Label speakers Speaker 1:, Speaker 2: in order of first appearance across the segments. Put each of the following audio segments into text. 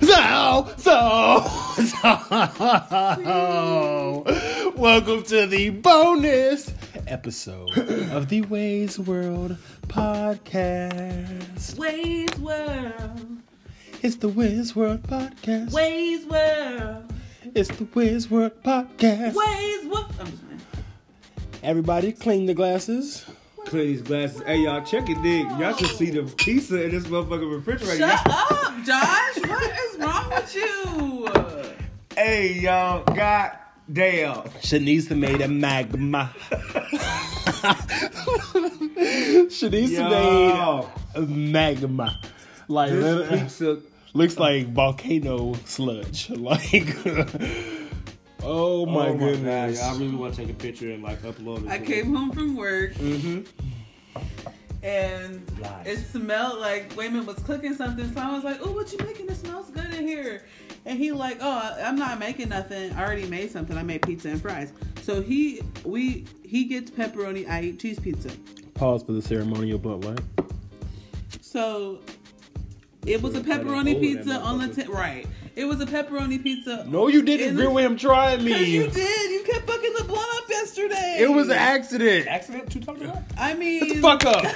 Speaker 1: so, so, so. Welcome to the bonus episode of the Ways World podcast.
Speaker 2: Ways World.
Speaker 1: It's the Ways World podcast.
Speaker 2: Ways World.
Speaker 1: It's the Ways World podcast.
Speaker 2: Ways World. I'm just playing.
Speaker 1: Everybody, clean the glasses.
Speaker 3: Clear these glasses. Hey y'all, check it, dig. Y'all should see the pizza in this motherfucking refrigerator.
Speaker 2: Shut
Speaker 3: Y'all-
Speaker 2: up, Josh. What is wrong with you?
Speaker 3: Hey y'all, god damn.
Speaker 1: Shanice made a magma. Shanice
Speaker 3: Yo.
Speaker 1: made a magma. Like,
Speaker 3: This
Speaker 1: lit-
Speaker 3: pizza.
Speaker 1: looks like volcano sludge. Like, oh my
Speaker 3: oh
Speaker 1: goodness.
Speaker 3: God, y'all, I really want to take a picture and like upload it.
Speaker 2: I came home from work and
Speaker 3: Lies.
Speaker 2: it smelled like Wayman was cooking something. So I was like, "Oh, what you making? It smells good in here." And he like, "Oh, I- I'm not making nothing. I already made something. I made pizza and fries." So he we he gets pepperoni. I eat cheese pizza.
Speaker 1: Pause for the ceremonial butt light.
Speaker 2: So it was a
Speaker 3: Should've cut it
Speaker 2: pepperoni
Speaker 3: over
Speaker 2: pizza
Speaker 3: that
Speaker 2: on the
Speaker 3: motherfucker.
Speaker 2: t- right. It was a pepperoni pizza.
Speaker 1: No, you didn't
Speaker 2: In
Speaker 1: agree
Speaker 2: the-
Speaker 1: with him trying
Speaker 2: Cause
Speaker 1: me.
Speaker 2: you did. You kept fucking the blood up yesterday.
Speaker 1: It was an accident.
Speaker 3: Accident to talk about?
Speaker 2: I mean,
Speaker 1: Fuck up.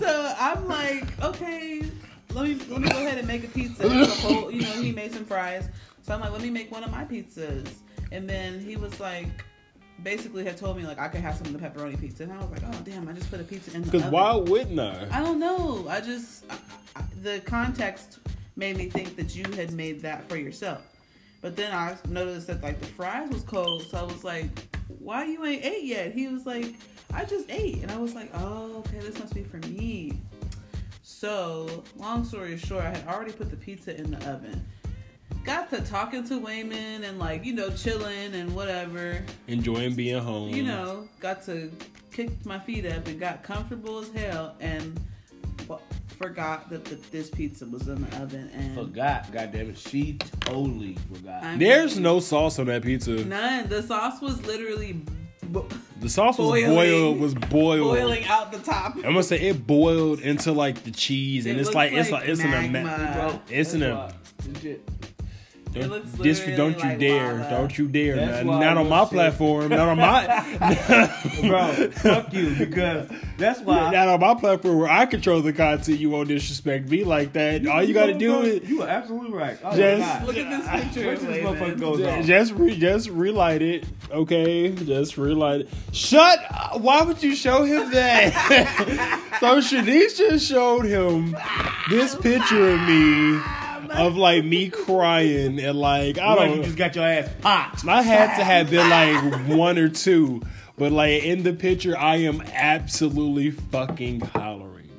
Speaker 2: so I'm like, okay, let me let me go ahead and make a pizza. It's a whole- you know, he made some fries, so I'm like, let me make one of my pizzas. And then he was like, basically had told me like I could have some of the pepperoni pizza, and I was like, oh damn, I just put a pizza in the
Speaker 1: Because
Speaker 2: oven.
Speaker 1: why Oh, wouldn't I?
Speaker 2: I don't know. I just I, I, the context made me think that you had made that for yourself. But then I noticed that like the fries was cold, so I was like, "Why you ain't ate yet?" He was like, "I just ate," and I was like, "Oh, okay, this must be for me." So, long story short, I had already put the pizza in the oven. Got to talking to Wayman and like you know chilling and whatever
Speaker 1: Enjoying being home.
Speaker 2: you know, got to kick my feet up and got comfortable as hell and w- forgot that the, this pizza was in the oven and
Speaker 3: Forgot. God damn it. She totally forgot.
Speaker 2: I mean,
Speaker 1: There's no sauce on that pizza.
Speaker 2: none. The sauce was literally b-
Speaker 1: The sauce was
Speaker 2: Boiling.
Speaker 1: boiled. Was boiled.
Speaker 2: boiling out the top.
Speaker 1: I'm gonna say it boiled into like the cheese, and
Speaker 2: It
Speaker 1: it's
Speaker 2: looks
Speaker 1: like, it's like it's an
Speaker 2: magma.
Speaker 1: magma. It's
Speaker 3: that's
Speaker 1: in a-
Speaker 3: why- legit.
Speaker 1: Don't,
Speaker 2: looks
Speaker 1: dis-
Speaker 2: literally
Speaker 1: don't you
Speaker 2: like
Speaker 1: dare!
Speaker 2: lava.
Speaker 1: Don't you dare!
Speaker 3: That's
Speaker 1: Not,
Speaker 3: why
Speaker 1: not
Speaker 3: I
Speaker 1: on my
Speaker 3: love shit.
Speaker 1: platform. Not on my.
Speaker 3: Bro, fuck you because that's why.
Speaker 1: Not on my platform where I control the content. You won't disrespect me like that. All you gotta do is
Speaker 3: You are absolutely right. Oh,
Speaker 1: Just-
Speaker 3: my
Speaker 2: Look
Speaker 3: God.
Speaker 2: at this picture.
Speaker 3: Where this
Speaker 2: Wayman.
Speaker 3: motherfucker goes
Speaker 1: ju-
Speaker 3: off.
Speaker 1: just re- just relight it. Okay, just relight it. Shut! up. Why would you show him that? so Shanice just showed him this picture of me. Of like me crying and like I
Speaker 3: Like
Speaker 1: don't
Speaker 3: you just got your ass popped.
Speaker 1: I had to have been like one or two, but like in the picture, I am absolutely fucking hollering.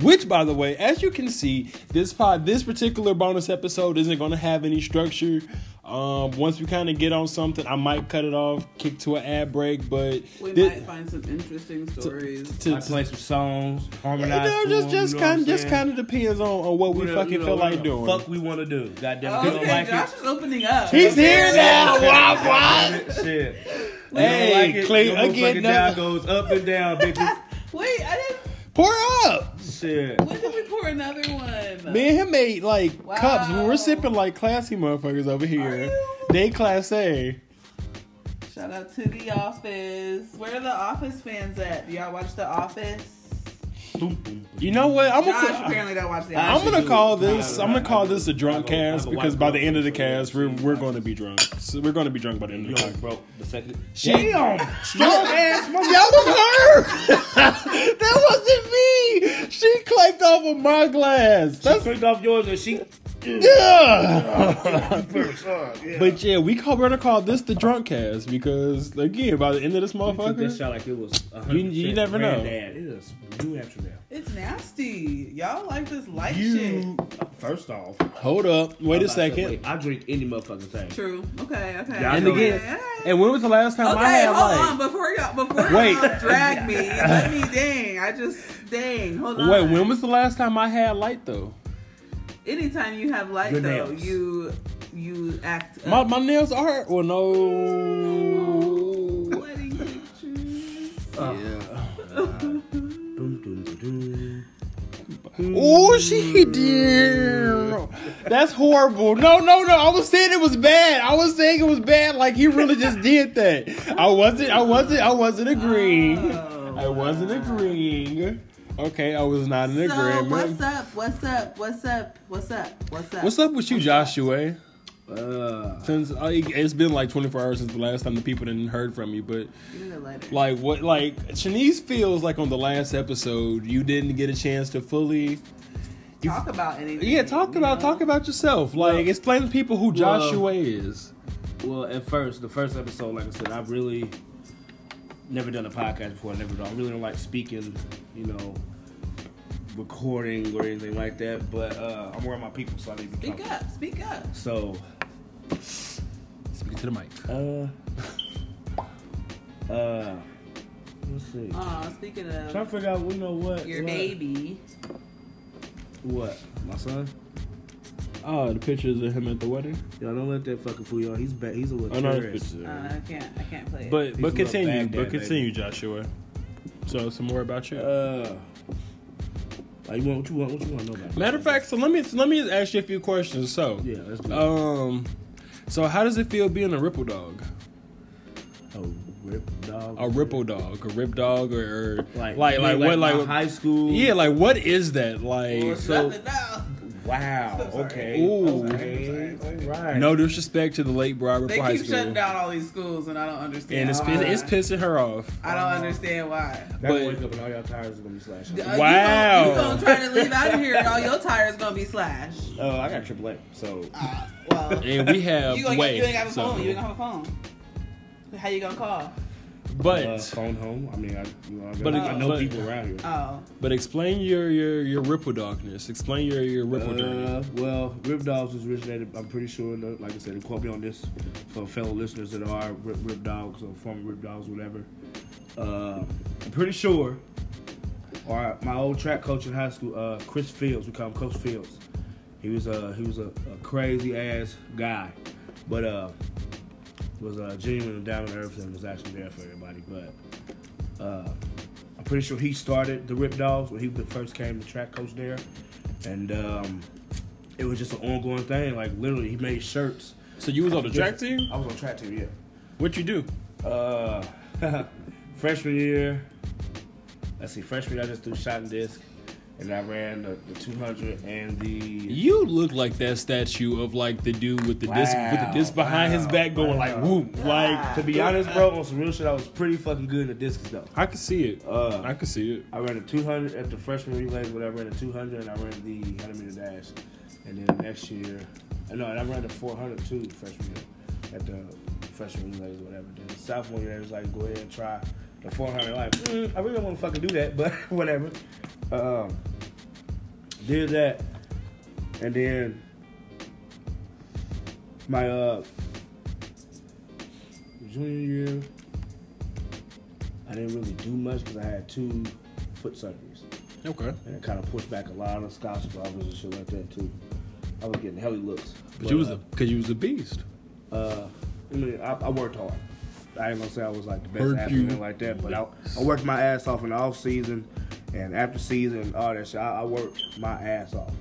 Speaker 1: Which, by the way, as you can see, this pod, this particular bonus episode isn't going to have any structure. Um, once we kind of get on something, I might cut it off, kick to an ad break, but
Speaker 2: We
Speaker 1: thi-
Speaker 2: might find some interesting stories.
Speaker 1: to-
Speaker 3: I
Speaker 1: to-
Speaker 3: play some songs,
Speaker 1: you
Speaker 3: harmonize.
Speaker 1: know,
Speaker 3: to
Speaker 1: just
Speaker 3: 'em,
Speaker 1: just
Speaker 3: you know what
Speaker 1: kind
Speaker 3: I'm
Speaker 1: of just
Speaker 3: saying?
Speaker 1: kind of depends on, on what we
Speaker 3: What the-
Speaker 1: fucking
Speaker 3: you know,
Speaker 1: feel
Speaker 3: what
Speaker 1: like
Speaker 3: the
Speaker 1: doing.
Speaker 3: Fuck, we want to do. Goddamn, we don't
Speaker 2: Okay,
Speaker 3: like
Speaker 2: Josh
Speaker 3: it.
Speaker 2: is opening up.
Speaker 1: He's here now. Why, why?
Speaker 3: Shit. We
Speaker 1: Hey,
Speaker 3: don't like it.
Speaker 1: Clay,
Speaker 3: Your
Speaker 1: again,
Speaker 3: motherfucking
Speaker 1: another-
Speaker 3: down goes up and down, bitches.
Speaker 2: Wait, I didn't.
Speaker 1: Pour up.
Speaker 3: Shit.
Speaker 2: When did we pour another one?
Speaker 1: Me and him made like
Speaker 2: Wow.
Speaker 1: cups. We're sipping like classy motherfuckers over
Speaker 2: Are
Speaker 1: here.
Speaker 2: you?
Speaker 1: They class A.
Speaker 2: Shout out to The Office. Where are The Office fans at? Do y'all watch The Office?
Speaker 1: You know what? I'm
Speaker 2: Josh
Speaker 1: gonna,
Speaker 2: apparently don't watch The
Speaker 1: I'm
Speaker 2: Office.
Speaker 1: gonna call
Speaker 3: Nah,
Speaker 1: this.
Speaker 3: nah,
Speaker 1: I'm gonna
Speaker 3: nah,
Speaker 1: call
Speaker 3: nah.
Speaker 1: this a drunk
Speaker 3: I have a- I have a
Speaker 1: cast
Speaker 3: white
Speaker 1: because by the
Speaker 3: girlfriend,
Speaker 1: end of the
Speaker 3: so yeah,
Speaker 1: cast, we're
Speaker 3: she-
Speaker 1: we're gonna be drunk. So we're gonna be drunk by the end of the
Speaker 3: Yo,
Speaker 1: cast.
Speaker 3: bro, the second.
Speaker 1: Damn,
Speaker 3: strong ass
Speaker 1: That was her. that wasn't me. She clapped off of my glass.
Speaker 3: She
Speaker 1: That's
Speaker 3: clicked off yours and she.
Speaker 1: yeah.
Speaker 3: yeah.
Speaker 1: But yeah, we call, we're gonna call this the drunk cast because again, by the end of this
Speaker 3: Took
Speaker 1: motherfucker,
Speaker 3: that shot like it was 100%
Speaker 1: You- you never know.
Speaker 3: granddad. It is New Amsterdam.
Speaker 2: It's nasty. Y'all like this light
Speaker 3: You first off,
Speaker 1: Hold up. Wait a
Speaker 3: I said,
Speaker 1: second.
Speaker 3: wait, I drink any motherfucking thing.
Speaker 2: shit. True. Okay. Okay.
Speaker 3: Y'all
Speaker 1: And
Speaker 3: know
Speaker 1: again,
Speaker 2: okay.
Speaker 1: and when was the last time I
Speaker 2: Okay,
Speaker 1: had
Speaker 2: hold
Speaker 1: like?
Speaker 2: on. Before y'all, before
Speaker 1: Wait.
Speaker 2: y'all drag me, let me dang. I just dang. Hold on.
Speaker 1: Wait, when was the last time I had light though?
Speaker 2: Anytime you have light
Speaker 3: Your
Speaker 2: though,
Speaker 3: nails.
Speaker 2: you you act.
Speaker 1: My
Speaker 2: up.
Speaker 1: my nails are well no.
Speaker 2: Wedding
Speaker 3: Oh,
Speaker 2: pictures.
Speaker 3: Dun, dun, dun, dun.
Speaker 1: Oh, she did. That's horrible. No, no, no. I was saying it was bad. I was saying it was bad. Like he really just did that. I wasn't. I wasn't. I wasn't agreeing.
Speaker 2: Oh.
Speaker 1: I wasn't agreeing. Okay, I was not in
Speaker 2: So what's
Speaker 1: agreement.
Speaker 2: up? What's up? What's up? What's up? What's up?
Speaker 1: What's up with you, Joshua?
Speaker 3: Uh,
Speaker 1: Since uh, it- it's been like 24 hours since the last time the people didn't heard from you, but
Speaker 2: Give me the letter.
Speaker 1: like what, like Shanice feels like on the last episode you didn't get a chance to fully
Speaker 2: talk about anything.
Speaker 1: Yeah, talk
Speaker 2: you
Speaker 1: about
Speaker 2: know?
Speaker 1: talk about yourself. Like
Speaker 3: Well-
Speaker 1: explain to people who
Speaker 3: Well-
Speaker 1: Joshua is.
Speaker 3: well, at first, the first episode, like I said, I've really never done a podcast before. I never done. I really don't like speaking, you know, recording or anything like that. But uh, I'm wearing my people, so I need to
Speaker 2: Speak
Speaker 3: come.
Speaker 2: up. Speak up.
Speaker 3: So,
Speaker 1: Speak to the mic.
Speaker 3: uh, uh, let's see.
Speaker 2: Aw, speaking
Speaker 3: Trying
Speaker 2: of
Speaker 3: to figure out, you know what?
Speaker 2: Uh, your
Speaker 3: what,
Speaker 2: baby,
Speaker 3: What? My son?
Speaker 1: Oh, the pictures of him at the wedding.
Speaker 3: Yo, don't let that fucking fool y'all. He's bad. He's a little
Speaker 1: Oh no, it's
Speaker 3: terrorist.
Speaker 2: uh,
Speaker 1: pictures.
Speaker 2: I can't. I can't play it.
Speaker 1: But but
Speaker 3: He's a little
Speaker 1: continue,
Speaker 3: Baghdad
Speaker 1: but
Speaker 3: baby.
Speaker 1: continue, Joshua. So some more about you.
Speaker 3: Uh, like, you want what you want? What you want to know about?
Speaker 1: Matter of fact, so let me so let me ask you a few questions. So
Speaker 3: yeah, let's do it.
Speaker 1: um, so how does it feel being a ripple dog?
Speaker 3: a Oh, rip dog.
Speaker 1: A ripple dog, a rip dog, or, or
Speaker 3: Like,
Speaker 1: like like what
Speaker 3: my
Speaker 1: like
Speaker 3: high school.
Speaker 1: yeah like what is that like?
Speaker 2: Well,
Speaker 3: so-
Speaker 2: nothing now.
Speaker 3: Wow.
Speaker 2: sorry.
Speaker 3: Okay.
Speaker 1: Ooh.
Speaker 3: Okay. All right.
Speaker 1: no disrespect to the late Briar Ripple
Speaker 2: They
Speaker 1: High
Speaker 2: keep
Speaker 1: School,
Speaker 2: shutting down all these schools, and I don't understand.
Speaker 1: and it's
Speaker 2: why.
Speaker 1: it's pissing her off.
Speaker 2: I don't understand why.
Speaker 3: Y'all gonna
Speaker 1: but-
Speaker 3: wake up and all y'all tires are gonna be slashed.
Speaker 2: Uh, you
Speaker 1: Wow.
Speaker 2: gonna- You gonna, try to leave out of here? and All your tires gonna be slashed.
Speaker 3: Oh, I got triple A. So
Speaker 2: Uh, well, you,
Speaker 1: and we have
Speaker 2: gonna,
Speaker 1: way.
Speaker 2: you ain't got a
Speaker 1: so-
Speaker 2: phone. You ain't gonna have a phone. How you gonna call?
Speaker 1: but
Speaker 3: uh, phone home. I mean, I, you know, I, got,
Speaker 1: But it-
Speaker 3: I know
Speaker 1: but-
Speaker 3: people around here.
Speaker 2: Oh,
Speaker 1: but explain your your your ripple darkness. Explain your your ripple darkness.
Speaker 3: Uh, well, Rip Dogs was originated, I'm pretty sure, no- like I said, and quote me on this for fellow listeners that are Rip, Rip Dogs or former Rip Dogs, whatever. Uh, I'm pretty sure, or my old track coach in high school, uh, Chris Fields, we call him Coach Fields. He was a he was a, a crazy ass guy, but uh, was uh, genuine and down to earth and was actually there for everybody. But uh, I'm pretty sure he started the Rip Dogs when he first came to track coach there, and um, it was just an ongoing thing. Like literally, he made shirts.
Speaker 1: So you was on the track team.
Speaker 3: I was on track team, yeah.
Speaker 1: What you do?
Speaker 3: Uh, freshman year, let's see, freshman year I just threw shot and disc, and I ran the, the 200 and the.
Speaker 1: You look like that statue of like the dude with the disc with the
Speaker 3: Wow,
Speaker 1: disc behind his
Speaker 3: wow,
Speaker 1: back going like
Speaker 3: wow.
Speaker 1: whoop like.
Speaker 3: To be honest, bro, on some real shit, I was pretty fucking good in the discus though.
Speaker 1: I could see it.
Speaker 3: Uh,
Speaker 1: I could see it.
Speaker 3: I ran the 200 at the freshman relay, but I ran the 200 and I ran the 100 meter dash. And then next year, uh, no, and I ran the 400 too freshman year at the freshman relays or whatever. Then sophomore year, they was like, go ahead and try the 400. Like, mm, I really don't want to fucking do that, but whatever. Um, did that, and then my uh junior year, I didn't really do much because I had two foot surgeries.
Speaker 1: Okay.
Speaker 3: And it kind of pushed back a lot of scholarship offers and shit like that, too. I was getting helly looks.
Speaker 1: But you was a because you was a beast.
Speaker 3: Uh, I, mean, I, I worked hard. I ain't gonna say I was like the best
Speaker 1: Work
Speaker 3: athlete or
Speaker 1: you.
Speaker 3: anything like that, but I, I worked my ass off in the off season and after season and all that shit. I, I worked my ass off.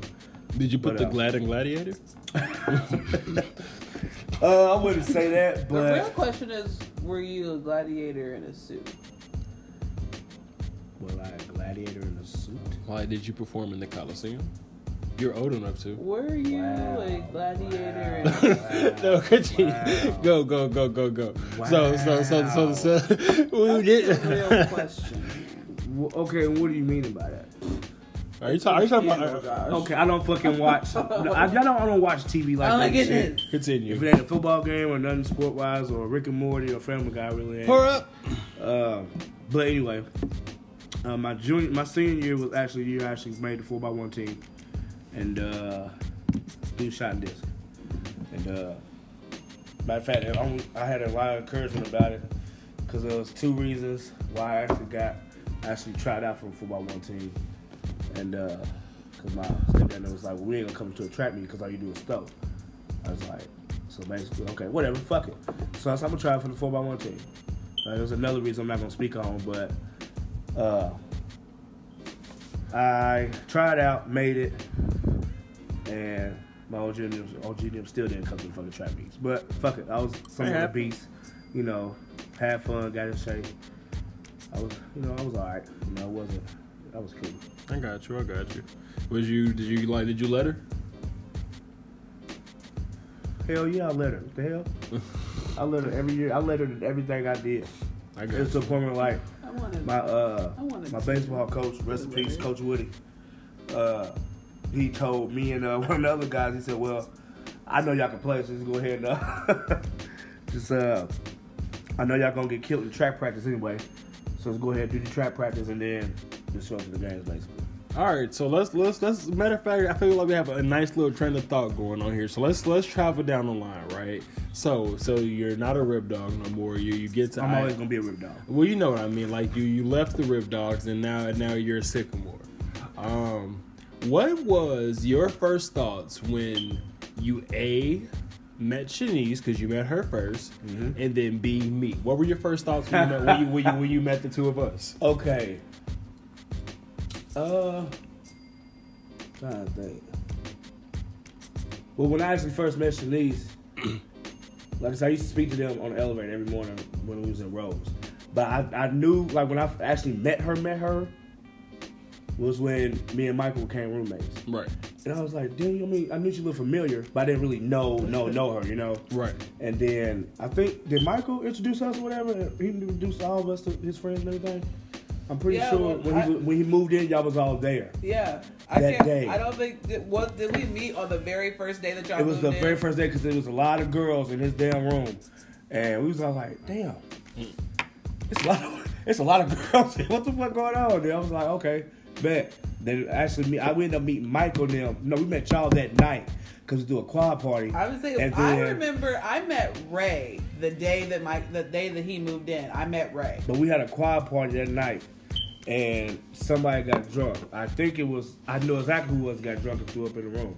Speaker 1: Did you put
Speaker 3: But,
Speaker 1: the
Speaker 3: uh,
Speaker 1: glad and gladiator?
Speaker 3: Uh, I wouldn't say that,
Speaker 2: the real
Speaker 3: but
Speaker 2: question is, were you a gladiator in a suit?
Speaker 3: well, I a gladiator in a suit.
Speaker 1: Why did you perform in the Coliseum? You're old enough to.
Speaker 2: Were you
Speaker 3: Wow.
Speaker 2: a gladiator?
Speaker 3: Wow.
Speaker 2: In a
Speaker 1: no, continue.
Speaker 3: Wow.
Speaker 1: Go, go, go, go, go. So, so, so, so, so. we
Speaker 2: That's the real
Speaker 1: did.
Speaker 2: question.
Speaker 3: Wh- Okay, and what do you mean by that?
Speaker 1: Are you, ta- are you talking
Speaker 2: Yeah,
Speaker 1: about?
Speaker 2: gosh.
Speaker 3: Okay, I don't fucking watch. no, I, I don't. I don't watch TV like
Speaker 2: Oh my
Speaker 3: that. shit.
Speaker 2: goodness.
Speaker 3: If
Speaker 1: Continue.
Speaker 3: it ain't a football game or nothing sport wise or Rick and Morty or Family Guy, really. Ain't.
Speaker 1: Pour up.
Speaker 3: Um, but anyway, uh, my junior, my senior year was actually the year I actually made the four x one team, and uh, threw shot and disc. And uh, matter of fact, I only- I had a lot of encouragement about it because there was two reasons why I actually got actually tried out for the four x one team, and because my stepdad was like, well, "We ain't gonna come to a track meet because all you do is throw." I was like, so basically, okay, whatever, fuck it. So I said, I'm gonna try it for the 4x1 team. Uh, there's another reason I'm not gonna speak on, but uh, I tried out, made it, and my old GM, old GM still didn't come to the fucking trap meets. But fuck it, I was some of the
Speaker 1: happened.
Speaker 3: beats, you know, had fun, got in shape. I was, you know, I was alright. You know, I wasn't. I was cool.
Speaker 1: I got you. I got you. Was you? Did you like? Did you let her?
Speaker 3: Hell yeah, I let her. What the hell? I let her every year. I let her in everything I did.
Speaker 1: I
Speaker 3: It was to the point where like
Speaker 2: I wanted.
Speaker 3: my uh
Speaker 2: I wanted
Speaker 3: my
Speaker 2: to-
Speaker 3: baseball coach,
Speaker 2: Woody.
Speaker 3: recipes, Coach Woody. Uh, he told me and uh, one of the other guys. He said, "Well, I know y'all can play, so just go ahead and uh, just uh, I know y'all gonna get killed in track practice anyway, so just go ahead and do the track practice and then just show up to the games basically."
Speaker 1: All right, so let's let's let's matter of fact, I feel like we have a nice little train of thought going on here. So let's let's travel down the line, right? So so you're not a rib dog no more. You you get to
Speaker 3: I'm
Speaker 1: I-
Speaker 3: always gonna be a rip dog.
Speaker 1: well, you know what I mean. Like you you left the rib dogs and now now you're a sycamore. Um, what was your first thoughts when you a met Shanice because you met her 1st and then b me? What were your first thoughts when you met when you, when you when you met the two of us?
Speaker 3: Okay. Uh, trying to think. Well, when I actually first met Shanice, like I said, I used to speak to them on the elevator every morning when we was in Rose. But I, I knew, like, when I actually met her, met her, was when me and Michael became roommates.
Speaker 1: Right,
Speaker 3: And I was like, dude, I mean, I knew she looked familiar, but I didn't really know, know, know her, you know?
Speaker 1: right.
Speaker 3: And then I think did Michael introduce us or whatever? He introduced all of us to his friends and everything. I'm pretty
Speaker 2: Yeah,
Speaker 3: sure
Speaker 2: well,
Speaker 3: when
Speaker 2: I-
Speaker 3: he when he moved in, y'all was all there.
Speaker 2: Yeah, I
Speaker 3: That
Speaker 2: can't.
Speaker 3: day.
Speaker 2: I don't think that, was did we meet on the very first day that y'all.
Speaker 3: It was
Speaker 2: moved
Speaker 3: the
Speaker 2: in?
Speaker 3: very first day because there was a lot of girls in his damn room, and we was all like, "Damn, it's a lot. Of, it's a lot of girls. what the fuck going on?" Dude? I was like, "Okay, bet." Then actually, me, I we ended up meeting Michael. and Them, no, we met y'all that night because we do a quad party.
Speaker 2: I would say
Speaker 3: And
Speaker 2: I
Speaker 3: then-
Speaker 2: remember I met Ray the day that Mike the day that he moved in. I met Ray. Oh,
Speaker 3: But we had a quad party that night, and somebody got drunk. I think it was I know exactly who was got drunk and threw up in the room,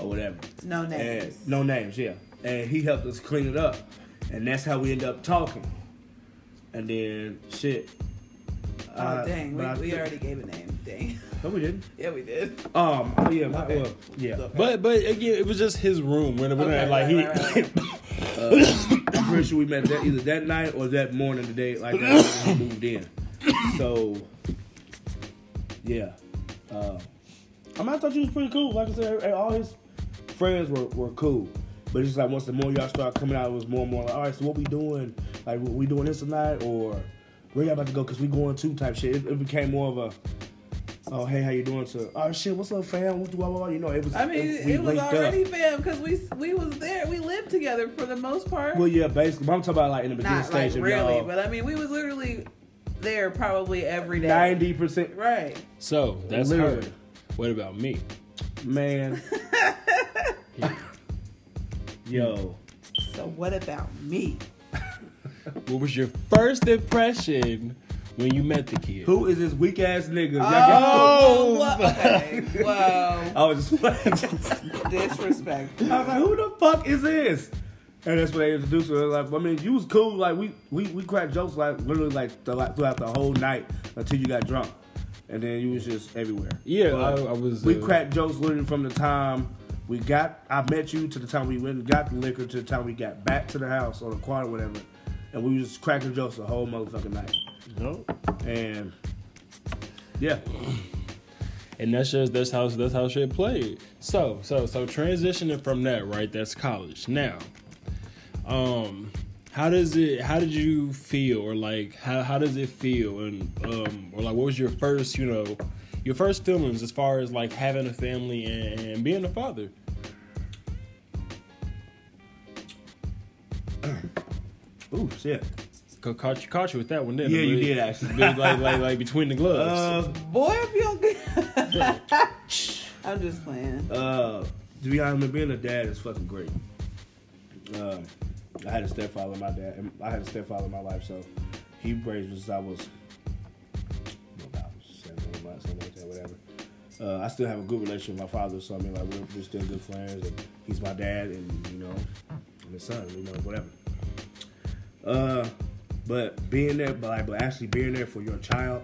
Speaker 3: or whatever.
Speaker 2: No names.
Speaker 3: And no names, yeah. And he helped us clean it up, and that's how we ended up talking. And then shit.
Speaker 2: oh
Speaker 3: uh,
Speaker 2: dang, we, we already gave a name. Dang.
Speaker 3: No, we didn't.
Speaker 2: yeah, we did.
Speaker 3: Um. Oh yeah. my-
Speaker 2: Okay.
Speaker 3: well, yeah.
Speaker 1: But but again, it was just his room. When, when
Speaker 2: Okay,
Speaker 1: like he,
Speaker 2: right, right,
Speaker 3: I'm pretty sure we met that either that night or that morning the day like that when we moved in. So yeah. Uh, I mean I thought you was pretty cool. Like I said, eh, all his friends were, were cool. But it's like once the more y'all start coming out, it was more and more like, all right, so what we doing? Like we doing this tonight or where y'all about to go? Cause we going to type shit. It, it became more of a oh hey how you doing? To oh shit what's up fam? What do I want? You know it was
Speaker 2: I mean, it,
Speaker 3: we
Speaker 2: was
Speaker 3: linked up.
Speaker 2: already fam because we we was there. We lived together for the most part.
Speaker 3: Well, yeah, basically. But I'm talking about like in the beginning
Speaker 2: Not like
Speaker 3: stage of
Speaker 2: really,
Speaker 3: y'all.
Speaker 2: but I mean, we was literally there probably every day.
Speaker 3: Ninety percent,
Speaker 2: Right.
Speaker 1: so that's
Speaker 3: Literally.
Speaker 1: her. What about me?
Speaker 3: man. Yo,
Speaker 2: So what about me?
Speaker 1: What was your first impression when you met the kid?
Speaker 3: who is this weak ass nigga? Y'all
Speaker 2: Oh,
Speaker 1: Oh.
Speaker 2: whoa, okay.
Speaker 3: get-
Speaker 2: Whoa.
Speaker 3: I was just, I was
Speaker 2: Disrespectful.
Speaker 3: like, who the fuck is this? And that's when they introduced her. They was Like, I mean, you was cool. Like, we we we cracked jokes like literally like the, like, throughout the whole night until you got drunk, and then you was just everywhere.
Speaker 1: Yeah,
Speaker 3: But
Speaker 1: I- I was,
Speaker 3: We
Speaker 1: uh,
Speaker 3: cracked jokes literally from the time we got. I met you to the time we went and got the liquor to the time we got back to the house or the quad or whatever, and we was cracking jokes the whole motherfucking night.
Speaker 1: No.
Speaker 3: And yeah,
Speaker 1: And that's just that's how that's how shit played. So so so transitioning from that right, that's college now. Um, how does it? How did you feel, or like how how does it feel, and um, or like what was your first you know your first feelings as far as like having a family and, and being a father?
Speaker 3: ooh shit.
Speaker 1: Ca- Caught you, caught you with that one, didn't I?
Speaker 3: Yeah, you
Speaker 1: Really-
Speaker 3: did, actually.
Speaker 1: really, like, like, like between the gloves.
Speaker 3: Uh,
Speaker 2: Boy, if you don't I'm just playing.
Speaker 3: uh, to be honest, man, being a dad is fucking great. Um, I had a stepfather, my dad, and I had a stepfather in my life, so he raised me since I was about seven, eight months, something like that, whatever. Uh, I still have a good relationship with my father, so I mean, like we're, we're still good friends, and he's my dad, and you know, and his son, you know, whatever. Uh, but being there, but like, but actually being there for your child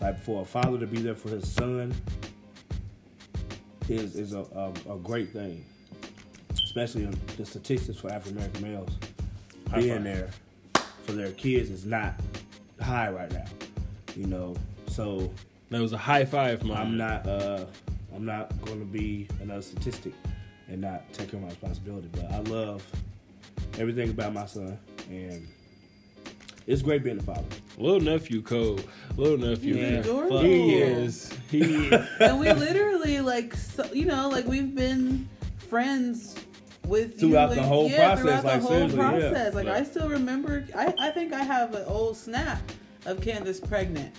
Speaker 3: Like for a father to be there for his son is is a, a, a great thing, especially in the statistics for African American males
Speaker 1: High
Speaker 3: being
Speaker 1: five.
Speaker 3: there for their kids is not high right now. You know, so
Speaker 1: That was a high five, man.
Speaker 3: I'm not uh I'm not going to be another statistic and not take on my responsibility. But I love everything about my son, and it's great being a father.
Speaker 1: Little nephew cold. Little nephew.
Speaker 3: Yeah.
Speaker 2: Adorable.
Speaker 1: He is. He is.
Speaker 2: and we literally like so, you know like we've been friends with you
Speaker 3: Throughout the
Speaker 2: and-
Speaker 3: whole
Speaker 2: yeah,
Speaker 3: process,
Speaker 2: throughout
Speaker 3: like,
Speaker 2: the whole
Speaker 3: seriously, yeah.
Speaker 2: process like
Speaker 1: Yeah.
Speaker 2: i still remember I, I think i have an old snap of candace pregnant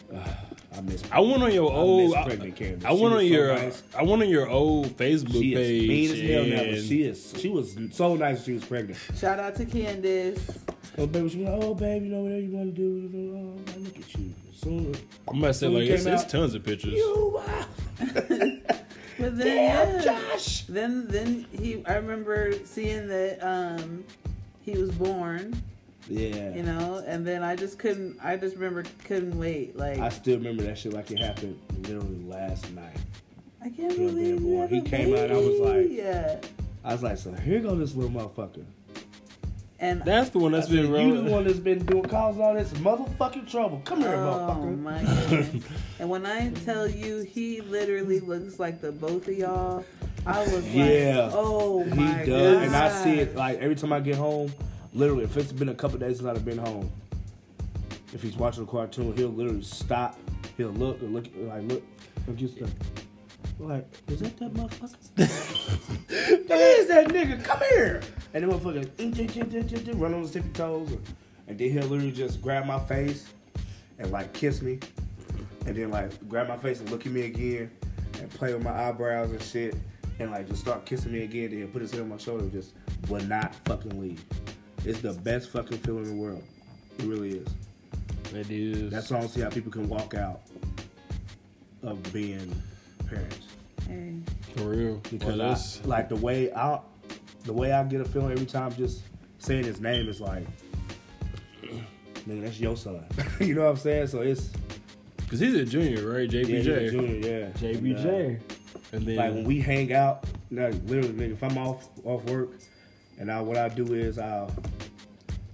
Speaker 3: I miss.
Speaker 1: I went on your
Speaker 3: I
Speaker 1: old.
Speaker 3: miss
Speaker 1: I,
Speaker 3: pregnant Candace.
Speaker 1: I
Speaker 3: She
Speaker 1: went
Speaker 3: was
Speaker 1: on
Speaker 3: so
Speaker 1: your. uh,
Speaker 3: nice.
Speaker 1: I went on your old Facebook
Speaker 3: She is
Speaker 1: page.
Speaker 3: mean as hell now, but
Speaker 1: and-
Speaker 3: she is. She was so nice. when She was pregnant.
Speaker 2: shout out to candace
Speaker 3: Oh baby, she was like, oh baby, you know whatever you want to do. You know, oh, I look at you. Soon,
Speaker 1: I'm about to say
Speaker 3: Soon
Speaker 1: like it's,
Speaker 3: came
Speaker 1: it's
Speaker 3: out.
Speaker 1: tons of pictures.
Speaker 3: you are
Speaker 2: but then
Speaker 3: damn
Speaker 2: yeah.
Speaker 3: Josh.
Speaker 2: then then he i remember seeing that um he was born
Speaker 3: Yeah.
Speaker 2: you know and then i just couldn't i just remember couldn't wait like
Speaker 3: I
Speaker 2: i,
Speaker 3: still remember that shit like it happened literally last night.
Speaker 2: can't
Speaker 3: He was being
Speaker 2: believe you
Speaker 3: born.
Speaker 2: have
Speaker 3: He
Speaker 2: a
Speaker 3: came out, I was like-
Speaker 2: baby. yeah
Speaker 3: I was like, so here go this little motherfucker.
Speaker 2: and
Speaker 1: That's the one that's
Speaker 3: I said,
Speaker 1: been
Speaker 3: you the
Speaker 1: rolling.
Speaker 3: one that's been doing causing all this motherfucking trouble. Come here,
Speaker 2: Oh
Speaker 3: motherfucker.
Speaker 2: my goodness. and when I tell you he literally looks like the both of y'all, I was
Speaker 3: Yeah,
Speaker 2: like, oh
Speaker 3: he
Speaker 2: my
Speaker 3: does,
Speaker 2: god.
Speaker 3: and I see it like every time I get home. Literally, if it's been a couple days since I've been home, if he's watching a cartoon, he'll literally stop. He'll look or look like look. I'm just like, like, is that that motherfucker? that is that nigga. Come here. And then motherfucker "Mm, mm, mm, mm, mm, mm," run on his tippy toes, or- and then he'll literally just grab my face and like kiss me, and then like grab my face and look at me again, and play with my eyebrows and shit, and like just start kissing me again. Then he'll put his head on my shoulder and just will not fucking leave. It's the best fucking feeling in the world. It really is.
Speaker 1: It is.
Speaker 3: That's why I don't see how people can walk out of being parents
Speaker 2: Hey,
Speaker 1: for real.
Speaker 3: because
Speaker 1: Well, that's-
Speaker 3: I, like the way I the way I get a feeling every time just saying his name is like nigga that's your son you know what I'm saying so it's
Speaker 1: Cause he's a junior, right?
Speaker 3: yeah,
Speaker 1: JBJ.
Speaker 3: he's a junior, yeah And, uh,
Speaker 1: And then
Speaker 3: like when we hang out like literally nigga if I'm off off work and I what I do is I'll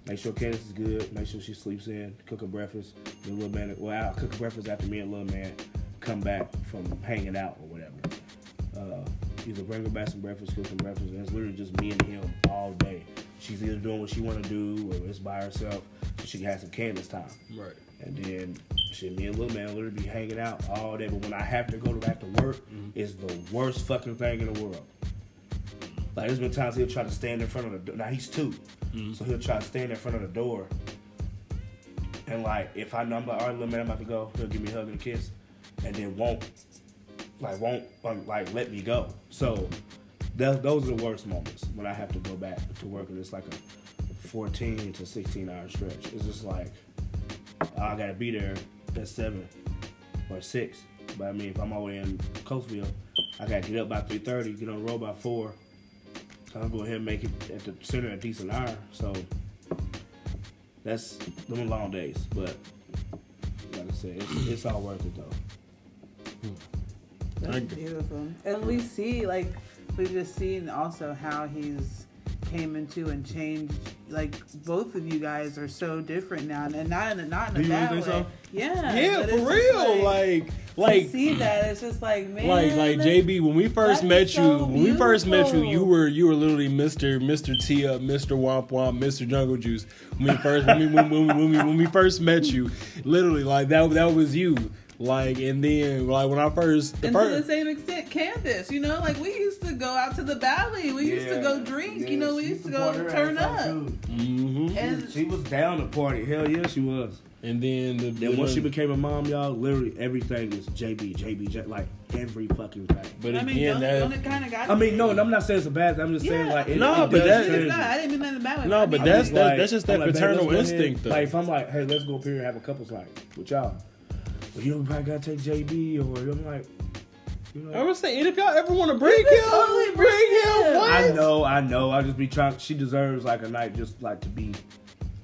Speaker 3: make sure Candace is good make sure she sleeps in cook her breakfast the little man well I'll cook her breakfast after me and little man come back from hanging out or whatever uh, either bring her back some breakfast, cook some breakfast, and it's literally just me and him all day. She's either doing what she want to do or it's by herself, so she can have some Candace time.
Speaker 1: right.
Speaker 3: And then shit, me and little man literally be hanging out all day. But when I have to go back to work, it's the worst fucking thing in the world. Like there's been times he'll try to stand in front of the door. Now he's 2 so he'll try to stand in front of the door. And like if I know I'm like, all right, little man, I'm about to go, he'll give me a hug and a kiss, and then won't like won't um, like let me go. So th- those are the worst moments when I have to go back to work, and it's like a 14 to 16 hour stretch. It's just like I gotta be there at seven or six. But I mean, if I'm all the way in Coatesville, I gotta get up by 3:30, get on the road by four. So I'll go ahead and make it at the center at a decent hour. So that's them long days, but. Like I said, it's, it's all worth it though.
Speaker 2: that's
Speaker 1: Thank you.
Speaker 2: beautiful. And we see like we've just seen also how he's came into and changed like both of you guys are so different now and not in a not in a
Speaker 1: Do you
Speaker 2: bad
Speaker 1: really
Speaker 2: way.
Speaker 1: think so?
Speaker 2: Yeah.
Speaker 1: Yeah,
Speaker 2: but
Speaker 1: for
Speaker 2: it's just
Speaker 1: real. Like
Speaker 2: to
Speaker 1: like
Speaker 2: see that it's just like man
Speaker 1: like like
Speaker 2: that's-
Speaker 1: JB when we first
Speaker 2: that
Speaker 1: met you
Speaker 2: is so
Speaker 1: when we first met you you
Speaker 2: beautiful.
Speaker 1: were you were literally Mr. Mr. T up Mr. Womp Womp Mr. Jungle Juice when we first when, we, when, we, when, we, when we first met you literally like that that was you like and then like when I first the
Speaker 2: and to the
Speaker 1: first
Speaker 2: same extent, Candace, you know, like we used to go out to the valley. We used to go drink. you know, we used to go turn up.
Speaker 1: hmm
Speaker 2: And
Speaker 3: She was down to party. Hell yeah, she was.
Speaker 1: and then the
Speaker 3: Then once she became a mom, y'all, literally everything is JB, JB, J, like every fucking thing.
Speaker 1: but
Speaker 2: I mean,
Speaker 1: again
Speaker 2: don't,
Speaker 1: that
Speaker 2: don't it kind of got.
Speaker 3: I mean, no, and I'm not saying it's a bad. thing. I'm just saying
Speaker 2: Yeah.
Speaker 3: like, it,
Speaker 1: No,
Speaker 3: it
Speaker 1: but
Speaker 3: does
Speaker 1: that-
Speaker 3: change
Speaker 2: it's
Speaker 3: you.
Speaker 2: not. I didn't mean nothing about it.
Speaker 1: No,
Speaker 2: I
Speaker 1: but
Speaker 2: mean,
Speaker 3: I'm
Speaker 1: that's-
Speaker 3: just
Speaker 1: that's- that's just that
Speaker 3: I'm "Babe,
Speaker 1: paternal
Speaker 3: let's go ahead."
Speaker 1: instinct, though.
Speaker 3: Like if I'm like, hey, let's go up here and have a couples night with y'all. But you know, we probably gotta take JB or I'm like, you know,
Speaker 1: I was saying if y'all ever want to break him
Speaker 2: totally
Speaker 1: bring
Speaker 2: bring
Speaker 1: him
Speaker 2: him.
Speaker 1: what
Speaker 3: I know, I know. I just be trying. She deserves like a night just like to be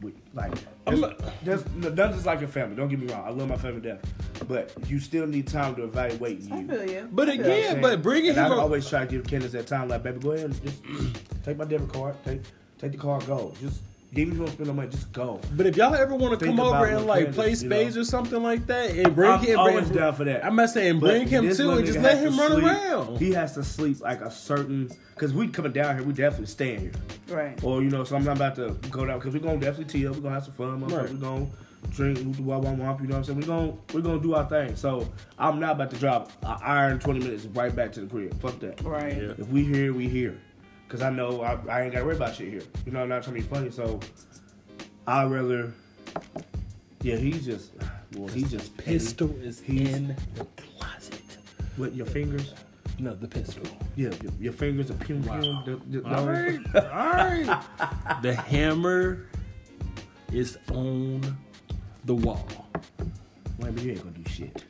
Speaker 3: with like
Speaker 1: I'm
Speaker 3: that's,
Speaker 1: not-
Speaker 3: that's, no, that's just like your family. Don't get me wrong. I love my family to death, but you still need time to evaluate you.
Speaker 2: I feel you.
Speaker 1: But
Speaker 2: I feel
Speaker 1: again-
Speaker 2: you.
Speaker 1: Yeah, but bringing
Speaker 3: and
Speaker 1: him
Speaker 3: I
Speaker 1: up-
Speaker 3: always try to give Candace that time, like, baby, go ahead and just take my debit card, take take the card, go. Just give me some spend no money, just go.
Speaker 1: But if y'all ever want to
Speaker 3: Think
Speaker 1: come
Speaker 3: about
Speaker 1: over and
Speaker 3: what
Speaker 1: like
Speaker 3: Candace,
Speaker 1: play
Speaker 3: you
Speaker 1: spades
Speaker 3: know.
Speaker 1: or something like that, and bring
Speaker 3: I'm
Speaker 1: him,
Speaker 3: always
Speaker 1: bring,
Speaker 3: down for that.
Speaker 1: I'm not saying
Speaker 3: But
Speaker 1: bring him
Speaker 3: this
Speaker 1: too
Speaker 3: one
Speaker 1: and just
Speaker 3: nigga
Speaker 1: let
Speaker 3: has
Speaker 1: him
Speaker 3: to
Speaker 1: run
Speaker 3: sleep-
Speaker 1: around.
Speaker 3: He has to sleep like a certain because we coming down here, we definitely staying here.
Speaker 2: Right.
Speaker 3: Or you know, so I'm not about to go down because we're gonna definitely tee up. We're gonna have some fun.
Speaker 1: Right.
Speaker 3: We're gonna drink, womp womp womp. You know what I'm saying? We're gonna we're gonna do our thing. So I'm not about to drop an iron 20 minutes right back to the crib. Fuck that.
Speaker 2: Right.
Speaker 1: Yeah.
Speaker 3: If we here, we here. Cause I know I, I ain't gotta worry about shit here. You know, I'm not trying to be funny. So I would rather. Yeah, he's just. Well, he's just petty.
Speaker 1: pistol is
Speaker 3: He's-
Speaker 1: in the closet.
Speaker 3: with your fingers.
Speaker 1: No, the pistol.
Speaker 3: Yeah, your, your fingers are pew pew.
Speaker 1: Wow.
Speaker 3: The, the,
Speaker 1: All right, all right. the hammer is on the wall.
Speaker 3: Wait, but you ain't gonna do shit.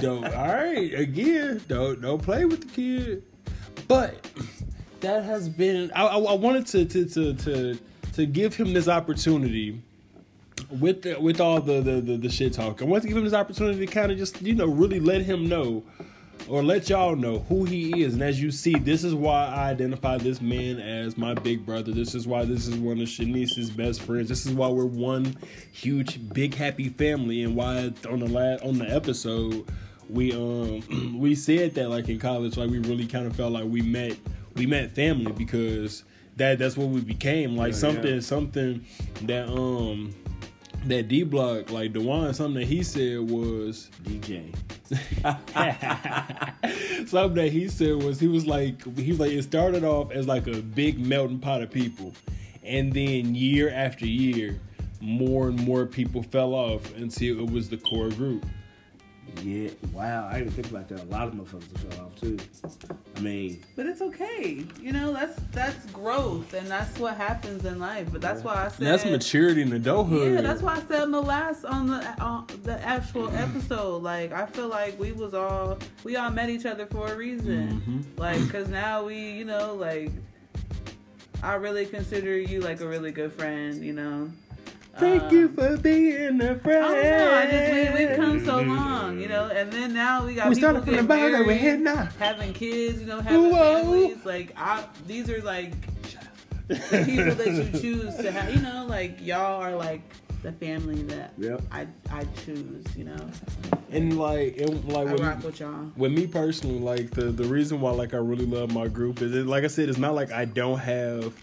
Speaker 1: Don't, all right, again, don't don't play with the kid. But that has been. I, I, I wanted to to to to to give him this opportunity. With the, with all the, the, the, the shit talk, I wanted to give him this opportunity to kind of just you know really let him know, or let y'all know who he is. And as you see, this is why I identify this man as my big brother. This is why this is one of Shanice's best friends. This is why we're one huge big happy family. And why on the last on the episode we um we said that like in college like we really kind of felt like we met we met family because that that's what we became like
Speaker 3: Yeah,
Speaker 1: something
Speaker 3: yeah.
Speaker 1: something that um that D block like Dewan something that he said was
Speaker 3: DJ.
Speaker 1: something that he said was he was like he was like it started off as like a big melting pot of people and then year after year more and more people fell off until it was the core group
Speaker 3: Yeah, wow. I didn't think about that. A lot of motherfuckers have fell off too. I mean,
Speaker 2: But it's okay. You know, that's that's growth and that's what happens in life. But that's why I
Speaker 1: And
Speaker 2: said
Speaker 1: that's maturity and adulthood
Speaker 2: Yeah, that's why I said in the last on the on the actual episode. Like, I feel like we was all we all met each other for a reason.
Speaker 1: Mm-hmm.
Speaker 2: Like, cause now we, you know, like I really consider you like a really good friend. You know.
Speaker 1: thank
Speaker 2: Um,
Speaker 1: you for being a friend
Speaker 2: I don't know. Oh, I just we, we've come so long, you know, and then now we got
Speaker 1: We
Speaker 2: people
Speaker 1: started from the
Speaker 2: getting
Speaker 1: bottom,
Speaker 2: married,
Speaker 1: we're here now.
Speaker 2: having kids, you know, having
Speaker 1: Whoa.
Speaker 2: families. Like I, these are like the people that you choose to have. You know, like y'all are like the family that
Speaker 3: Yep.
Speaker 2: I I choose. You know,
Speaker 1: and like and like
Speaker 2: I
Speaker 1: when-
Speaker 2: rock with y'all.
Speaker 1: with me personally, like the the reason why like I really love my group is it, like I said, it's not like I don't have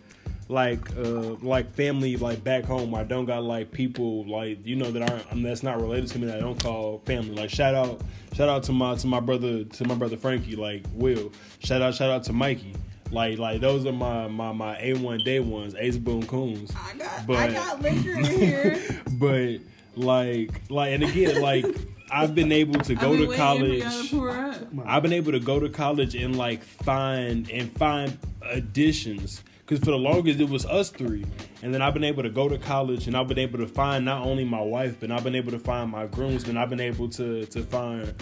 Speaker 1: like uh like family like back home. I don't got like people like you know that aren't um, that's not related to me that I don't call family. Like shout out shout out to my to my brother to my brother Frankie like Will. Shout out shout out to Mikey. Like like those are my my my A one day ones Ace Boom Coons.
Speaker 2: I got I
Speaker 1: But-
Speaker 2: got liquor in here.
Speaker 1: But like like and again like I've been able to
Speaker 2: I've
Speaker 1: go
Speaker 2: been
Speaker 1: to
Speaker 2: waiting
Speaker 1: college.
Speaker 2: For y'all to pour up.
Speaker 1: I've been able to go to college and like find and find additions. Cause for the longest it was us three, and then I've been able to go to college, and I've been able to find not only my wife, but I've been able to find my groomsmen. I've been able to to find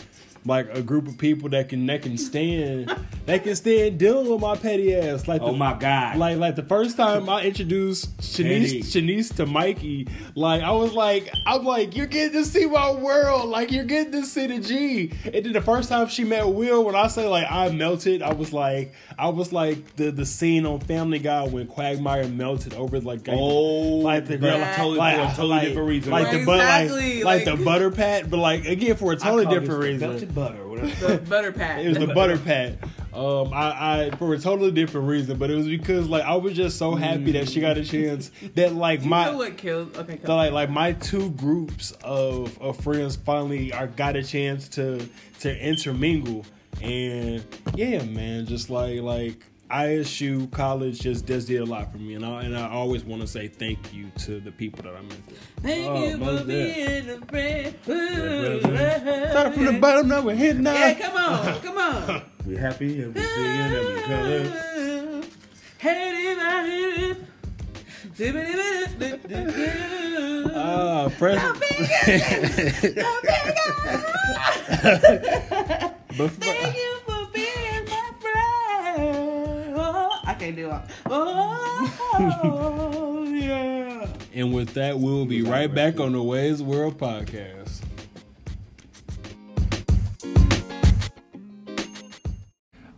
Speaker 1: like a group of people that can that can stand that can stand dealing with my petty ass. Like
Speaker 3: oh
Speaker 1: the,
Speaker 3: my god.
Speaker 1: like like the first time I introduced Shanice
Speaker 3: Eddie.
Speaker 1: Shanice to Mikey, like I was like I'm like you're getting to see my world, like you're getting to see the G. And then the first time she met Will, when I say like I melted, I was like I was like the the scene on Family Guy when Quagmire melted over like
Speaker 3: oh,
Speaker 1: like the
Speaker 3: girl,
Speaker 1: girl,
Speaker 2: that-
Speaker 3: totally
Speaker 1: like,
Speaker 3: for a totally
Speaker 1: like-
Speaker 3: different reason.
Speaker 1: like the but like,
Speaker 2: Exactly,
Speaker 1: like
Speaker 2: like-
Speaker 1: the butter pat, but like again for a
Speaker 3: I call
Speaker 1: totally
Speaker 3: this
Speaker 1: different
Speaker 3: the
Speaker 1: reason.
Speaker 3: Melted butter. Whatever.
Speaker 2: The butter pack.
Speaker 1: It was the butter pat. Um, I, I for a totally different reason, but it was because like I was just so happy that she got a chance that like
Speaker 2: You know
Speaker 1: my
Speaker 2: what killed? Okay,
Speaker 1: that,
Speaker 2: come
Speaker 1: like like my two groups of of friends finally are got a chance to to intermingle and yeah, man, just like like. ISU college just does did a lot for me, and I and I always want to say thank you to the people that I met. there.
Speaker 2: Thank
Speaker 3: Oh,
Speaker 2: you
Speaker 3: most
Speaker 2: for being a friend. Ooh,
Speaker 3: brother.
Speaker 1: Started from the bottom, now we're here now.
Speaker 2: Yeah, come on, come on.
Speaker 3: we happy and we singing and we color.
Speaker 2: Hey, I hit it.
Speaker 1: Ah, fresh. But fr-
Speaker 2: Thank you for being my friend. Oh, I can't do it. Oh, yeah.
Speaker 1: And with that, we will be
Speaker 3: Was that
Speaker 1: right back
Speaker 3: right?
Speaker 1: on the Ways World podcast.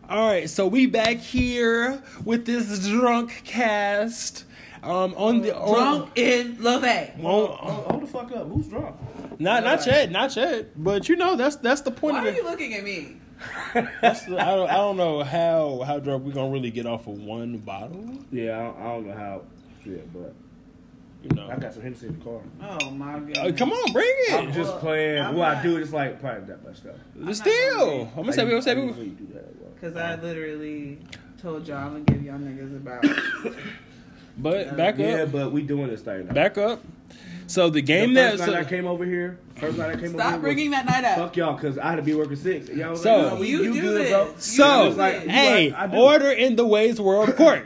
Speaker 1: All right, so we back here with this drunk cast. Um, on the
Speaker 2: Drunk in Love. Why
Speaker 1: on-
Speaker 3: Hold, hold the fuck up. Who's drunk?
Speaker 1: not not yet, not yet. But you know that's that's the point.
Speaker 2: are
Speaker 1: of
Speaker 2: you
Speaker 1: it.
Speaker 2: looking at me?
Speaker 1: That's the, I don't I don't know how how drunk we gonna really get off of one bottle.
Speaker 3: Yeah, I don't, I don't know how. Shit, but
Speaker 1: You
Speaker 3: I
Speaker 1: know,
Speaker 3: got some Hennessy in the car.
Speaker 2: Oh my god.
Speaker 1: Uh, come on, bring
Speaker 3: I'm
Speaker 1: it.
Speaker 3: just
Speaker 2: Well,
Speaker 3: playing.
Speaker 2: I'm
Speaker 3: What I
Speaker 2: not-
Speaker 3: do is like probably that much stuff.
Speaker 1: But Still, I'm gonna say we
Speaker 3: I
Speaker 1: gonna say
Speaker 3: usually- I
Speaker 1: we.
Speaker 3: usually do that at work.
Speaker 2: Cause I literally told y'all I'm gonna give y'all niggas about
Speaker 1: But back up.
Speaker 3: Yeah, but we doing this thing now.
Speaker 1: Back up. So the game
Speaker 3: the first
Speaker 1: that so,
Speaker 3: night I came over here, first night I came
Speaker 2: Stop
Speaker 3: over here.
Speaker 2: bringing that night
Speaker 3: was,
Speaker 2: up.
Speaker 3: Fuck y'all, cause I had to be working six. Y'all was
Speaker 1: So-
Speaker 3: like, no, we-
Speaker 2: You
Speaker 3: you
Speaker 2: do
Speaker 3: good,
Speaker 2: this.
Speaker 3: bro.
Speaker 1: so
Speaker 2: You was like,
Speaker 1: hey,
Speaker 3: what? I do.
Speaker 1: order in the ways world court.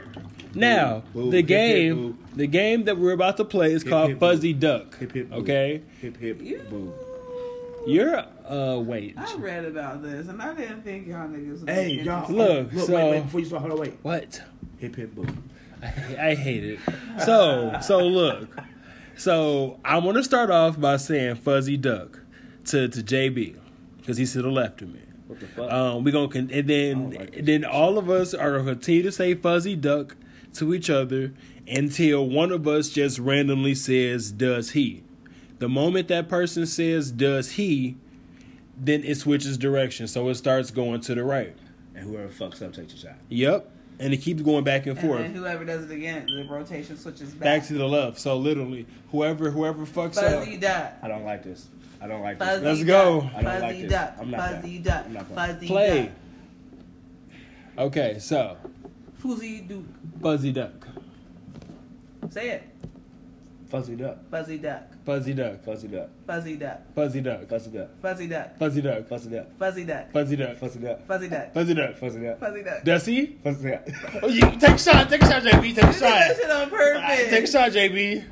Speaker 1: Now
Speaker 3: Boo,
Speaker 1: the
Speaker 3: hip, hip,
Speaker 1: game,
Speaker 3: boo.
Speaker 1: the game that we're about to play is
Speaker 3: Hip,
Speaker 1: called
Speaker 3: hip, boo.
Speaker 1: Fuzzy Duck.
Speaker 3: Hip, hip, boo.
Speaker 1: okay,
Speaker 3: Hip hip
Speaker 2: You-
Speaker 3: boo.
Speaker 1: you're uh wait.
Speaker 2: I read about this and I didn't think y'all niggas. would
Speaker 3: Hey
Speaker 2: be
Speaker 3: y'all,
Speaker 2: interested.
Speaker 1: Look,
Speaker 3: look,
Speaker 1: so-
Speaker 3: wait, wait, before you start, hold on, wait.
Speaker 1: What?
Speaker 3: Hip hip boo.
Speaker 1: I hate it. So, so look. So I'm gonna start off by saying Fuzzy Duck to to JB because he's to the left of me.
Speaker 3: What the fuck?
Speaker 1: Um, we gonna con- and then
Speaker 3: don't like this
Speaker 1: then all of us are gonna continue to say Fuzzy Duck to each other until one of us just randomly says Does he? The moment that person says Does he, then it switches direction, so it starts going to the right.
Speaker 3: and whoever fucks up takes a shot.
Speaker 1: Yep, and it keeps going back and
Speaker 2: And
Speaker 1: forth.
Speaker 2: then whoever does it again, the rotation switches back.
Speaker 1: back to the left. So literally, whoever whoever fucks
Speaker 2: Fuzzy
Speaker 1: up,
Speaker 2: duck.
Speaker 3: I don't like this. I don't like
Speaker 2: Fuzzy
Speaker 3: this.
Speaker 1: Let's
Speaker 2: duck.
Speaker 1: go.
Speaker 3: I don't like
Speaker 2: Fuzzy
Speaker 3: this.
Speaker 2: duck.
Speaker 3: I'm not
Speaker 2: Fuzzy
Speaker 3: down.
Speaker 2: duck.
Speaker 3: I'm not down.
Speaker 2: Fuzzy
Speaker 1: play.
Speaker 2: duck.
Speaker 1: Okay, so
Speaker 2: Fuzzy duck.
Speaker 1: fuzzy duck,
Speaker 2: Say it.
Speaker 3: Fuzzy duck.
Speaker 2: Fuzzy duck.
Speaker 1: fuzzy duck,
Speaker 3: Fuzzy duck.
Speaker 2: Fuzzy duck.
Speaker 1: fuzzy duck,
Speaker 3: Fuzzy duck.
Speaker 2: Fuzzy duck.
Speaker 1: fuzzy duck,
Speaker 3: Fuzzy duck.
Speaker 2: Fuzzy duck.
Speaker 1: fuzzy duck,
Speaker 3: Fuzzy duck.
Speaker 2: Fuzzy duck.
Speaker 1: fuzzy duck.
Speaker 3: Fuzzy duck.
Speaker 2: Fuzzy duck.
Speaker 1: Does he?
Speaker 3: Fuzzy duck.
Speaker 1: Oh, you take a shot, take a shot, JB, take a
Speaker 2: You did that
Speaker 1: shot,
Speaker 2: shit on
Speaker 1: take a
Speaker 2: purpose.
Speaker 1: shot, JB.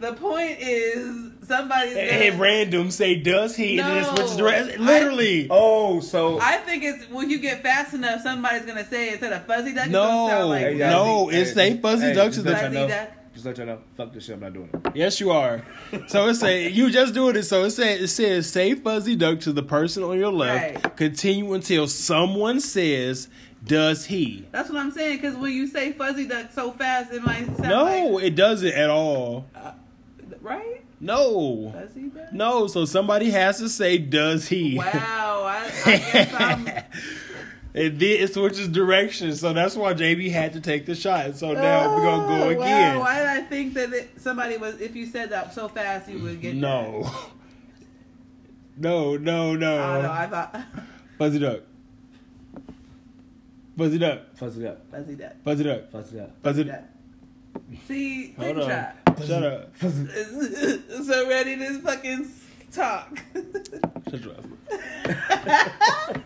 Speaker 2: The point is somebody's.
Speaker 1: They hit
Speaker 2: gonna-
Speaker 1: random, say does he, and then it
Speaker 2: No.
Speaker 1: switches direction. Literally,
Speaker 3: Oh, so
Speaker 2: I think it's when you get fast enough, somebody's gonna say instead of fuzzy duck. it's gonna
Speaker 1: no,
Speaker 2: sound like
Speaker 3: Hey,
Speaker 2: duck.
Speaker 1: no,
Speaker 3: Hey,
Speaker 1: it's say fuzzy
Speaker 3: hey,
Speaker 1: ducks is
Speaker 3: just
Speaker 1: the
Speaker 3: let y'all
Speaker 2: Fuzzy
Speaker 3: know-
Speaker 2: duck.
Speaker 3: Just let y'all know. Fuck this shit. I'm not doing it.
Speaker 1: Oh. Yes, you are. So it say you just doing it. So it says it says say fuzzy duck to the person on your left.
Speaker 2: Right.
Speaker 1: Continue until someone says, "Does he?"
Speaker 2: That's what I'm saying. Because when you say fuzzy duck so fast, it might sound
Speaker 1: No,
Speaker 2: like
Speaker 1: it doesn't at all.
Speaker 2: right.
Speaker 1: No,
Speaker 2: Fuzzy duck.
Speaker 1: no. So somebody has to say, "Does he?"
Speaker 2: Wow. I, I guess I'm.
Speaker 1: and then it switches direction. So that's why JB had to take the shot. So now we're gonna go
Speaker 2: Oh,
Speaker 1: again.
Speaker 2: Wow, why did I think that it, somebody was? If you said that so fast, you would get
Speaker 1: no. No, no, no.
Speaker 2: That. I don't know. I thought
Speaker 1: Fuzzy duck. Fuzzy duck.
Speaker 3: Fuzzy duck.
Speaker 2: fuzzy duck.
Speaker 1: Fuzzy duck.
Speaker 3: Fuzzy duck.
Speaker 1: Fuzzy duck.
Speaker 2: duck. See,
Speaker 1: Hold
Speaker 2: think
Speaker 1: on.
Speaker 2: shot.
Speaker 1: Shut up.
Speaker 2: so ready to fucking s- talk.
Speaker 1: Shut your ass up.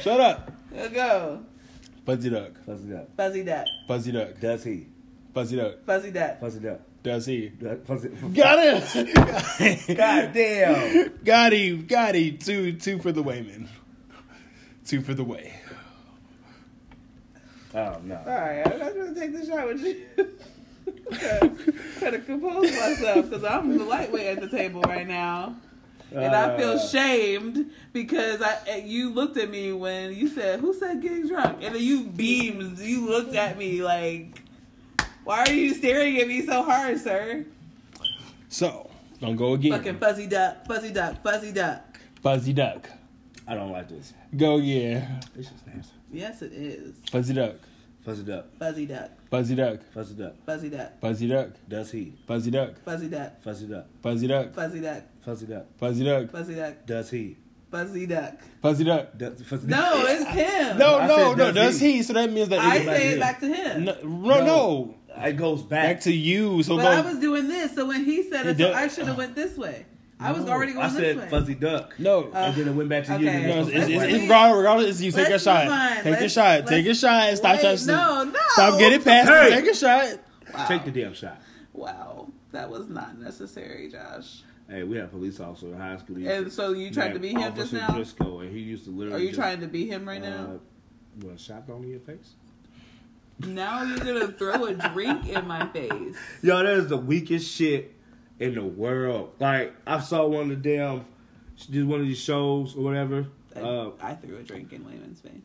Speaker 1: Shut up.
Speaker 2: Let's go.
Speaker 1: Fuzzy duck.
Speaker 3: Fuzzy duck.
Speaker 2: Fuzzy duck.
Speaker 1: Fuzzy duck.
Speaker 3: Does he?
Speaker 1: Fuzzy duck.
Speaker 2: Fuzzy duck.
Speaker 3: Fuzzy duck.
Speaker 1: Does he?
Speaker 3: Duck. Fuzzy.
Speaker 1: Got it.
Speaker 3: God damn.
Speaker 1: Got him. Got him. Two, two for the wayman. Two for the way.
Speaker 3: Oh no.
Speaker 2: All right, I'm not gonna take the shot with you. Try to compose myself because I'm the lightweight at the table right now, and I feel
Speaker 3: Uh.
Speaker 2: shamed because I eh, you looked at me when you said, "Who said getting drunk?" And then you beamed. You looked at me like, "Why are you staring at me so hard, sir?"
Speaker 1: So, don't go again.
Speaker 2: Fucking fuzzy duck, fuzzy duck, fuzzy duck.
Speaker 1: Fuzzy duck.
Speaker 3: I don't like this.
Speaker 1: Go again.
Speaker 3: This is nasty.
Speaker 2: Yes, it is
Speaker 1: Fuzzy duck.
Speaker 3: Fuzzy duck.
Speaker 2: fuzzy duck,
Speaker 1: Fuzzy duck.
Speaker 3: Fuzzy duck.
Speaker 2: fuzzy duck,
Speaker 1: Fuzzy duck.
Speaker 3: Does he?
Speaker 1: Fuzzy duck.
Speaker 2: fuzzy duck,
Speaker 3: Fuzzy duck.
Speaker 1: Fuzzy duck.
Speaker 2: fuzzy duck,
Speaker 3: Fuzzy duck.
Speaker 1: Fuzzy duck.
Speaker 2: fuzzy duck,
Speaker 3: Does he?
Speaker 2: fuzzy duck.
Speaker 1: Fuzzy duck.
Speaker 3: Does, fuzzy
Speaker 2: No, it's him.
Speaker 1: No,
Speaker 3: I
Speaker 1: no,
Speaker 3: said
Speaker 1: no.
Speaker 3: does
Speaker 1: Does
Speaker 3: he.
Speaker 1: he? So that means that
Speaker 2: I
Speaker 1: it-
Speaker 3: back
Speaker 2: say
Speaker 3: here.
Speaker 2: it back to him.
Speaker 1: no, no, no.
Speaker 3: It goes back.
Speaker 1: Back to you. So
Speaker 2: but
Speaker 1: go.
Speaker 2: I was doing this, so when he said
Speaker 1: He
Speaker 2: it, so
Speaker 1: did-
Speaker 2: I should have went this way. I was
Speaker 3: No,
Speaker 2: already going
Speaker 3: I
Speaker 2: this
Speaker 3: said
Speaker 2: way.
Speaker 3: fuzzy duck.
Speaker 1: no.
Speaker 2: Uh,
Speaker 3: and then it went back to you.
Speaker 2: okay.
Speaker 1: no, it's,
Speaker 3: and then
Speaker 1: it's,
Speaker 3: it
Speaker 1: it's,
Speaker 3: goes
Speaker 1: it's
Speaker 3: back.
Speaker 1: regardless, regardless, it's you. Take your
Speaker 2: Let's
Speaker 1: shot.
Speaker 2: move on.
Speaker 1: Take your
Speaker 2: Let's-
Speaker 1: shot. Take
Speaker 2: let's-
Speaker 1: your shot. Stop
Speaker 2: Wait,
Speaker 1: trying to
Speaker 2: No, no.
Speaker 1: stop getting past me.
Speaker 3: Hey!
Speaker 1: Take a shot.
Speaker 2: Wow.
Speaker 3: Take the damn shot.
Speaker 2: Wow, that was not necessary, Josh.
Speaker 3: Hey, we had a police officer in high school. He used
Speaker 2: And
Speaker 3: to-
Speaker 2: so you
Speaker 3: named
Speaker 2: tried to be him just
Speaker 3: Officer
Speaker 2: now?
Speaker 3: Driscoll, and he used to literally. uh,
Speaker 2: Are you
Speaker 3: just,
Speaker 2: trying to be him right
Speaker 3: uh,
Speaker 2: now?
Speaker 3: What shotgun in your face?
Speaker 1: Uh,
Speaker 2: Now you're gonna throw a drink in my face.
Speaker 3: Yo, that is the weakest shit in the world. Like I saw one of the damn, just one of these shows or whatever.
Speaker 2: I,
Speaker 3: Uh,
Speaker 2: I threw a drink in Wayman's face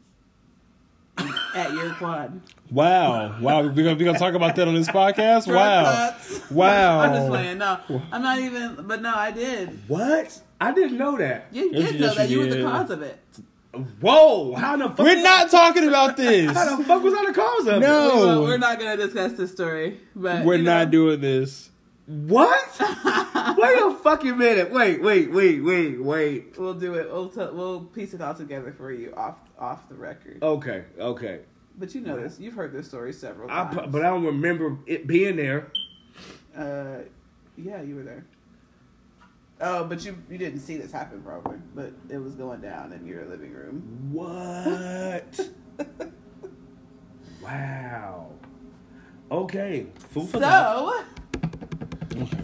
Speaker 2: at your quad.
Speaker 1: Wow, wow. We're gonna, we gonna talk about that on this podcast.
Speaker 2: Drug
Speaker 1: Wow,
Speaker 2: thoughts.
Speaker 1: Wow.
Speaker 2: I'm just playing. No, I'm not even. But no, I did.
Speaker 3: what? I didn't know that.
Speaker 2: You
Speaker 1: Yes,
Speaker 2: did know
Speaker 1: yes,
Speaker 2: that.
Speaker 1: you
Speaker 2: You were the
Speaker 1: did.
Speaker 2: cause of it.
Speaker 3: Whoa! How the fuck?
Speaker 1: we're not talking about this.
Speaker 3: How the fuck was I the cause
Speaker 1: No.
Speaker 3: of it?
Speaker 1: Oh.
Speaker 2: Well, we're not gonna discuss this story, but
Speaker 1: We're
Speaker 2: you know,
Speaker 1: not doing this.
Speaker 3: What? wait a fucking minute. Wait, wait, wait, wait, wait.
Speaker 2: We'll do it. We'll t- we'll piece it all together for you off off the record.
Speaker 1: Oh.
Speaker 3: Okay, okay.
Speaker 2: But you know this. You've heard this story several
Speaker 3: I,
Speaker 2: times.
Speaker 3: pro- but I don't remember it being there.
Speaker 2: uh, yeah, you were there. Oh, but you you didn't see this happen probably, but it was going down in your living room.
Speaker 3: What? wow. Okay. Food for thought.
Speaker 2: So what's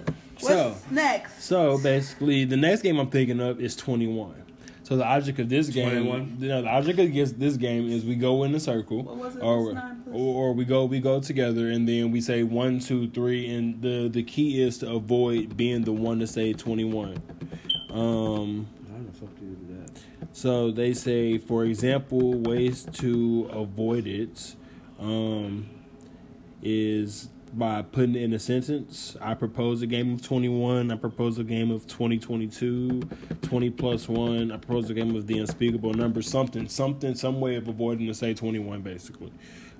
Speaker 1: So,
Speaker 2: next?
Speaker 1: so basically, the next game I'm thinking of is 21. So the object of this game,
Speaker 3: 21?
Speaker 1: you know, the object against this game is we go in a circle,
Speaker 2: What was it?
Speaker 1: or,
Speaker 2: It's nine plus-
Speaker 1: or or we go we go together, and then we say one, two, three, and the the key is to avoid being the one to say 21. Um.
Speaker 3: How the fuck do you do that?
Speaker 1: So they say, for example, ways to avoid it um, is by putting it in a sentence. I propose a game of 21. I propose a game of 2022, 20 plus 1. I propose a game of the unspeakable number, something, something, some way of avoiding to say 21, basically.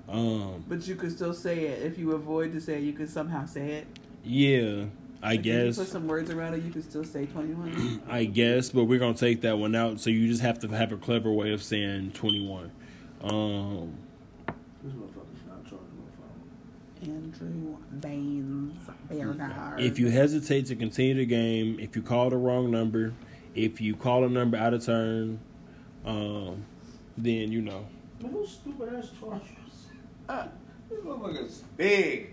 Speaker 1: Um,
Speaker 2: But you could still say it if you avoid to say it. You could somehow say it.
Speaker 1: yeah, I
Speaker 2: If you
Speaker 1: guess.
Speaker 2: put some words around it. You could still say twenty one.
Speaker 1: I guess, but we're gonna take that one out. So you just have to have a clever way of saying 21. Um,
Speaker 3: This motherfucker's not charging my phone.
Speaker 2: Andrew Baines Bernard.
Speaker 1: If you hesitate to continue the game, if you call the wrong number, if you call a number out of turn, um, then you know.
Speaker 3: Those stupid ass chargers.
Speaker 1: Uh.
Speaker 3: Ah, this motherfucker's big.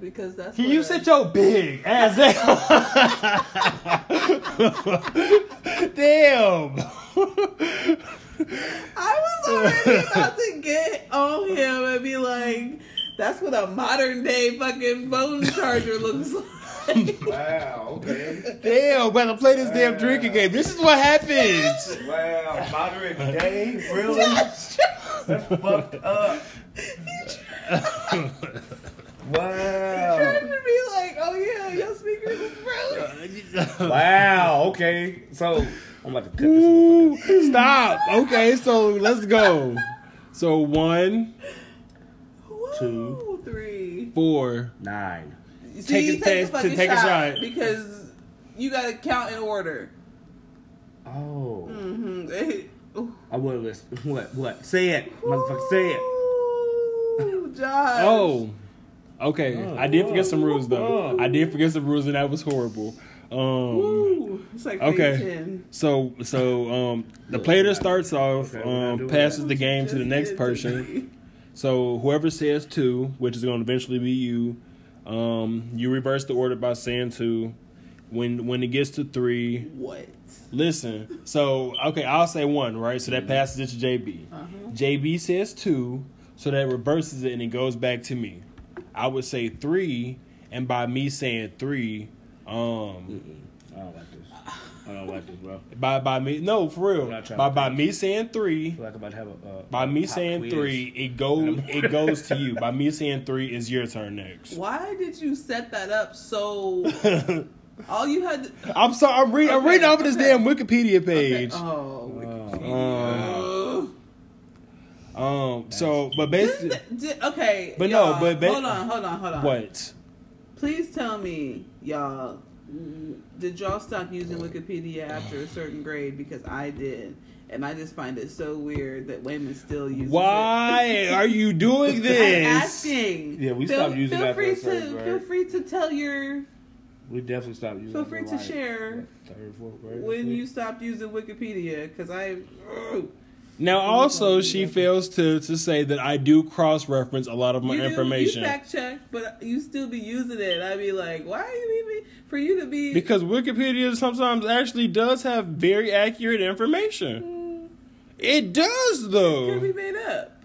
Speaker 2: because that's
Speaker 1: Can
Speaker 2: what
Speaker 1: you
Speaker 2: I-
Speaker 1: sit your big ass down? Damn.
Speaker 2: I was already about to get on him and be like, that's what a modern day fucking phone charger looks like.
Speaker 3: Wow, okay.
Speaker 1: Damn, better play this damn drinking game. This is what happens.
Speaker 3: Wow, moderate day? Really? That's fucked up.
Speaker 2: Trying
Speaker 3: Wow.
Speaker 2: to be like, oh yeah, your speakers is broken.
Speaker 3: Wow, okay. So, I'm about to cut this.
Speaker 1: Ooh, stop. Okay, so let's go. So one,
Speaker 2: Woo,
Speaker 3: Two.
Speaker 2: three.
Speaker 1: four.
Speaker 3: Nine.
Speaker 2: See,
Speaker 1: Take a
Speaker 2: you take
Speaker 1: test
Speaker 2: the
Speaker 1: to
Speaker 2: fucking
Speaker 1: take a
Speaker 2: shot
Speaker 1: shot.
Speaker 2: because you gotta count in order.
Speaker 3: Oh.
Speaker 2: Mm-hmm.
Speaker 3: I would have listened. What? What? Say it. Motherfucker, say it.
Speaker 2: Ooh, Josh.
Speaker 1: Oh, okay.
Speaker 3: Oh.
Speaker 1: I did forget some rules though.
Speaker 3: Oh.
Speaker 1: I did forget some rules, and that was horrible. Um,
Speaker 2: Ooh, it's like
Speaker 1: Okay.
Speaker 2: okay. 10.
Speaker 1: so so um, the player that starts off
Speaker 3: Okay, we're not
Speaker 1: um,
Speaker 3: doing
Speaker 1: passes
Speaker 3: that.
Speaker 1: the game to the
Speaker 2: Just
Speaker 1: next
Speaker 2: did
Speaker 1: person.
Speaker 2: me.
Speaker 1: So whoever says two, which is going to eventually be you, um, you reverse the order by saying two. When when it gets to three,
Speaker 2: What?
Speaker 1: Listen, so okay, I'll say one, right? So
Speaker 3: Mm-hmm.
Speaker 1: that passes it to JB.
Speaker 3: Uh-huh.
Speaker 1: JB says two, so that reverses it and it goes back to me. I would say three, and by me saying three, um,
Speaker 3: I don't like this. I don't like this, bro.
Speaker 1: by by me, no, for
Speaker 3: I'm
Speaker 1: real,
Speaker 3: not trying
Speaker 1: by
Speaker 3: to
Speaker 1: by me saying three,
Speaker 3: I feel like I'm about to have a. Uh,
Speaker 1: by me
Speaker 3: pop
Speaker 1: saying
Speaker 3: quiz.
Speaker 1: three, it goes it goes to you. By me saying three, is your turn next.
Speaker 2: Why did you set that up so? all you had. To,
Speaker 1: I'm sorry, I'm reading, I'm
Speaker 2: Okay,
Speaker 1: reading off of this
Speaker 2: okay.
Speaker 1: damn Wikipedia
Speaker 2: okay.
Speaker 1: page.
Speaker 3: uh-huh.
Speaker 2: Oh.
Speaker 1: Uh,
Speaker 2: Wikipedia.
Speaker 1: Um, so but
Speaker 2: This
Speaker 1: basically,
Speaker 2: is- di- okay.
Speaker 1: But no,
Speaker 2: y'all,
Speaker 1: but ba-
Speaker 2: hold on, hold on, hold on.
Speaker 1: what?
Speaker 2: Please tell me, y'all. Did y'all stop using Wikipedia after a certain grade? Because I did, and I just find it so weird that women still use.
Speaker 1: Why are you doing
Speaker 2: I'm
Speaker 1: this?
Speaker 2: asking.
Speaker 3: Yeah, we
Speaker 2: feel,
Speaker 3: stopped using
Speaker 2: feel
Speaker 3: that
Speaker 2: free
Speaker 3: for a certain
Speaker 2: to
Speaker 3: grade.
Speaker 2: feel free to tell your
Speaker 3: We definitely stopped using.
Speaker 2: Feel
Speaker 3: it
Speaker 2: free
Speaker 3: in,
Speaker 2: to
Speaker 3: like,
Speaker 2: share
Speaker 3: what, Third, fourth grade.
Speaker 2: when you stopped using Wikipedia because I.
Speaker 1: Now, also, she fails to, to say that I do cross reference a lot of my
Speaker 2: you do-
Speaker 1: information
Speaker 2: you fact check, but you still be using it. I'd be like, why are you even for you to be?
Speaker 1: because Wikipedia sometimes actually does have very
Speaker 2: Mm.
Speaker 1: accurate information. It does
Speaker 2: could be
Speaker 1: though.
Speaker 2: made up.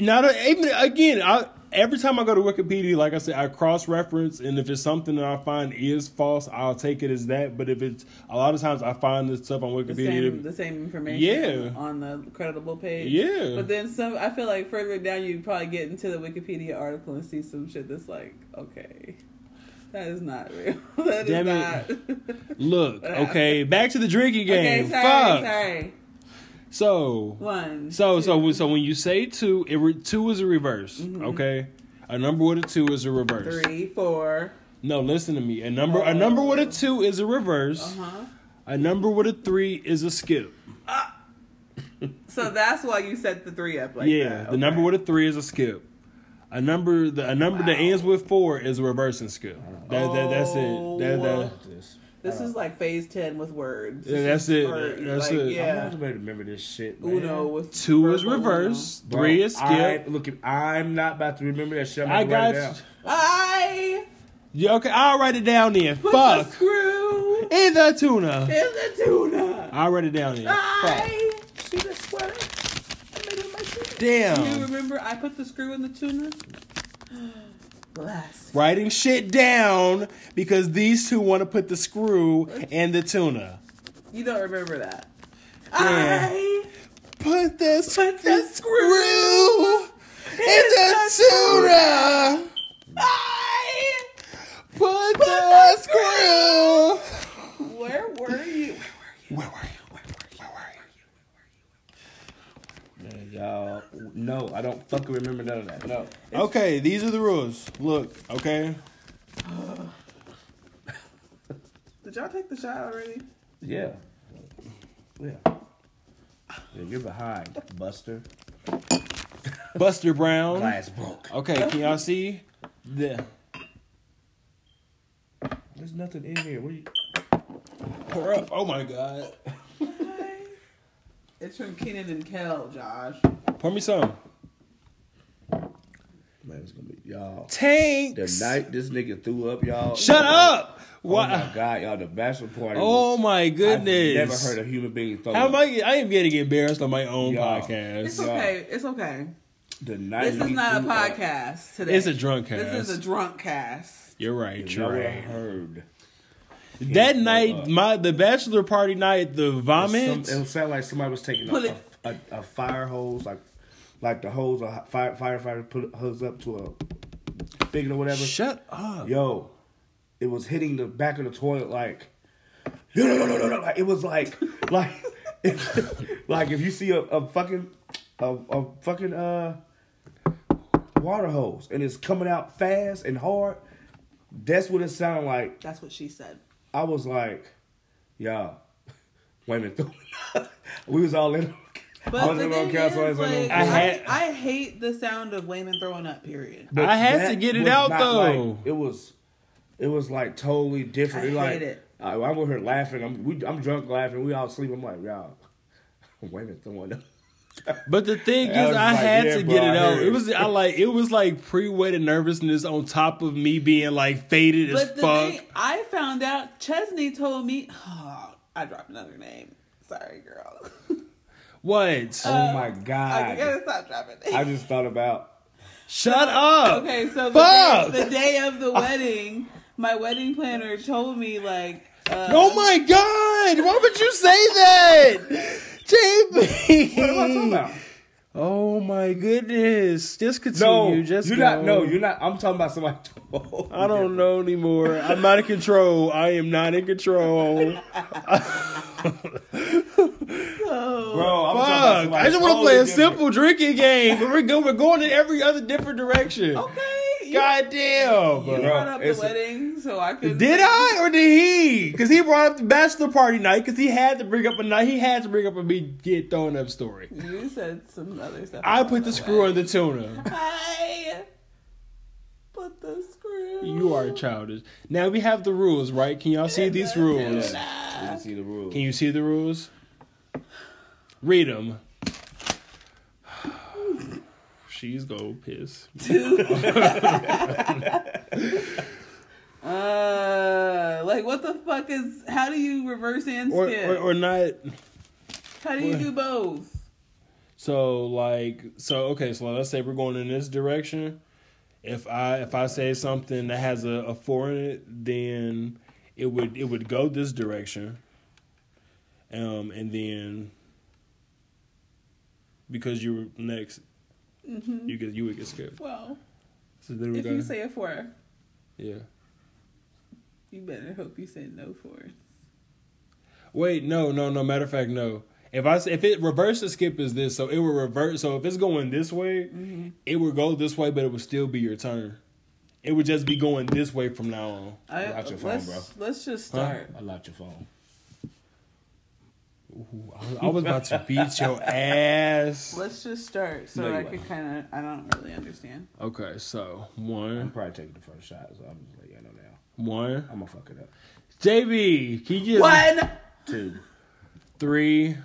Speaker 1: not a, even again. I every time I go to Wikipedia, like I said, I cross reference, and if it's something that I find is false, I'll take it as that. But if it's a lot of times I find this stuff on
Speaker 2: The
Speaker 1: Wikipedia.
Speaker 2: same, the same information
Speaker 1: Yeah.
Speaker 2: on the creditable page.
Speaker 1: Yeah.
Speaker 2: But then some, I feel like further down you probably get into the Wikipedia article and see some shit that's like, okay, that is not real. That is
Speaker 1: Damn
Speaker 2: not.
Speaker 1: Look, okay, back to the drinking game.
Speaker 2: okay, sorry,
Speaker 1: Fuck.
Speaker 2: sorry.
Speaker 1: So,
Speaker 2: One.
Speaker 1: so,
Speaker 2: two.
Speaker 1: so, so when you say two, it re- two is a reverse. Okay, a number with a two is a reverse.
Speaker 2: Three, four.
Speaker 1: No, listen to me. A number, a number with a two is a reverse.
Speaker 2: Uh huh.
Speaker 1: A number with a three is a skip.
Speaker 2: So that's why you set the three up like
Speaker 1: yeah,
Speaker 2: that.
Speaker 1: the number with a three is a skip. A number, the, a number that ends with four is a reversing skip. That, that, that's it. That, that,
Speaker 3: This.
Speaker 2: This is like phase ten with words.
Speaker 1: Yeah,
Speaker 2: This
Speaker 1: that's
Speaker 2: is
Speaker 1: it.
Speaker 2: word-
Speaker 1: That's
Speaker 2: like,
Speaker 1: it.
Speaker 3: I'm not
Speaker 2: Yeah.
Speaker 3: supposed to remember this shit. Man.
Speaker 2: Uno with
Speaker 1: two is
Speaker 2: verbal Uno.
Speaker 1: reverse,
Speaker 3: Bro,
Speaker 1: three is skip.
Speaker 3: I, look, if I'm not about to remember that shit. I'm
Speaker 1: I
Speaker 3: I
Speaker 1: got
Speaker 3: got down.
Speaker 2: I
Speaker 1: Yeah, okay, I'll write it down then.
Speaker 2: put the
Speaker 1: Fuck.
Speaker 2: screw in
Speaker 1: In the tuna.
Speaker 2: the tuna.
Speaker 1: I'll write it down
Speaker 2: Ah,
Speaker 1: then. Fuck.
Speaker 2: I see the sweater. I made it myself.
Speaker 1: Damn.
Speaker 2: You remember I put the screw in the tuna? Bless.
Speaker 1: Writing shit down because these two want to put the screw and the tuna.
Speaker 2: You don't remember that.
Speaker 1: Yeah.
Speaker 2: I
Speaker 1: Put the,
Speaker 2: Put the
Speaker 1: the screw in the tuna.
Speaker 2: I
Speaker 1: Put the screw.
Speaker 2: Where were you?
Speaker 1: Where were you? Where were
Speaker 3: Man, y'all, no, I don't fucking remember none of that. No.
Speaker 1: you? Okay, these are the rules. Look, okay.
Speaker 2: Did y'all take the shot already?
Speaker 3: Yeah. Yeah. Yeah, you're behind, Buster.
Speaker 2: Mm-hmm.
Speaker 1: Buster Brown.
Speaker 3: Glass broke.
Speaker 1: Okay, can y'all see? The
Speaker 3: There's nothing in here. What you?
Speaker 1: pour up. Oh my god.
Speaker 2: It's from Kenan and Kel, Josh.
Speaker 1: Pour me some.
Speaker 3: Man, it's gonna be y'all. The
Speaker 1: Tanks.
Speaker 3: night this nigga threw up, y'all.
Speaker 1: Shut up.
Speaker 3: Oh my
Speaker 1: Why?
Speaker 3: god, y'all! The bachelor party.
Speaker 1: Oh my goodness.
Speaker 3: I've never heard a human being throw
Speaker 1: How
Speaker 3: up.
Speaker 1: am I? I am getting embarrassed on my own
Speaker 3: Y'all.
Speaker 1: podcast.
Speaker 2: It's
Speaker 1: It's
Speaker 3: Oh. Yeah.
Speaker 2: okay. It's okay.
Speaker 3: the night
Speaker 2: This is
Speaker 3: he
Speaker 2: not a
Speaker 3: threw up,
Speaker 2: podcast
Speaker 1: a,
Speaker 2: today.
Speaker 1: drunk cast.
Speaker 2: This is a drunk cast.
Speaker 1: You're right.
Speaker 3: I've
Speaker 1: You're
Speaker 3: never
Speaker 1: right.
Speaker 3: heard.
Speaker 1: That
Speaker 3: Yeah,
Speaker 1: night,
Speaker 3: uh,
Speaker 1: my the bachelor party night, the vomit.
Speaker 3: Some, it sounded like somebody was taking a,
Speaker 2: Put
Speaker 3: a,
Speaker 2: it-
Speaker 3: a, a fire hose, like like the hose a fire firefighter put it- hose up to a big or whatever.
Speaker 1: Shut up.
Speaker 3: Yo, it was hitting the back of the toilet like. No, no, no, no, no, no. Like, It was like, like, like if you see a, a fucking, a, a fucking uh, water hose and it's coming out fast and hard. That's what it sounded like.
Speaker 2: That's what she said.
Speaker 3: I was like, y'all, women threw it. we was all in. I
Speaker 2: But
Speaker 3: was
Speaker 2: the
Speaker 3: in on
Speaker 2: thing
Speaker 3: council. I
Speaker 2: is,
Speaker 3: was in on
Speaker 2: like,
Speaker 3: council.
Speaker 2: I,
Speaker 1: I had-
Speaker 2: I hate the sound of women throwing up. Period.
Speaker 3: But
Speaker 1: I had to
Speaker 3: that
Speaker 1: get it
Speaker 3: was
Speaker 1: out,
Speaker 3: not
Speaker 1: though.
Speaker 3: like- it was, it was like totally different.
Speaker 2: I
Speaker 3: It like,
Speaker 2: hate it.
Speaker 3: I, I'm over here laughing. I'm we, I'm drunk laughing. We all sleep. I'm like, y'all, women throwing up.
Speaker 2: Uh,
Speaker 1: But the thing
Speaker 3: I
Speaker 1: is,
Speaker 3: was
Speaker 1: I
Speaker 3: like,
Speaker 1: had
Speaker 3: yeah,
Speaker 1: to
Speaker 3: bro,
Speaker 1: get
Speaker 3: I
Speaker 1: it out.
Speaker 3: heard
Speaker 1: It
Speaker 3: it.
Speaker 1: was I like it was like pre-wedded nervousness on top of me being like faded as
Speaker 2: But the
Speaker 1: fuck.
Speaker 2: thing I found out, Chesney told me. Oh, I dropped another name. Sorry, girl.
Speaker 1: what?
Speaker 2: Uh,
Speaker 3: oh my
Speaker 2: I
Speaker 3: god!
Speaker 2: gotta stop dropping names.
Speaker 3: I just thought about
Speaker 1: Shut up.
Speaker 2: Okay, so the day,
Speaker 1: Fuck!
Speaker 2: the day of the wedding, my wedding planner told me like, uh,
Speaker 1: Oh my god! Why would you say that, JB?
Speaker 3: what am I talking about?
Speaker 1: Oh my goodness! Just continue.
Speaker 3: No,
Speaker 1: just
Speaker 3: you're not.
Speaker 1: go.
Speaker 3: No, you're not. I'm talking about somebody. totally
Speaker 1: I don't know anymore. I'm not in control. I am not in control.
Speaker 3: different. bro. I'm talking about
Speaker 1: Fuck!
Speaker 3: somebody
Speaker 1: I just want to play a
Speaker 3: totally different.
Speaker 1: simple drinking game, but we're good. We're going in every other different direction.
Speaker 2: okay, you-
Speaker 1: God damn!
Speaker 2: you
Speaker 3: Bro,
Speaker 2: brought up the
Speaker 3: it's a-
Speaker 2: wedding, so I could.
Speaker 1: Did I or did he? Because he brought up the bachelor party night. Because he had to bring up a night. He had to bring up a me get thrown up story.
Speaker 2: You said some other stuff.
Speaker 1: I put the screw in the tuna.
Speaker 2: I put the screw.
Speaker 1: You are childish. Now we have the rules, right? Can y'all see these rules?
Speaker 3: You can see the rules.
Speaker 1: Can you see the rules? Read them. She's gonna piss.
Speaker 2: Uh, like what the fuck is? How do you reverse and
Speaker 1: Or,
Speaker 2: skip?
Speaker 1: or, or not.
Speaker 2: how do you do both?
Speaker 1: So like so okay, so let's say we're going in this direction. If I if I say something that has a, a four in it, then it would it would go this direction. Um and then because you were next you get you would get skipped.
Speaker 2: Well,
Speaker 1: So there we
Speaker 2: Mm-hmm. if
Speaker 1: go.
Speaker 2: you say a four,
Speaker 1: yeah.
Speaker 2: you better hope you say no four.
Speaker 1: Wait, no, no, no. Matter of fact, no. If I s- if it reverse the skip is this, so it will revert. So if it's going this way, it would go this way, but it would still be your turn. It would just be going this way from now on.
Speaker 2: I,
Speaker 3: Watch your phone,
Speaker 2: let's,
Speaker 3: bro.
Speaker 2: let's just
Speaker 1: Huh?
Speaker 2: start.
Speaker 3: I locked your phone.
Speaker 1: Ooh, I, I was about to beat your ass.
Speaker 2: Let's just start so
Speaker 3: No, you
Speaker 2: I
Speaker 3: won't.
Speaker 2: could kind of. I don't really understand.
Speaker 1: Okay, so
Speaker 3: I'm
Speaker 1: one,
Speaker 3: probably taking the first shot, so I'm just like, yeah, no, now
Speaker 1: one.
Speaker 3: I'm gonna fuck it up.
Speaker 1: JB, can you get
Speaker 2: One.
Speaker 3: Two.
Speaker 1: three?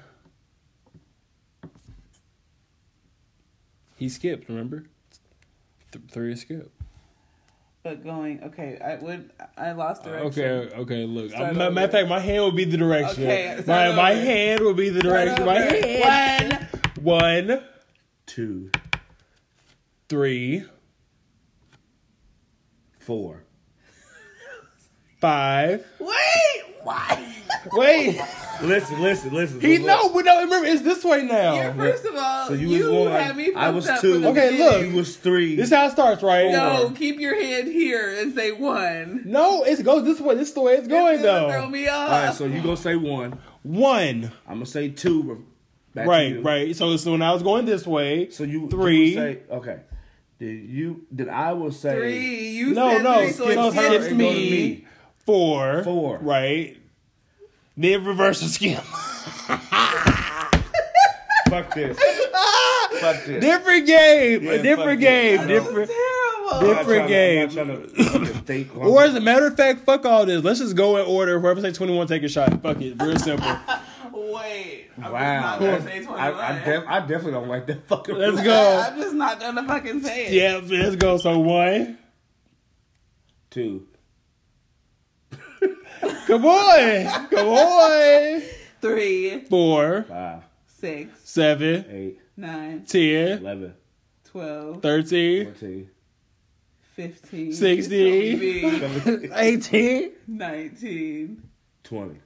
Speaker 1: He skipped. Remember, Th- three is skip.
Speaker 2: But going okay, I would. I lost direction.
Speaker 1: Uh, Okay, okay, look.
Speaker 2: Start
Speaker 1: I- ma- matter of
Speaker 2: over.
Speaker 1: fact, my hand will be the direction.
Speaker 2: Okay,
Speaker 1: my
Speaker 2: start
Speaker 1: my
Speaker 2: over.
Speaker 1: hand will be the direction. My
Speaker 2: Okay.
Speaker 1: hand.
Speaker 2: One.
Speaker 1: One,
Speaker 3: Two.
Speaker 1: three,
Speaker 3: Four.
Speaker 1: five.
Speaker 2: Wait. Why? Oh
Speaker 1: Wait,
Speaker 3: Listen, listen, listen.
Speaker 1: he
Speaker 3: so look.
Speaker 1: know, but no, remember, it's this way now.
Speaker 2: You're, first of all,
Speaker 3: So
Speaker 2: you,
Speaker 3: you was one.
Speaker 2: had me.
Speaker 3: I
Speaker 2: fucked
Speaker 3: was
Speaker 2: up
Speaker 3: two.
Speaker 2: from the
Speaker 1: Okay,
Speaker 2: beginning.
Speaker 1: look.
Speaker 3: He was three.
Speaker 1: This is how it starts, right?
Speaker 2: No, keep your hand here and say one.
Speaker 1: No, it goes this way. This is the way it's going,
Speaker 2: It's gonna Throw
Speaker 1: though.
Speaker 2: me off.
Speaker 3: All right, so you gonna say one.
Speaker 1: One.
Speaker 3: I'm gonna say two. re- back to
Speaker 1: right,
Speaker 3: you.
Speaker 1: right. So, so when I was going this way,
Speaker 3: So you
Speaker 1: three.
Speaker 3: You would say, okay. Did you? Did I will say
Speaker 2: three. You
Speaker 1: no,
Speaker 2: said
Speaker 1: no,
Speaker 2: three, so
Speaker 1: no,
Speaker 2: it's
Speaker 3: her
Speaker 1: skips
Speaker 2: skip.
Speaker 3: and go to
Speaker 1: me.
Speaker 3: me.
Speaker 1: Four.
Speaker 3: Four.
Speaker 1: Right. Then reverse the skip.
Speaker 3: Fuck this. Fuck this.
Speaker 1: different game.
Speaker 3: Yeah, fuck
Speaker 1: different
Speaker 3: it.
Speaker 1: game.
Speaker 3: I know.
Speaker 1: Different.
Speaker 2: terrible.
Speaker 3: I'm not
Speaker 1: different
Speaker 3: trying
Speaker 1: game.
Speaker 3: to- I'm not trying to think.
Speaker 1: Or as a matter of fact, fuck all this. Let's just go in order. Whoever say twenty one, take a shot. Fuck it. Real simple.
Speaker 2: Wait. I'm
Speaker 3: Wow.
Speaker 2: Just not gonna say 21.
Speaker 3: I, I, def- I definitely don't like that fucking.
Speaker 1: Let's
Speaker 3: rule.
Speaker 1: go.
Speaker 2: I'm just not gonna fucking say it.
Speaker 1: Yeah, let's go. So one.
Speaker 3: Two.
Speaker 1: Come on. Come on.
Speaker 2: Three,
Speaker 1: Four,
Speaker 3: Five.
Speaker 2: six,
Speaker 1: seven,
Speaker 3: Eight.
Speaker 2: nine,
Speaker 1: ten,
Speaker 3: Eleven.
Speaker 2: twelve,
Speaker 1: thirteen,
Speaker 3: Fourteen.
Speaker 2: fifteen,
Speaker 1: Sixteen.
Speaker 2: 17,
Speaker 1: eighteen.
Speaker 2: nineteen.
Speaker 3: Twenty.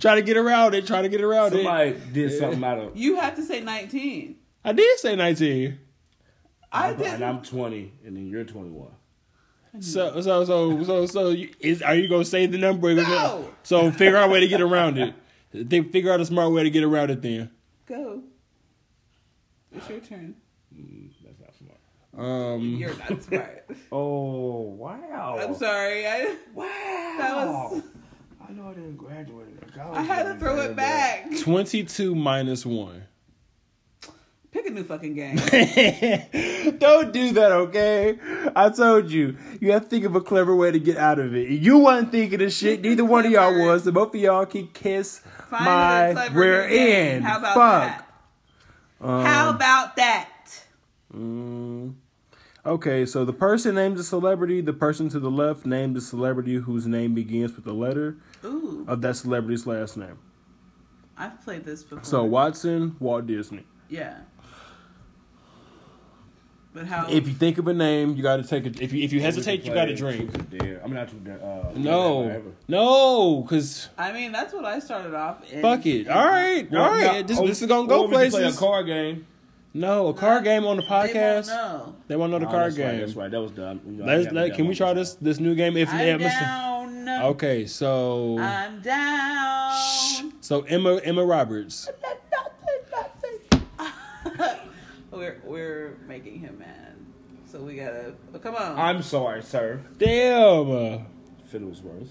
Speaker 1: Try to get around it. Try to get around it.
Speaker 3: Somebody did something out of.
Speaker 2: You have to say nineteen.
Speaker 1: I did say nineteen.
Speaker 2: I
Speaker 3: And
Speaker 2: did.
Speaker 3: I'm twenty, and then you're twenty-one.
Speaker 1: So so so so so you, is are you gonna say the number?
Speaker 2: No.
Speaker 1: So figure out a way to get around it. Think figure out a smart way to get around it then.
Speaker 2: Go. It's your turn.
Speaker 3: Mm, that's not smart.
Speaker 1: Um
Speaker 2: You're not smart.
Speaker 3: Oh wow!
Speaker 2: I'm sorry.
Speaker 1: Oh,
Speaker 2: I
Speaker 3: Wow!
Speaker 2: was-
Speaker 3: I know I didn't graduate. College
Speaker 2: I had to
Speaker 3: wasn't
Speaker 2: throw
Speaker 3: bad,
Speaker 2: it
Speaker 3: but-
Speaker 2: back.
Speaker 1: 22 minus 1.
Speaker 2: Pick a new fucking game.
Speaker 1: Don't do that, okay? I told you. You have to think of a clever way to get out of it. You wasn't thinking of shit. Neither one of y'all was. So both of y'all can kiss
Speaker 2: Find a
Speaker 1: my
Speaker 2: clever
Speaker 1: rear
Speaker 2: new game.
Speaker 1: end.
Speaker 2: How about
Speaker 1: Fuck. Um,
Speaker 2: that? How about that?
Speaker 1: Mm. Okay, so the person named the celebrity. The person to the left named the celebrity whose name begins with the letter
Speaker 2: Ooh,
Speaker 1: of that celebrity's last name.
Speaker 2: I've played this before.
Speaker 1: So Watson, Walt Disney.
Speaker 2: yeah. But how?
Speaker 1: If you think of a name, you got to take a. If you if you hesitate, you got to drink.
Speaker 3: Truth or Dare. I'm not too dare. Uh,
Speaker 1: No,
Speaker 3: whatever.
Speaker 1: no, because
Speaker 2: I mean, that's what I started off. In.
Speaker 1: fuck it. All right, all
Speaker 3: Well,
Speaker 1: right.
Speaker 3: now-
Speaker 1: This,
Speaker 3: oh,
Speaker 1: this is gonna
Speaker 3: or
Speaker 1: go
Speaker 3: we could Play a
Speaker 1: places.
Speaker 3: card game.
Speaker 1: No, a card game on the podcast.
Speaker 2: No,
Speaker 1: They want to know the
Speaker 3: Oh,
Speaker 1: card
Speaker 3: that's Right, that's
Speaker 1: game.
Speaker 3: right. That was dumb. You know, I
Speaker 1: Let's,
Speaker 3: haven't
Speaker 1: let,
Speaker 3: done
Speaker 1: can we
Speaker 3: one
Speaker 1: try
Speaker 3: before.
Speaker 1: this this new game? If
Speaker 2: I'm
Speaker 1: yeah, listen.
Speaker 2: down.
Speaker 1: Okay, so
Speaker 2: I'm down.
Speaker 1: so Emma Emma Roberts.
Speaker 2: Nothing, nothing. we're we're making him mad, so we gotta. But come on.
Speaker 3: I'm sorry, sir.
Speaker 1: Damn. uh,
Speaker 3: Fiddlesworth.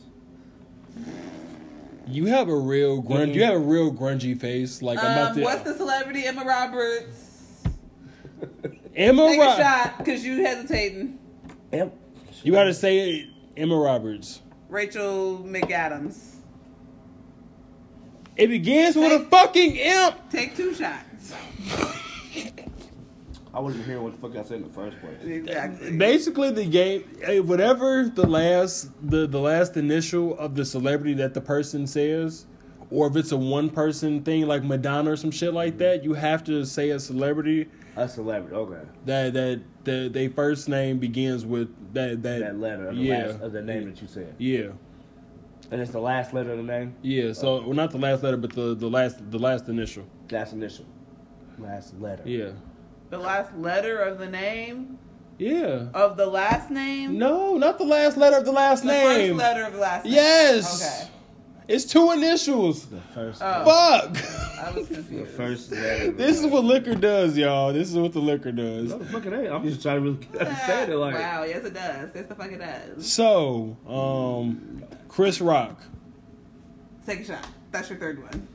Speaker 1: You have a real grunge.
Speaker 3: Mhm.
Speaker 1: You have a real grungy face. Like I'm about
Speaker 2: um,
Speaker 1: to.
Speaker 2: what's the celebrity Emma Roberts?
Speaker 1: Emma
Speaker 2: Take a
Speaker 1: Roberts.
Speaker 2: shot, cause you hesitating.
Speaker 3: Yep.
Speaker 1: You gotta say it, Emma Roberts.
Speaker 2: Rachel McAdams.
Speaker 1: It begins with a
Speaker 2: Take-
Speaker 1: fucking imp.
Speaker 2: Take two shots.
Speaker 3: I wasn't hearing what the fuck I said in the first place.
Speaker 2: Exactly.
Speaker 1: Basically, the game, eh, whatever the last the the last initial of the celebrity that the person says, or if it's a one person thing like Madonna or some shit like that, you have to say a celebrity
Speaker 3: A celebrity. Okay.
Speaker 1: that that that they first name begins with that that,
Speaker 3: That letter of the,
Speaker 1: yeah
Speaker 3: last, of the name that you said.
Speaker 1: yeah
Speaker 3: And it's the last letter of the name?
Speaker 1: yeah.
Speaker 3: Oh.
Speaker 1: So well, not the last letter, but the the last the last initial.
Speaker 3: Last initial. Last letter.
Speaker 1: Yeah,
Speaker 2: The last letter of the name
Speaker 1: yeah.
Speaker 2: of the last name.
Speaker 1: No, not the last letter of the last
Speaker 2: the
Speaker 1: name.
Speaker 2: first letter of the last name.
Speaker 1: Yes.
Speaker 2: Okay.
Speaker 1: It's two initials.
Speaker 3: The first
Speaker 2: Oh.
Speaker 1: Fuck.
Speaker 2: I was
Speaker 3: The
Speaker 2: confused.
Speaker 3: first letter. of the
Speaker 1: this is
Speaker 3: name.
Speaker 1: what liquor does, y'all. This is what the liquor does.
Speaker 3: No, the fucking A. I'm just trying to really understand it. Like,
Speaker 2: wow, yes it does. Yes, the fuck it does.
Speaker 1: So, um, Chris Rock.
Speaker 2: Take a shot. That's your third one.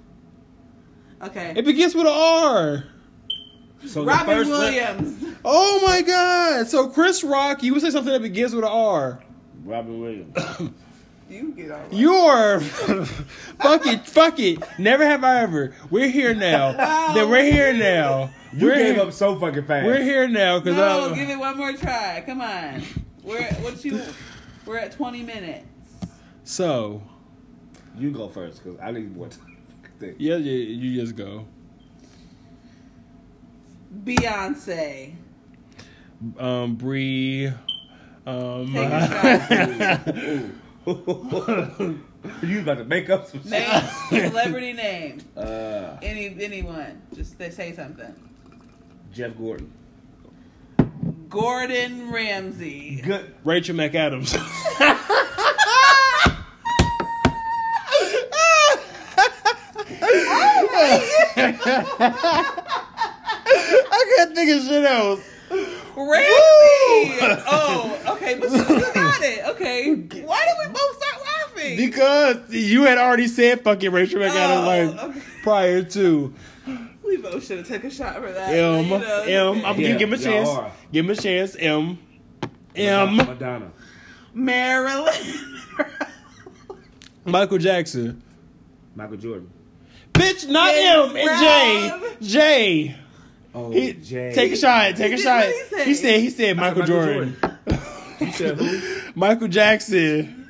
Speaker 2: Okay.
Speaker 1: It begins with an R.
Speaker 3: so the
Speaker 2: Robin
Speaker 3: first le-
Speaker 2: Williams.
Speaker 1: Oh my God. So, Chris Rock, you would say something that begins with an R.
Speaker 3: Robin Williams.
Speaker 2: you get all right.
Speaker 1: You're. fuck it. Fuck it. Never have I ever. We're here now. Then we're here now.
Speaker 3: You
Speaker 1: we're
Speaker 3: gave
Speaker 1: here.
Speaker 3: up so fucking fast.
Speaker 1: We're here now because
Speaker 2: No, give it one more try. Come on. We're at, what you? We're at twenty minutes.
Speaker 1: So,
Speaker 3: You go first, because I need more time. Think.
Speaker 1: yeah, yeah, you just go.
Speaker 2: Beyonce.
Speaker 1: um Bree um
Speaker 2: Take a
Speaker 3: Ooh. you about to make up some shit.
Speaker 2: Name celebrity name.
Speaker 3: Uh,
Speaker 2: Any anyone. Just they say something.
Speaker 3: Jeff Gordon.
Speaker 2: Gordon Ramsay.
Speaker 3: Good.
Speaker 1: Rachel McAdams. I can't think of shit else.
Speaker 2: Ramsay. Oh, okay, but you still got it. Okay. Why did we both start laughing?
Speaker 1: Because you had already said fucking Rachel McAdams like
Speaker 2: Oh, okay.
Speaker 1: prior to.
Speaker 2: we both should have took a shot for that.
Speaker 1: M,
Speaker 2: but, you know, it's
Speaker 1: M,
Speaker 2: okay.
Speaker 1: I'm
Speaker 3: Yeah,
Speaker 1: gonna give him a
Speaker 3: y'all
Speaker 1: chance.
Speaker 3: are.
Speaker 1: Give him a chance, M.
Speaker 3: Madonna.
Speaker 1: M.
Speaker 3: Madonna.
Speaker 2: Marilyn.
Speaker 1: Michael Jackson.
Speaker 3: Michael Jordan.
Speaker 1: Bitch, not
Speaker 2: James
Speaker 1: M. And J.
Speaker 2: Brown.
Speaker 1: J.
Speaker 3: Oh,
Speaker 1: He,
Speaker 3: Jay.
Speaker 1: Take a shot. Take a
Speaker 2: He did
Speaker 1: shot.
Speaker 2: what he
Speaker 1: He
Speaker 2: said.
Speaker 1: said. He said
Speaker 3: I said
Speaker 1: Michael, Jordan.
Speaker 3: you said who?
Speaker 1: Michael Jackson.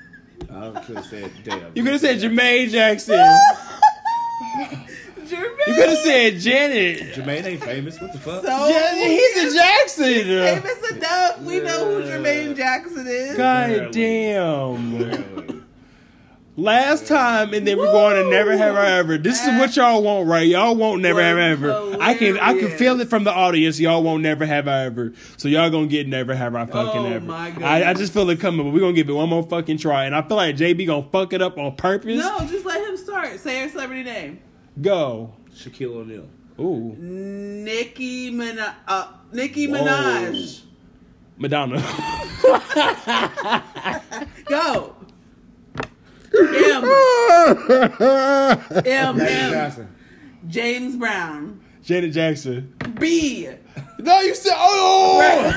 Speaker 3: I could have said damn.
Speaker 1: You could have said Jermaine Jackson. you
Speaker 2: Jermaine.
Speaker 1: could have said Janet.
Speaker 3: Jermaine ain't famous. What the fuck?
Speaker 2: So
Speaker 1: Yeah, he's a
Speaker 2: If
Speaker 1: Jackson.
Speaker 2: it's enough, we know who Jermaine Jackson is.
Speaker 1: God
Speaker 3: Barely.
Speaker 1: damn. Last time, and then we're going to never have I ever. This is what y'all want, right? Y'all won't never have I ever. I can I can feel it from the audience. Y'all won't never have I ever. So y'all gonna get never have I fucking
Speaker 2: Oh
Speaker 1: ever.
Speaker 2: my
Speaker 1: I, I
Speaker 2: goodness.
Speaker 1: just feel it coming, but we're gonna give it one more fucking try. And I feel like JB gonna fuck it up on purpose.
Speaker 2: No, just let him start. Say your celebrity name.
Speaker 1: Go.
Speaker 3: Shaquille O'Neal.
Speaker 1: Ooh.
Speaker 2: Nicki Minaj. Uh, Nicki
Speaker 3: Whoa.
Speaker 2: Minaj.
Speaker 1: Madonna.
Speaker 2: Go. M. M.
Speaker 3: Magic
Speaker 2: M.
Speaker 3: Johnson.
Speaker 2: James Brown.
Speaker 1: Janet Jackson.
Speaker 2: B.
Speaker 1: No, you said oh.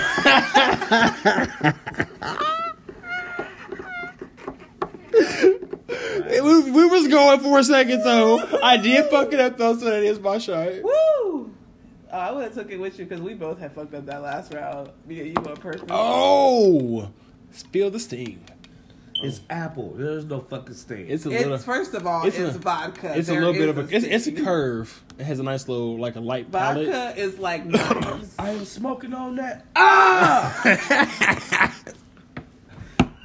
Speaker 1: It was- we, was going for a second though. I did fuck it up though, so that is my shot.
Speaker 2: Woo. Oh, I would have took it with you because we both had fucked up that last round. Yeah, you were personally.
Speaker 1: Oh, spill the steam.
Speaker 3: It's Apple. There's no fucking stain.
Speaker 1: It's a
Speaker 2: It's
Speaker 1: little.
Speaker 2: first of all,
Speaker 1: it's
Speaker 2: it's,
Speaker 1: a-
Speaker 2: vodka.
Speaker 1: It's a
Speaker 2: There
Speaker 1: little bit
Speaker 2: is
Speaker 1: of a. It's, it's a
Speaker 2: sting.
Speaker 1: curve. It has a nice little like a light palette.
Speaker 2: Vodka is like knives.
Speaker 3: I was smoking on that.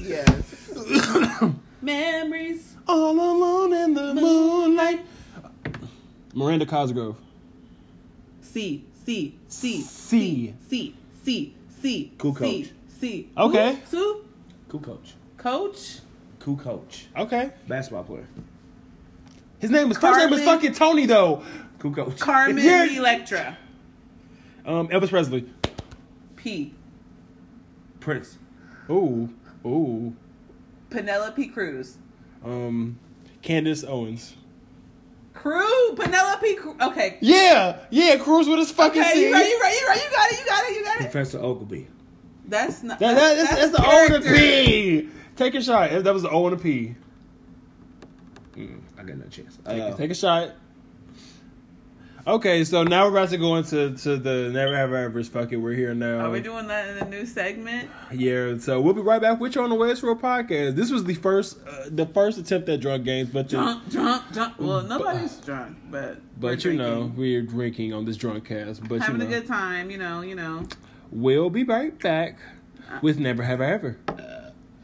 Speaker 2: yes. Memories.
Speaker 1: All alone in the moonlight. Miranda Cosgrove.
Speaker 2: C C C
Speaker 1: C.
Speaker 2: C C C.
Speaker 3: Cool
Speaker 2: C,
Speaker 3: coach.
Speaker 2: C.
Speaker 1: Okay.
Speaker 2: Who? Who?
Speaker 3: Cool coach.
Speaker 2: Coach.
Speaker 3: Cool coach.
Speaker 1: Okay.
Speaker 3: Basketball player.
Speaker 1: His name was first name was
Speaker 2: Carmen.
Speaker 1: fucking Tony though.
Speaker 3: Cool coach.
Speaker 2: Carmen
Speaker 1: Yeah.
Speaker 2: Electra.
Speaker 1: Um, Elvis Presley.
Speaker 2: P.
Speaker 3: Prince.
Speaker 1: Ooh, ooh.
Speaker 2: Penelope Cruz.
Speaker 1: Um, Candace Owens.
Speaker 2: Crew. Penelope. Cru- okay.
Speaker 1: Yeah, yeah. Cruise with his fucking
Speaker 2: Okay.
Speaker 1: C.
Speaker 2: You right. You right. You right. You got it. You got it. You got it.
Speaker 3: Professor Ogilvy.
Speaker 2: That's not.
Speaker 1: That, that, that's, that's, the O and a
Speaker 2: character.
Speaker 1: P. Take a shot. That was the O and a P.
Speaker 3: Mm, I got no chance.
Speaker 1: Take,
Speaker 3: Uh,
Speaker 1: take a shot. Okay, so now we're about to go into to the never have I ever's. Fuck it, we're here now.
Speaker 2: Are we doing that in a new segment?
Speaker 1: Yeah, so we'll be right back with you on the West Road Podcast. This was the first uh, the first attempt at drunk games, but the-
Speaker 2: Drunk, drunk, drunk. Well, nobody's drunk, but
Speaker 1: but
Speaker 2: we're
Speaker 1: you know
Speaker 2: drinking.
Speaker 1: we're drinking on this drunk cast. But
Speaker 2: having
Speaker 1: you
Speaker 2: a
Speaker 1: know,
Speaker 2: good time. You know, you know.
Speaker 1: we'll be right back with never have I ever.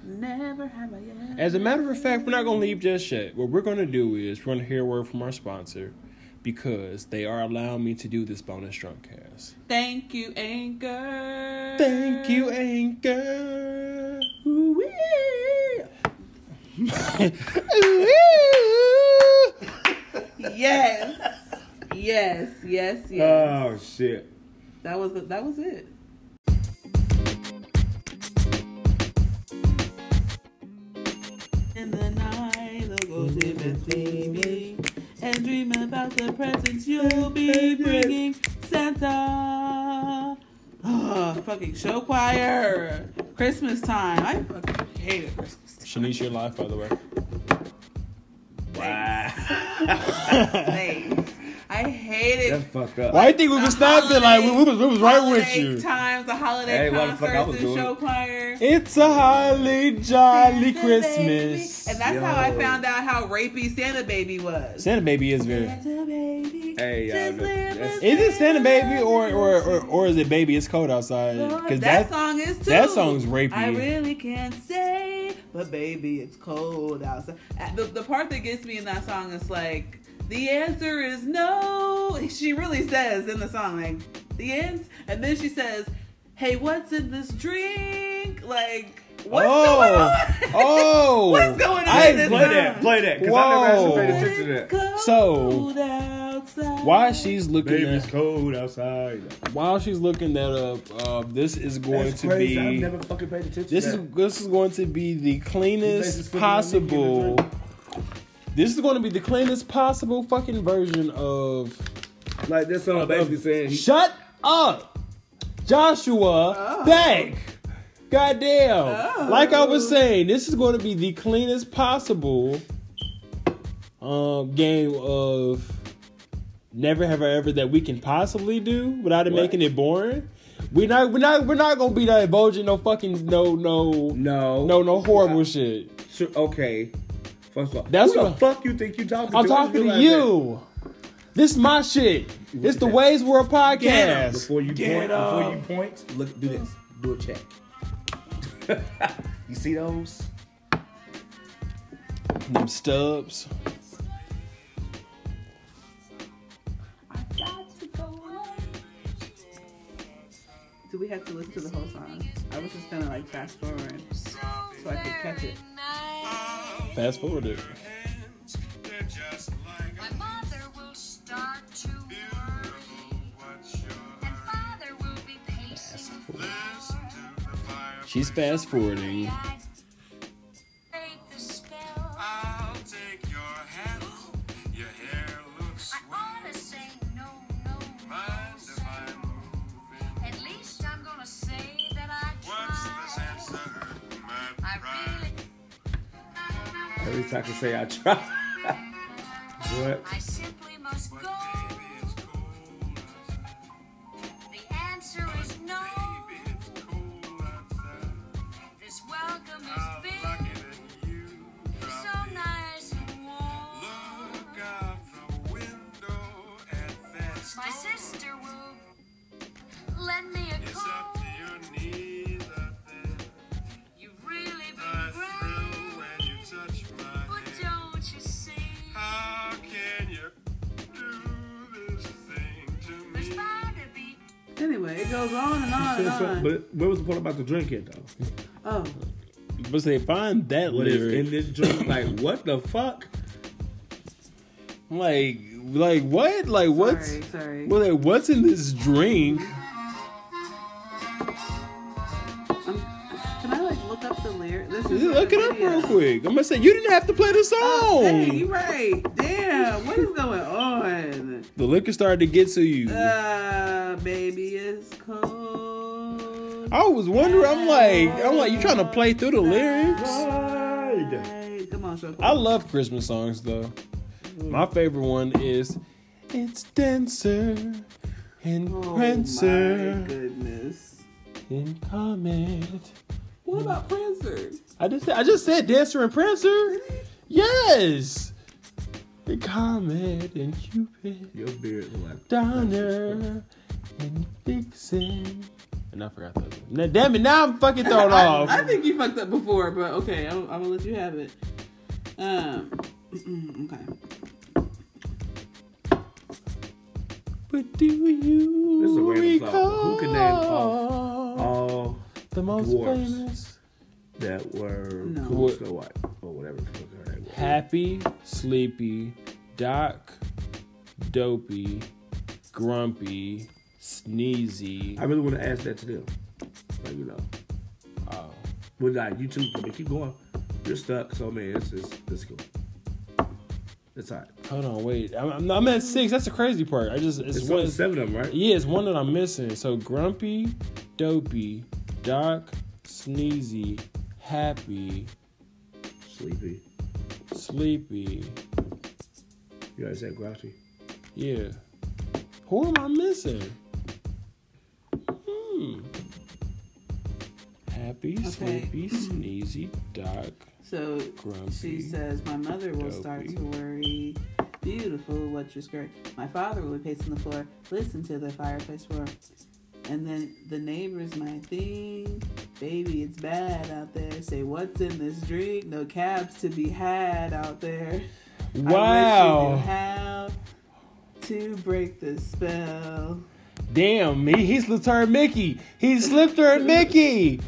Speaker 2: Never have I ever.
Speaker 1: As a matter of fact, we're not gonna leave just yet. What we're gonna do is we're gonna hear a word from our sponsor because they are allowing me to do this bonus drunk cast.
Speaker 2: Thank you, Anchor.
Speaker 1: Thank you, Anchor.
Speaker 2: Ooh-wee. Yes. Yes, yes, yes.
Speaker 3: Oh shit.
Speaker 1: Uh.
Speaker 2: that was the, that was it. In the night, I'll go to
Speaker 1: Mm-hmm.
Speaker 2: bed sleepy and dream about the presents you'll be bringing Santa. Ugh, fucking show choir. Christmas time. I fucking hate it. Christmas time.
Speaker 1: Shanice, your life, by the way.
Speaker 2: Thanks. I hate
Speaker 3: That's
Speaker 2: it.
Speaker 3: fucked up.
Speaker 1: Why you think we was snapping? Like we, we was, we was right with
Speaker 2: Holiday
Speaker 1: you.
Speaker 2: Times, the holiday
Speaker 3: Hey, what the fuck I was
Speaker 2: concerts and
Speaker 3: doing?
Speaker 2: show choir.
Speaker 1: It's a holly jolly
Speaker 2: Santa
Speaker 1: Christmas.
Speaker 2: Baby. And that's how I
Speaker 3: Yo.
Speaker 2: found out how rapey Santa Baby was.
Speaker 1: Santa baby is very.
Speaker 2: Santa Baby.
Speaker 3: Hey, y'all,
Speaker 2: just
Speaker 3: look,
Speaker 2: live
Speaker 3: that's-
Speaker 2: in
Speaker 1: Is it Santa baby
Speaker 2: Santa
Speaker 1: or or or, or is it baby? It's cold outside.
Speaker 2: Lord,
Speaker 1: Cause that's
Speaker 2: that song is too.
Speaker 1: that song's rapey.
Speaker 2: I really can't say, but baby, it's cold outside. Uh, The, the part that gets me in that song is like, the answer is no. She really says in the song, like, the ends. And then she says, hey, what's in this drink? Like, what's going on?
Speaker 1: oh,
Speaker 2: What's going on
Speaker 1: I
Speaker 2: in this
Speaker 1: play
Speaker 2: song?
Speaker 1: that.
Speaker 3: Play that. Cause I never actually
Speaker 1: Whoa.
Speaker 3: paid
Speaker 2: But
Speaker 3: attention to
Speaker 2: it's
Speaker 3: that.
Speaker 2: cold
Speaker 1: So,
Speaker 2: outside.
Speaker 1: While she's looking
Speaker 3: Baby, it's
Speaker 1: that,
Speaker 3: cold outside.
Speaker 1: while she's looking that up, uh, this is going
Speaker 3: That's
Speaker 1: to
Speaker 3: crazy.
Speaker 1: be
Speaker 3: I've never fucking paid attention.
Speaker 1: This
Speaker 3: to
Speaker 1: is
Speaker 3: that.
Speaker 1: this is going to be the
Speaker 3: You guys
Speaker 1: cleanest
Speaker 3: just put it on me, give it a
Speaker 1: possible.
Speaker 3: drink.
Speaker 1: This is going to be the cleanest possible fucking version of.
Speaker 3: like this song basically saying. he-
Speaker 1: Shut up, Joshua.
Speaker 2: Oh.
Speaker 1: Back. Goddamn.
Speaker 2: Oh.
Speaker 1: Like I was saying, this is going to be the cleanest possible um, game of never have I ever that we can possibly do without it
Speaker 3: What?
Speaker 1: making it boring. We're not. We're not. We're not gonna be divulging no fucking no no
Speaker 3: No.
Speaker 1: no, no horrible shit.
Speaker 3: Sure, okay. First of all,
Speaker 1: That's
Speaker 3: who the
Speaker 1: what-
Speaker 3: fuck you think you talking
Speaker 1: I'm
Speaker 3: to? I
Speaker 1: talking
Speaker 3: just
Speaker 1: to
Speaker 3: realized
Speaker 1: you. This is my shit. This the Ways World
Speaker 3: that.
Speaker 1: podcast.
Speaker 3: Before you
Speaker 1: Get
Speaker 3: point,
Speaker 1: up.
Speaker 3: before you point, look, do this. Do a check. you see those?
Speaker 1: Them stubs.
Speaker 2: I've got to go away. Do we have to listen to the whole song? I was just gonna like fast forward so I could catch it.
Speaker 1: Fast forward it.
Speaker 4: My mother will start to worry, and father will be pacing the floor.
Speaker 1: She's fast forwarding.
Speaker 4: I'd break the spell.
Speaker 5: I'll take your hand. Your hair looks
Speaker 4: I ought to say no, no,
Speaker 5: fine
Speaker 4: no.
Speaker 5: if I move
Speaker 4: At least I'm gonna say that I
Speaker 5: in. What's the sense
Speaker 4: tried.
Speaker 5: of hurting my
Speaker 4: I
Speaker 5: pride?
Speaker 4: really,
Speaker 3: At least I can say I try. what?
Speaker 4: I simply must
Speaker 5: But
Speaker 4: go.
Speaker 5: baby, it's cold outside.
Speaker 4: The answer is no.
Speaker 5: Baby, it's cold outside.
Speaker 4: This welcome
Speaker 5: How
Speaker 4: is big,
Speaker 5: lucky that you
Speaker 4: so
Speaker 5: dropped in.
Speaker 4: nice and warm.
Speaker 5: Look out the window at that
Speaker 4: My
Speaker 5: storm.
Speaker 4: sister will lend me a
Speaker 5: It's up
Speaker 4: coat.
Speaker 5: to your knees out there.
Speaker 4: You've really
Speaker 5: I
Speaker 4: been
Speaker 5: thrill
Speaker 4: brave,
Speaker 5: when you touch my
Speaker 4: but
Speaker 5: hand.
Speaker 4: don't you see?
Speaker 5: How can you do this thing to me?
Speaker 4: There's bound to be
Speaker 2: Anyway, it goes on and on and on.
Speaker 3: but where was the part about the drink at though?
Speaker 2: Oh,
Speaker 1: But say find that
Speaker 3: What is
Speaker 1: lyric.
Speaker 3: in this drink? Like what the fuck?
Speaker 1: Like like what? Like what's
Speaker 2: sorry, sorry.
Speaker 1: well like what's in this drink?
Speaker 2: Um, can I like look up the lyric? This is
Speaker 1: Look it up real quick. I'm gonna say you didn't have to play the song.
Speaker 2: Oh, dang, you right. Damn, what is going on?
Speaker 1: The liquor started to get to you.
Speaker 2: Uh, baby, it's cold.
Speaker 1: I was wondering. I'm like I'm like you trying to play through the lyrics.
Speaker 2: Uh,
Speaker 3: Wide.
Speaker 2: Hey, Come on, Shoko.
Speaker 1: I love Christmas songs though. My favorite one is It's denser and
Speaker 2: Oh my
Speaker 1: prancer
Speaker 2: goodness.
Speaker 1: and comet.
Speaker 2: What about Prancer?
Speaker 1: I just said, I just said dancer and prancer. Yes. The comet and cupid,
Speaker 3: Your beard look like
Speaker 1: Donner and Dixon. And I forgot the other. one. Now, damn it! Now I'm fucking thrown
Speaker 2: I,
Speaker 1: off.
Speaker 2: I think you fucked up before, but okay, I'm, I'm gonna let you have it. Um, mm, okay.
Speaker 1: But do you
Speaker 3: This is a random
Speaker 1: recall
Speaker 3: flower. Who can name off all
Speaker 1: the most
Speaker 3: dwarfs?
Speaker 1: famous?
Speaker 3: that were
Speaker 2: No.
Speaker 3: cool
Speaker 1: What-
Speaker 3: with Snow White or whatever the fuck her name was.
Speaker 1: Happy, sleepy, doc, dopey, grumpy,
Speaker 3: I
Speaker 1: sneezy.
Speaker 3: really want to ask that to them. Like, you know.
Speaker 1: Oh.
Speaker 3: But like you too, I mean, keep going. You're stuck, so man, it's it's it's cool. It's all right.
Speaker 1: Hold on, wait. I'm, I'm, I'm at six. That's the crazy part. I just it's,
Speaker 3: It's
Speaker 1: one.
Speaker 3: only seven of them, right?
Speaker 1: Yeah, it's one that I'm missing. So grumpy, dopey, doc, sneezy, happy,
Speaker 3: Sleepy.
Speaker 1: sleepy.
Speaker 3: You already said grouchy.
Speaker 1: Yeah. Who am I missing? Hmm. Happy,
Speaker 2: Okay.
Speaker 1: sleepy, sneezy, doc.
Speaker 2: So
Speaker 1: Grumpy.
Speaker 2: she says, My mother will start
Speaker 1: Dopey.
Speaker 2: to worry. Beautiful, what your skirt. My father will be pacing the floor. Listen to the fireplace roar. And then the neighbors might think, Baby, it's bad out there. Say, What's in this drink? No cabs to be had out there. I wish you knew
Speaker 1: Wow.
Speaker 2: how to break the spell.
Speaker 1: Damn, he, he slipped her and Mickey. He slipped her and Mickey.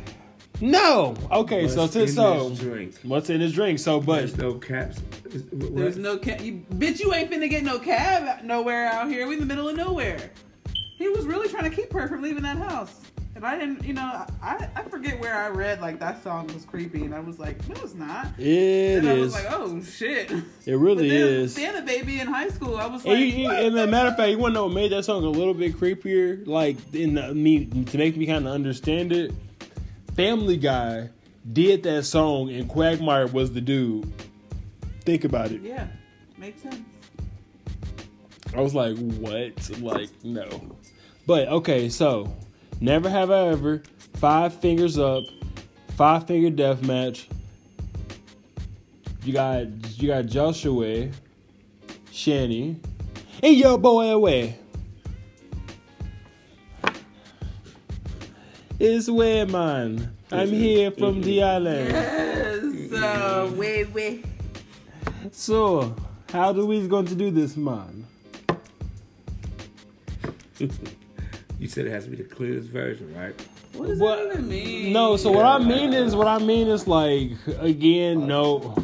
Speaker 1: No. Okay, so
Speaker 3: What's
Speaker 1: so
Speaker 3: in
Speaker 1: so
Speaker 3: this drink?
Speaker 1: what's in his drink? So but
Speaker 3: There's no caps. Is- what?
Speaker 2: There's no cab. You, bitch, you ain't finna get no cab out- nowhere out here. We in the middle of nowhere. He was really trying to keep her from leaving that house. And I didn't, you know, I, I forget where I read like that song was creepy. And I was like, no, it's not.
Speaker 1: it
Speaker 2: and I
Speaker 1: is.
Speaker 2: was like, oh shit.
Speaker 1: it really
Speaker 2: But then
Speaker 1: is.
Speaker 2: Santa Baby in high school, I was like,
Speaker 1: And, you, you-
Speaker 2: what
Speaker 1: and
Speaker 2: the
Speaker 1: a matter of fact, you want to know what made that song a little bit creepier? Like in the, me to make me kind of understand it. Family Guy did that song, and Quagmire was the dude. Think about it.
Speaker 2: Yeah, makes sense.
Speaker 1: I was like, what? Like, no. But okay, so never have I ever. Five fingers up. Five finger death match. You got you got Joshua, Shanny, and yo boy away. It's way man. I'm here from the island. Mm-hmm.
Speaker 2: Yes. Uh, wait, wait.
Speaker 1: So, how do we going to do this, man?
Speaker 3: You said it has to be the cleanest version, right?
Speaker 2: What does
Speaker 1: What-
Speaker 2: that even mean?
Speaker 1: No, so what I mean is, what I mean is, like, again, no.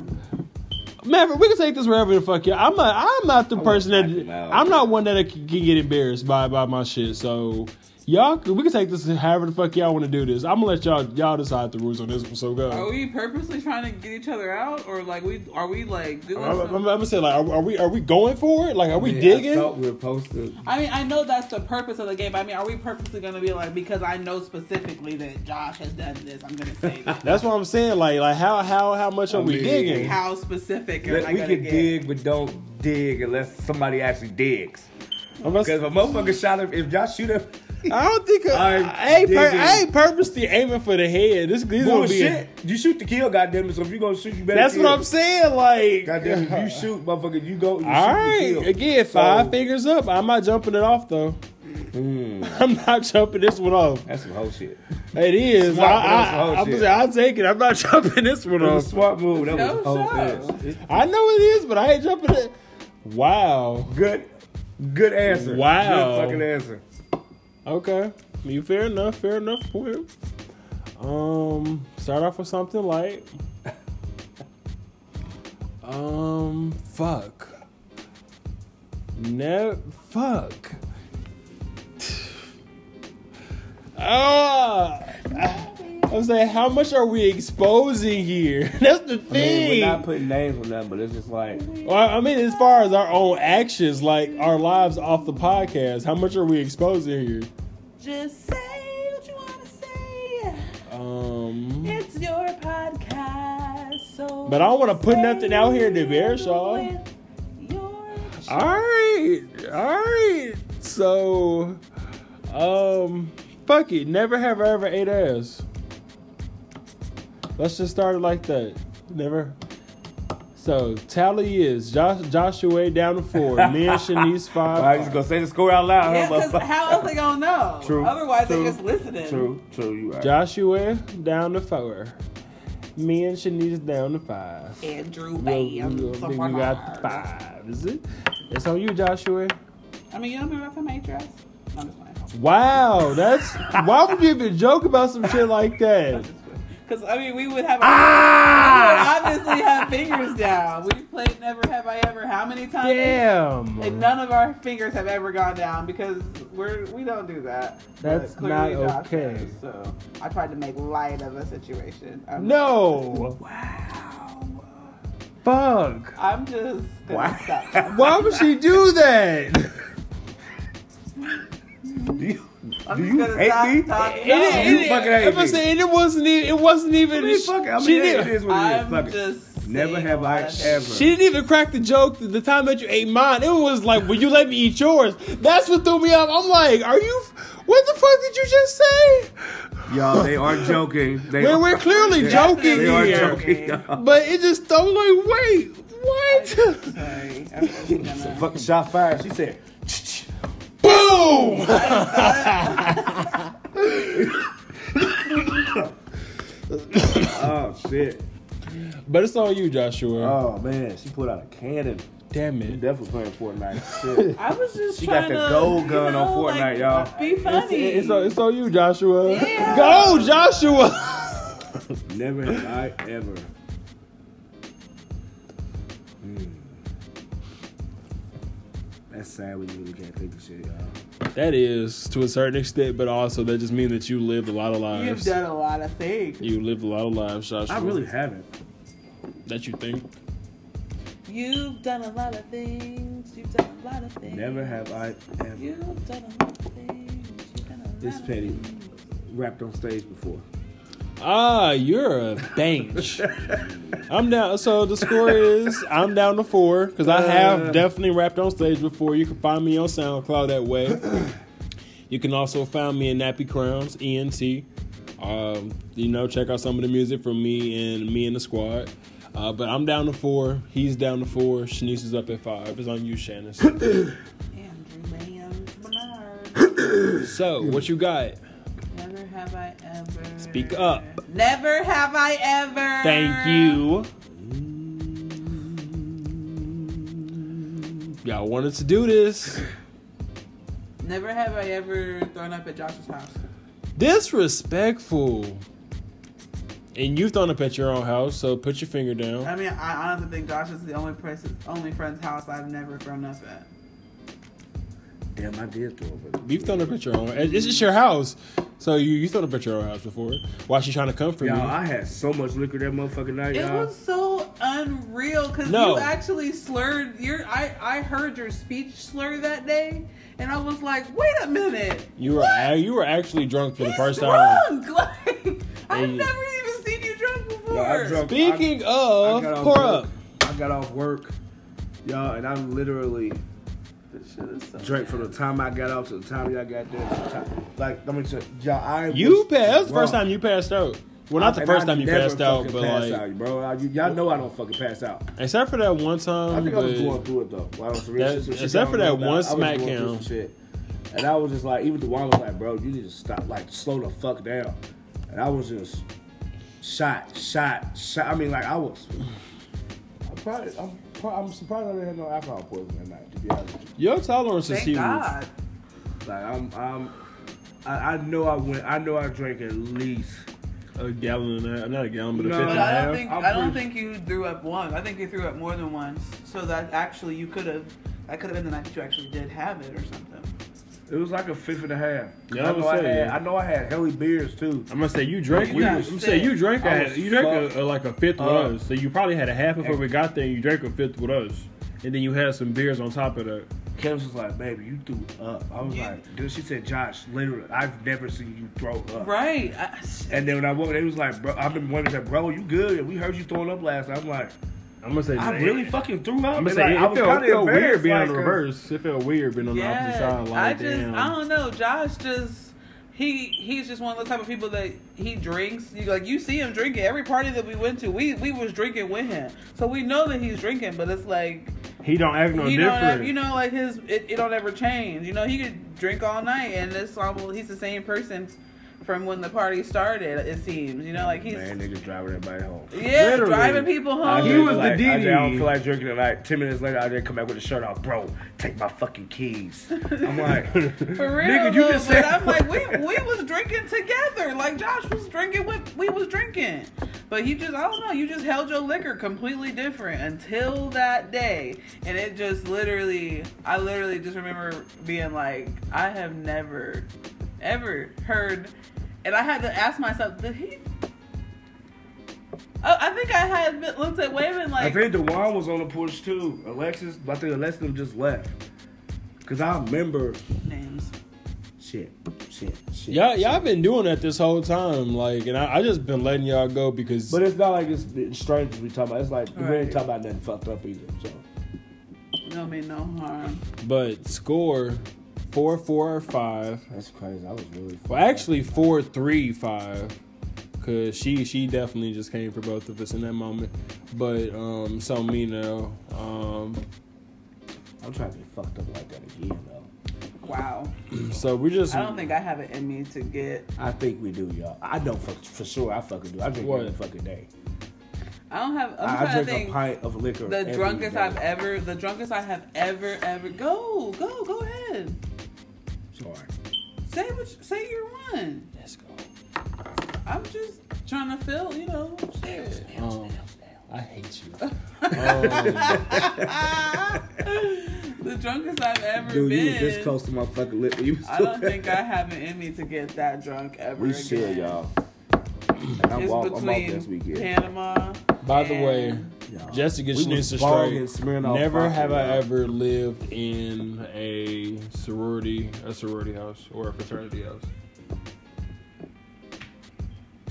Speaker 1: Maverick, we can take this wherever the fuck you. I'm not. I'm not the person
Speaker 3: knock him
Speaker 1: that.
Speaker 3: out.
Speaker 1: I'm not one that can can get embarrassed by by my shit. So y'all, can- we can take this however the fuck y'all want to do this. I'm gonna let y'all y'all decide the rules on this one. So go.
Speaker 2: Are we purposely trying to get each other out, or like we are we like doing?
Speaker 1: I'm, I'm- I'm
Speaker 2: something?
Speaker 1: gonna say like, are, are we are we going for it? Like, are we
Speaker 3: Man, I
Speaker 1: digging?
Speaker 3: thought we were supposed to.
Speaker 2: I mean, I know that's the purpose of the game. But I mean, are we purposely going to be like because I know specifically that Josh has done this? I'm going to say that.
Speaker 1: That's what I'm saying. Like, like how how how much are
Speaker 3: I
Speaker 1: we
Speaker 3: mean-
Speaker 1: digging?
Speaker 2: How specific am I
Speaker 3: we
Speaker 2: going to
Speaker 3: can
Speaker 2: get?
Speaker 3: dig, but don't dig unless somebody actually digs.
Speaker 1: I'm gonna-
Speaker 3: Because if a motherfucker shot him, if y'all shoot him,
Speaker 1: I don't think uh,
Speaker 3: I'm
Speaker 1: I ain't, pur-
Speaker 3: digging.
Speaker 1: I ain't purposely aiming for the head. This, this gonna be
Speaker 3: bullshit. You shoot to kill, goddamn it. So if you gonna shoot, you better.
Speaker 1: That's
Speaker 3: kill.
Speaker 1: what I'm saying. Like,
Speaker 3: Goddamn, it, if you shoot, motherfucker, you go. You
Speaker 1: all
Speaker 3: shoot to
Speaker 1: right,
Speaker 3: kill.
Speaker 1: again, five
Speaker 3: So-
Speaker 1: fingers up. I'm not jumping it off though.
Speaker 3: hmm.
Speaker 1: I'm not jumping this one off.
Speaker 3: That's some whole shit.
Speaker 1: It is.
Speaker 3: Swap,
Speaker 1: I,
Speaker 3: that's some
Speaker 1: I,
Speaker 3: whole
Speaker 1: I'm
Speaker 3: shit.
Speaker 1: saying, I'll take it. I'm not jumping this one
Speaker 3: That was a
Speaker 1: off.
Speaker 3: smart move. That
Speaker 2: No
Speaker 3: was whole
Speaker 2: shot.
Speaker 3: ass.
Speaker 1: I know it is, but I ain't jumping it. Wow.
Speaker 3: Good, good answer.
Speaker 1: Wow.
Speaker 3: Good fucking answer.
Speaker 1: Okay. You fair enough. Fair enough. Point. Um, start off with something light. Um, fuck. No, fuck. Ah, I'm saying, how much are we exposing here? That's the
Speaker 3: I mean,
Speaker 1: thing.
Speaker 3: we're not putting names on nothing, but it's just like
Speaker 1: Well, I mean, as far as our own actions, like our lives off the podcast, how much are we exposing here?
Speaker 2: Just say what you want to say.
Speaker 1: Um.
Speaker 2: It's your podcast, so.
Speaker 1: But I don't wanna put nothing out here to
Speaker 2: say
Speaker 1: embarrass y'all.
Speaker 2: with your shit.
Speaker 1: All right, all right. So, um, fuck it. Never have I ever ate ass. Let's just start it like that. Never. So tally is Josh, Joshua down to four. Me and Shanice five.
Speaker 3: I just gonna say the score out loud.
Speaker 2: Yeah,
Speaker 3: huh,
Speaker 2: because
Speaker 3: motherfucker?
Speaker 2: how else they gonna know?
Speaker 3: True,
Speaker 2: Otherwise,
Speaker 3: true,
Speaker 2: they just listening.
Speaker 3: True, true. You right.
Speaker 1: Joshua down to four. Me and Shanice down to five.
Speaker 2: Andrew
Speaker 1: We- we-
Speaker 2: Bam.
Speaker 1: we
Speaker 2: someone
Speaker 1: got
Speaker 2: hard.
Speaker 1: the five. Is it? It's on you, Joshua.
Speaker 2: I mean, you don't remember from Matrix? No, I'm just playing.
Speaker 1: Wow, that's why would you even joke about some shit like that?
Speaker 2: Because I mean, we would have.
Speaker 3: Ah!
Speaker 2: We would obviously have fingers down. We played Never Have I Ever how many times? And
Speaker 1: Damn,
Speaker 2: none of our fingers have ever gone down because we're we don't do that. But
Speaker 1: That's
Speaker 2: clearly
Speaker 1: not
Speaker 2: Josh
Speaker 1: okay.
Speaker 2: does, so I tried to make light of a situation. I'm-
Speaker 1: no,
Speaker 2: Wow.
Speaker 1: fuck.
Speaker 2: I'm just gonna
Speaker 3: Wow.
Speaker 2: stop.
Speaker 1: Why would she do that?
Speaker 3: Do you,
Speaker 2: I'm just
Speaker 3: do you
Speaker 2: gonna stop
Speaker 3: hate me?
Speaker 2: talking.
Speaker 1: And it-
Speaker 2: No.
Speaker 1: and
Speaker 3: You
Speaker 1: it-
Speaker 3: fucking hate
Speaker 1: I'm gonna
Speaker 3: me.
Speaker 1: say, and it wasn't even. It wasn't
Speaker 3: I
Speaker 1: even.
Speaker 3: mean,
Speaker 1: she,
Speaker 3: fuck it. I mean,
Speaker 1: she
Speaker 3: it
Speaker 1: didn't,
Speaker 3: is what it is.
Speaker 2: I'm
Speaker 3: Fuck it.
Speaker 2: just
Speaker 3: Never
Speaker 2: saying
Speaker 3: have I
Speaker 2: what
Speaker 3: ever.
Speaker 1: she didn't even crack the joke. The time that you ate mine, it was like, "Will you let me eat yours?" That's what threw me off. I'm like, "Are you? What the fuck did you just say?"
Speaker 3: Y'all, they are joking. They
Speaker 1: We're,
Speaker 3: are,
Speaker 1: we're clearly
Speaker 3: they-
Speaker 1: joking
Speaker 3: They are
Speaker 1: here,
Speaker 3: joking. y'all.
Speaker 1: but it just I'm like, wait, what?
Speaker 2: I'm Sorry. I'm just gonna.
Speaker 3: Fucking shot fired. She said,
Speaker 1: Boom!
Speaker 3: "Oh shit.
Speaker 1: But it's on you, Joshua.
Speaker 3: Oh man, she pulled out a cannon.
Speaker 1: Damn
Speaker 3: She
Speaker 1: it.
Speaker 3: definitely playing Fortnite. Shit.
Speaker 2: I was just
Speaker 3: She got
Speaker 2: trying
Speaker 3: the
Speaker 2: to,
Speaker 3: gold
Speaker 2: you
Speaker 3: gun on
Speaker 2: know, like,
Speaker 3: Fortnite, y'all.
Speaker 2: Be funny.
Speaker 1: It's on, it's on you, Joshua.
Speaker 2: Yeah.
Speaker 1: Go, Joshua!
Speaker 3: Never have I ever. Hmm. That's sad when you really can't think of shit, y'all.
Speaker 1: That is to a certain extent, but also that just means that you lived a lot of
Speaker 2: You've
Speaker 1: lives.
Speaker 2: done a lot of things.
Speaker 1: you lived a lot of lives, Joshua.
Speaker 3: I really haven't.
Speaker 1: That you think?
Speaker 2: You've done a lot of things. You've done a lot of things.
Speaker 3: Never have I ever
Speaker 2: You've done a lot of things. You've done a lot
Speaker 3: It's
Speaker 2: of
Speaker 3: petty.
Speaker 2: things.
Speaker 3: rapped on stage before.
Speaker 1: Ah, you're a bench. I'm down. So the score is I'm down to four because I have
Speaker 3: Uh.
Speaker 1: definitely rapped on stage before. You can find me on SoundCloud that way. You can also find me in Nappy Crowns ENT. Um, you know, check out some of the music from me and me and the squad. Uh, but I'm down to four. He's down to four. Shanice is up at five. It's on you, Shannon.
Speaker 2: Andrew Williams Bernard.
Speaker 1: so what you got?
Speaker 2: Never have I ever.
Speaker 1: Speak up.
Speaker 2: Never have I ever.
Speaker 1: Thank you. Y'all wanted to do this.
Speaker 2: Never have I ever thrown up at Josh's house.
Speaker 1: Disrespectful. And you've thrown up at your own house, so put your finger down.
Speaker 2: I mean, I honestly think Josh is the only person, only friend's house I've never thrown up at.
Speaker 3: Damn, I did throw it.
Speaker 2: Mm-hmm.
Speaker 1: You've thrown up at your own. It's just your house, so you you thrown up at your own house before. Why she trying to come for
Speaker 3: Y'all,
Speaker 1: you?
Speaker 3: I had so much liquor that motherfucking night,
Speaker 2: It
Speaker 3: y'all.
Speaker 2: was so unreal because
Speaker 1: No.
Speaker 2: you actually slurred your. I I heard your speech slur that day, and I was like, wait a minute.
Speaker 1: You were a- you were actually drunk for the
Speaker 2: he's
Speaker 1: first time.
Speaker 2: drunk. Like, I've
Speaker 1: Hey.
Speaker 2: never even seen you drunk before.
Speaker 3: Yo, I drunk-
Speaker 1: Speaking
Speaker 3: I-
Speaker 1: of,
Speaker 3: I got off
Speaker 1: pour
Speaker 3: work.
Speaker 1: up.
Speaker 3: I got off work, y'all, and I literally
Speaker 2: This shit is so
Speaker 3: drank from
Speaker 2: bad.
Speaker 3: the time I got off to the time y'all got there. To the time. Like, let me tell y'all, I
Speaker 1: You
Speaker 3: was
Speaker 1: passed. That was the first
Speaker 3: drunk.
Speaker 1: time you passed out. Well, not the
Speaker 3: And
Speaker 1: first
Speaker 3: I
Speaker 1: time you
Speaker 3: never
Speaker 1: passed out,
Speaker 3: fucking
Speaker 1: but
Speaker 3: pass
Speaker 1: like
Speaker 3: out, bro, I, you, y'all know I don't fucking pass out.
Speaker 1: except for that one
Speaker 3: I
Speaker 1: time.
Speaker 3: think I was
Speaker 1: but-
Speaker 3: going through it though. While I was some real
Speaker 1: That-
Speaker 3: shit, some shit
Speaker 1: except for
Speaker 3: I don't
Speaker 1: that
Speaker 3: know
Speaker 1: one
Speaker 3: about. I
Speaker 1: smack
Speaker 3: was going through
Speaker 1: count.
Speaker 3: some shit. And I was just like, even the one was like, bro, you need to stop, like, slow the fuck down. And I was just shot, shot, shot. I mean, like, I was. I'm probably, I'm, pro- I'm surprised I didn't have no alcohol poisoning that night. To be honest, with you.
Speaker 1: Your tolerance is
Speaker 2: Thank
Speaker 1: huge.
Speaker 2: God.
Speaker 3: like, I'm, I'm, I, I know I went, I know I drank at least.
Speaker 1: A gallon and a half, not a gallon, but a
Speaker 3: No,
Speaker 1: fifth
Speaker 2: But
Speaker 1: and
Speaker 3: I
Speaker 1: a
Speaker 2: I don't
Speaker 1: half.
Speaker 2: think
Speaker 3: I'm
Speaker 2: I don't
Speaker 3: pretty-
Speaker 2: think you threw up once. I think you threw up more than once. So that actually you could have that could have been the night that you actually did have it or something.
Speaker 3: It was like a fifth and a half.
Speaker 1: Yeah, I
Speaker 3: I
Speaker 1: was
Speaker 3: know I,
Speaker 1: saying,
Speaker 3: had,
Speaker 1: yeah.
Speaker 3: I know I had helly beers too.
Speaker 1: I'm gonna say you drank.
Speaker 2: You
Speaker 1: You,
Speaker 2: got
Speaker 1: you
Speaker 2: sick.
Speaker 1: say you drank.
Speaker 3: I
Speaker 1: A,
Speaker 3: was
Speaker 1: you drank
Speaker 3: fucked
Speaker 1: a, a- like a fifth
Speaker 3: up.
Speaker 1: with us, so you probably had a half before
Speaker 3: And-
Speaker 1: we got there. and You drank a fifth with us, and then you had some beers on top of that.
Speaker 3: Kev's was like, baby, you threw up. I was
Speaker 2: You-
Speaker 3: like, dude, she said, Josh, literally, I've never seen you throw up.
Speaker 2: Right. I,
Speaker 3: And then when I woke, they was like, bro, I've been wondering, like, bro, you good? We heard you throwing up last night. I'm like,
Speaker 1: I'm I'm gonna say
Speaker 3: I
Speaker 1: that-
Speaker 3: really fucking threw up.
Speaker 1: I'm gonna
Speaker 3: and,
Speaker 1: say
Speaker 3: like,
Speaker 1: it,
Speaker 3: I was
Speaker 1: it felt,
Speaker 3: kind
Speaker 1: it felt
Speaker 3: of
Speaker 1: weird
Speaker 3: embarrassed.
Speaker 1: being
Speaker 3: like,
Speaker 1: on the
Speaker 3: 'cause-
Speaker 1: reverse. It felt weird being on the opposite
Speaker 2: Yeah,
Speaker 1: side. Like,
Speaker 2: I just
Speaker 1: damn.
Speaker 2: I don't know. Josh just he he's just one of those type of people that he drinks. You like you see him drinking every party that we went to. We we was drinking with him, so we know that he's drinking. But it's like
Speaker 1: he don't act no
Speaker 2: he
Speaker 1: different.
Speaker 2: don't ever, you know like his it, it don't ever change. You know he could drink all night and it's almost he's the same person from when the party started. It seems you know like he's
Speaker 3: Man, niggas driving everybody home.
Speaker 2: yeah
Speaker 1: literally.
Speaker 2: driving people
Speaker 3: I
Speaker 2: home.
Speaker 1: He
Speaker 3: just
Speaker 1: was the
Speaker 3: like, I, just- I
Speaker 1: DD.
Speaker 3: don't feel like drinking tonight. Ten minutes later, I didn't come back with the shirt off. Bro, take my fucking keys. I'm like,
Speaker 2: For real,
Speaker 3: Nigga, you
Speaker 2: though,
Speaker 3: just
Speaker 2: but
Speaker 3: said-
Speaker 2: I'm like, we we was drinking together. Like Josh was drinking with we was drinking. But you just I don't know, you just held your liquor completely different until that day. And it just literally I literally just remember being like, I have never ever heard and I had to ask myself, did he Oh, I, I think I had been- looked at Wayman
Speaker 3: I
Speaker 2: like
Speaker 3: think Dewan was on the porch too. Alexis, I think Alexis them just left. Cause I remember
Speaker 2: names.
Speaker 3: shit, shit, shit.
Speaker 1: Y'all, y'all been doing that this whole time, like, and I, I just been letting y'all go because
Speaker 3: But it's not like it's the strangers we talking about. It's like we
Speaker 2: Right.
Speaker 3: ain't talking about nothing fucked up either. So
Speaker 2: No mean no harm.
Speaker 1: But score four four five.
Speaker 3: that's crazy. I was really
Speaker 1: Well, actually four three five, cause she she definitely just came for both of us in that moment. But um, so Mino, um,
Speaker 3: I'm trying to be fucked up like that again though.
Speaker 2: Wow.
Speaker 1: so we just
Speaker 2: I don't think I have it in me to get
Speaker 3: I think we do, y'all. I know for, for sure. I fucking do. I drink
Speaker 1: What?
Speaker 3: every fucking day.
Speaker 2: I don't have. I'm
Speaker 3: I, I
Speaker 2: trying to
Speaker 3: drink a
Speaker 2: think.
Speaker 3: pint of liquor.
Speaker 2: The
Speaker 3: every
Speaker 2: drunkest
Speaker 3: day.
Speaker 2: I've ever, the drunkest I have ever, ever. Go, go, go ahead. e-,
Speaker 3: Sorry.
Speaker 2: Say what. You, say your one.
Speaker 1: Let's go.
Speaker 2: I'm just trying to feel. You know. shit.
Speaker 1: Um, I hate you. um,
Speaker 2: the drunkest I've ever
Speaker 3: Dude,
Speaker 2: been.
Speaker 3: you was this close to my fucking lip. You was
Speaker 2: I don't think I have it in me to get that drunk ever.
Speaker 3: We
Speaker 2: again.
Speaker 3: should, y'all. And I'm
Speaker 2: It's
Speaker 3: off, I'm off
Speaker 2: between
Speaker 3: this weekend.
Speaker 2: Panama.
Speaker 1: by the
Speaker 2: and-
Speaker 1: way,
Speaker 3: Y'all.
Speaker 1: just to get
Speaker 3: We
Speaker 1: your
Speaker 3: was
Speaker 1: news
Speaker 3: balling
Speaker 1: straight,
Speaker 3: and smearing off
Speaker 1: never
Speaker 3: vodka,
Speaker 1: have I
Speaker 3: y'all.
Speaker 1: ever lived in a sorority, a sorority house, or a fraternity house.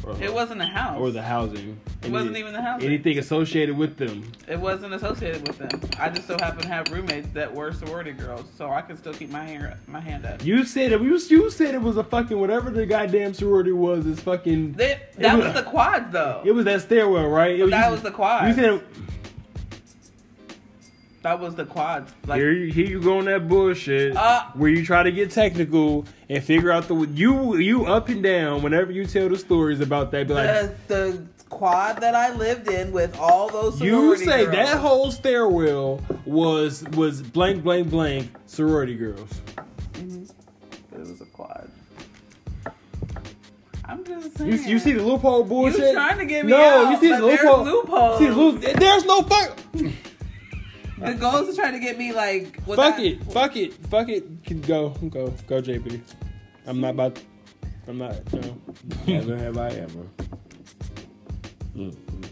Speaker 1: Or a-
Speaker 2: it wasn't a house.
Speaker 1: or the housing.
Speaker 2: It wasn't even the housing.
Speaker 1: Anything associated with them.
Speaker 2: It wasn't associated with them. I just so happened to have roommates that were sorority girls, so I could still keep my hair, my hand up.
Speaker 1: You said it. You, you said it was a fucking whatever the goddamn sorority was. Is fucking.
Speaker 2: They, that
Speaker 1: was-
Speaker 2: was the quads, though.
Speaker 1: it was that stairwell, right? It was,
Speaker 2: that
Speaker 1: you-
Speaker 2: was the quads.
Speaker 1: You said
Speaker 2: That was the quads. Like
Speaker 1: here. You, here you go on that bullshit.
Speaker 2: Uh,
Speaker 1: where you try to get technical and figure out the you you up and down whenever you tell the stories about that. Be like.
Speaker 2: the, the quad that I lived in with all those.
Speaker 1: you
Speaker 2: sorority
Speaker 1: say
Speaker 2: girls.
Speaker 1: that whole stairwell was was blank blank blank sorority girls.
Speaker 2: It was a quad. I'm just saying.
Speaker 1: You, you see the loophole bullshit?
Speaker 2: trying to get me out, but there's loopholes.
Speaker 1: See the loop, there's no fuck.
Speaker 2: the goals are trying to get me like. with
Speaker 1: Fuck
Speaker 2: that-
Speaker 1: it, fuck it, fuck it. Can Go, go, go, JB. I'm not about. I'm not. No.
Speaker 3: Never have I ever. Mm, mm,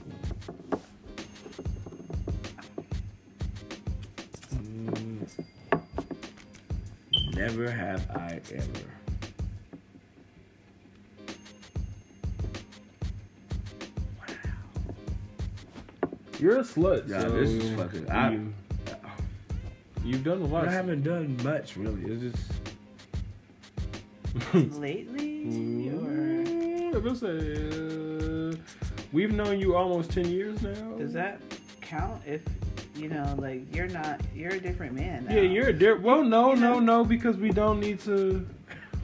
Speaker 3: mm. Mm. Never have I ever.
Speaker 1: You're a slut.
Speaker 3: Yeah,
Speaker 1: so
Speaker 3: this is fucking- I-
Speaker 1: you, have done a lot.
Speaker 3: I haven't done much really. It's just
Speaker 2: Lately, or
Speaker 1: Mm, I was gonna say, uh, we've known you almost ten years now.
Speaker 2: does that count? If you know, like you're not, you're a different man. Now.
Speaker 1: Yeah, you're a dirt. Well, no, no, no, because we don't need to.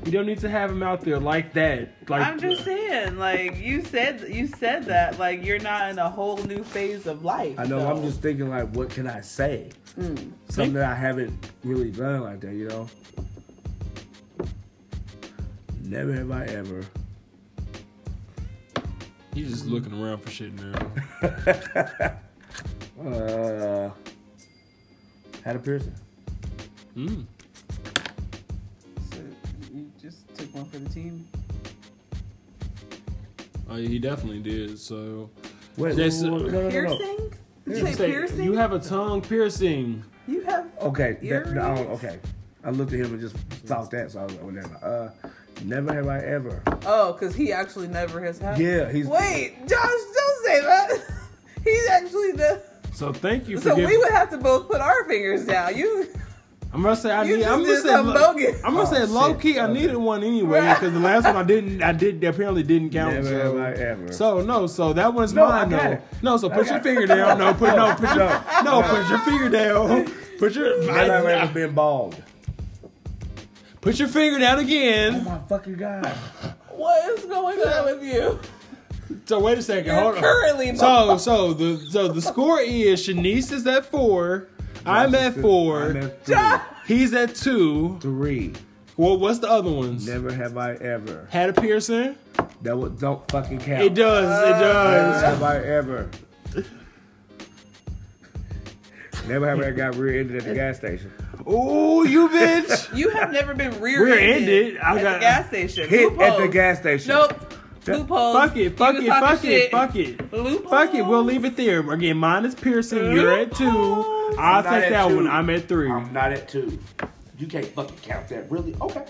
Speaker 1: We don't need to have him out there like that. Like
Speaker 2: I'm just saying, like you said, you said that, like you're not in a whole new phase of life.
Speaker 3: I know
Speaker 2: so- Mm.
Speaker 3: I'm just thinking like, what can I say? Something that I haven't really done like that, you know. Never have I ever.
Speaker 1: He's just looking around for shit now.
Speaker 3: Uh, had a piercing.
Speaker 1: Mm.
Speaker 2: So you just took one for the team.
Speaker 1: Uh, he definitely did. So
Speaker 3: Wait,
Speaker 1: Yes,
Speaker 3: whoa, whoa, whoa, no, no, no, no.
Speaker 2: Piercing? Did you say
Speaker 1: Say,
Speaker 2: piercing?
Speaker 1: You have a tongue piercing.
Speaker 2: You have.
Speaker 3: Okay, that, no,
Speaker 2: Earrings?
Speaker 3: okay. I looked at him and just thought that, so I was like, whatever. Uh, never have I ever.
Speaker 2: Oh, because he actually never has had.
Speaker 3: Yeah, he's.
Speaker 2: Wait, Josh, don't say that. He's actually the.
Speaker 1: So thank you for
Speaker 2: So
Speaker 1: giving.
Speaker 2: we would have to both put our fingers down. You
Speaker 1: I'm gonna say I
Speaker 2: You
Speaker 1: need.
Speaker 2: just
Speaker 1: I'm gonna
Speaker 2: did
Speaker 1: say.
Speaker 2: something
Speaker 1: Lo-
Speaker 2: bogus.
Speaker 1: I'm gonna say
Speaker 3: Oh,
Speaker 1: low
Speaker 3: shit.
Speaker 1: key. I needed one anyway because the last one I didn't. I did apparently didn't count.
Speaker 3: Never
Speaker 1: so.
Speaker 3: have I ever.
Speaker 1: So no, so that one's
Speaker 3: No, I
Speaker 1: mine
Speaker 3: got
Speaker 1: though.
Speaker 3: it.
Speaker 1: No, so put your finger down. No, put no, put your no,
Speaker 3: No,
Speaker 1: put your finger down. Put your
Speaker 3: never have I
Speaker 1: I-
Speaker 3: ever been bald.
Speaker 1: put your finger down
Speaker 3: Oh
Speaker 1: again.
Speaker 3: my fucking god!
Speaker 2: what is going on with you?
Speaker 1: So wait a 2nd
Speaker 2: You're
Speaker 1: hold on.
Speaker 2: currently
Speaker 1: so so the so the score is Shanice is at four. I'm at
Speaker 3: I'm
Speaker 1: four.
Speaker 3: at three.
Speaker 1: He's at two.
Speaker 3: Three.
Speaker 1: Well, what's the other ones?
Speaker 3: Never have I ever.
Speaker 1: Had a piercing?
Speaker 3: That would don't fucking count.
Speaker 1: It does. It
Speaker 3: Oh. Never
Speaker 1: does.
Speaker 3: have I ever. Never have I ever got rear-ended at the gas station.
Speaker 1: Oh, you bitch!
Speaker 2: You have never been rear
Speaker 1: Rear-ended? I
Speaker 2: at
Speaker 1: got-
Speaker 2: the gas station.
Speaker 3: Hit at the
Speaker 2: Loopholes.
Speaker 3: gas station.
Speaker 2: Nope. Loopholes.
Speaker 1: fuck it! Fuck it! Fuck it! Fuck it!
Speaker 2: Loopholes.
Speaker 1: Fuck it! We'll leave it there. Again, mine is piercing. You're at two. I'll
Speaker 3: I'm not
Speaker 1: take
Speaker 3: at
Speaker 1: that
Speaker 3: two.
Speaker 1: one. I'm at three.
Speaker 3: I'm not at two. You can't fucking count that, really. Okay.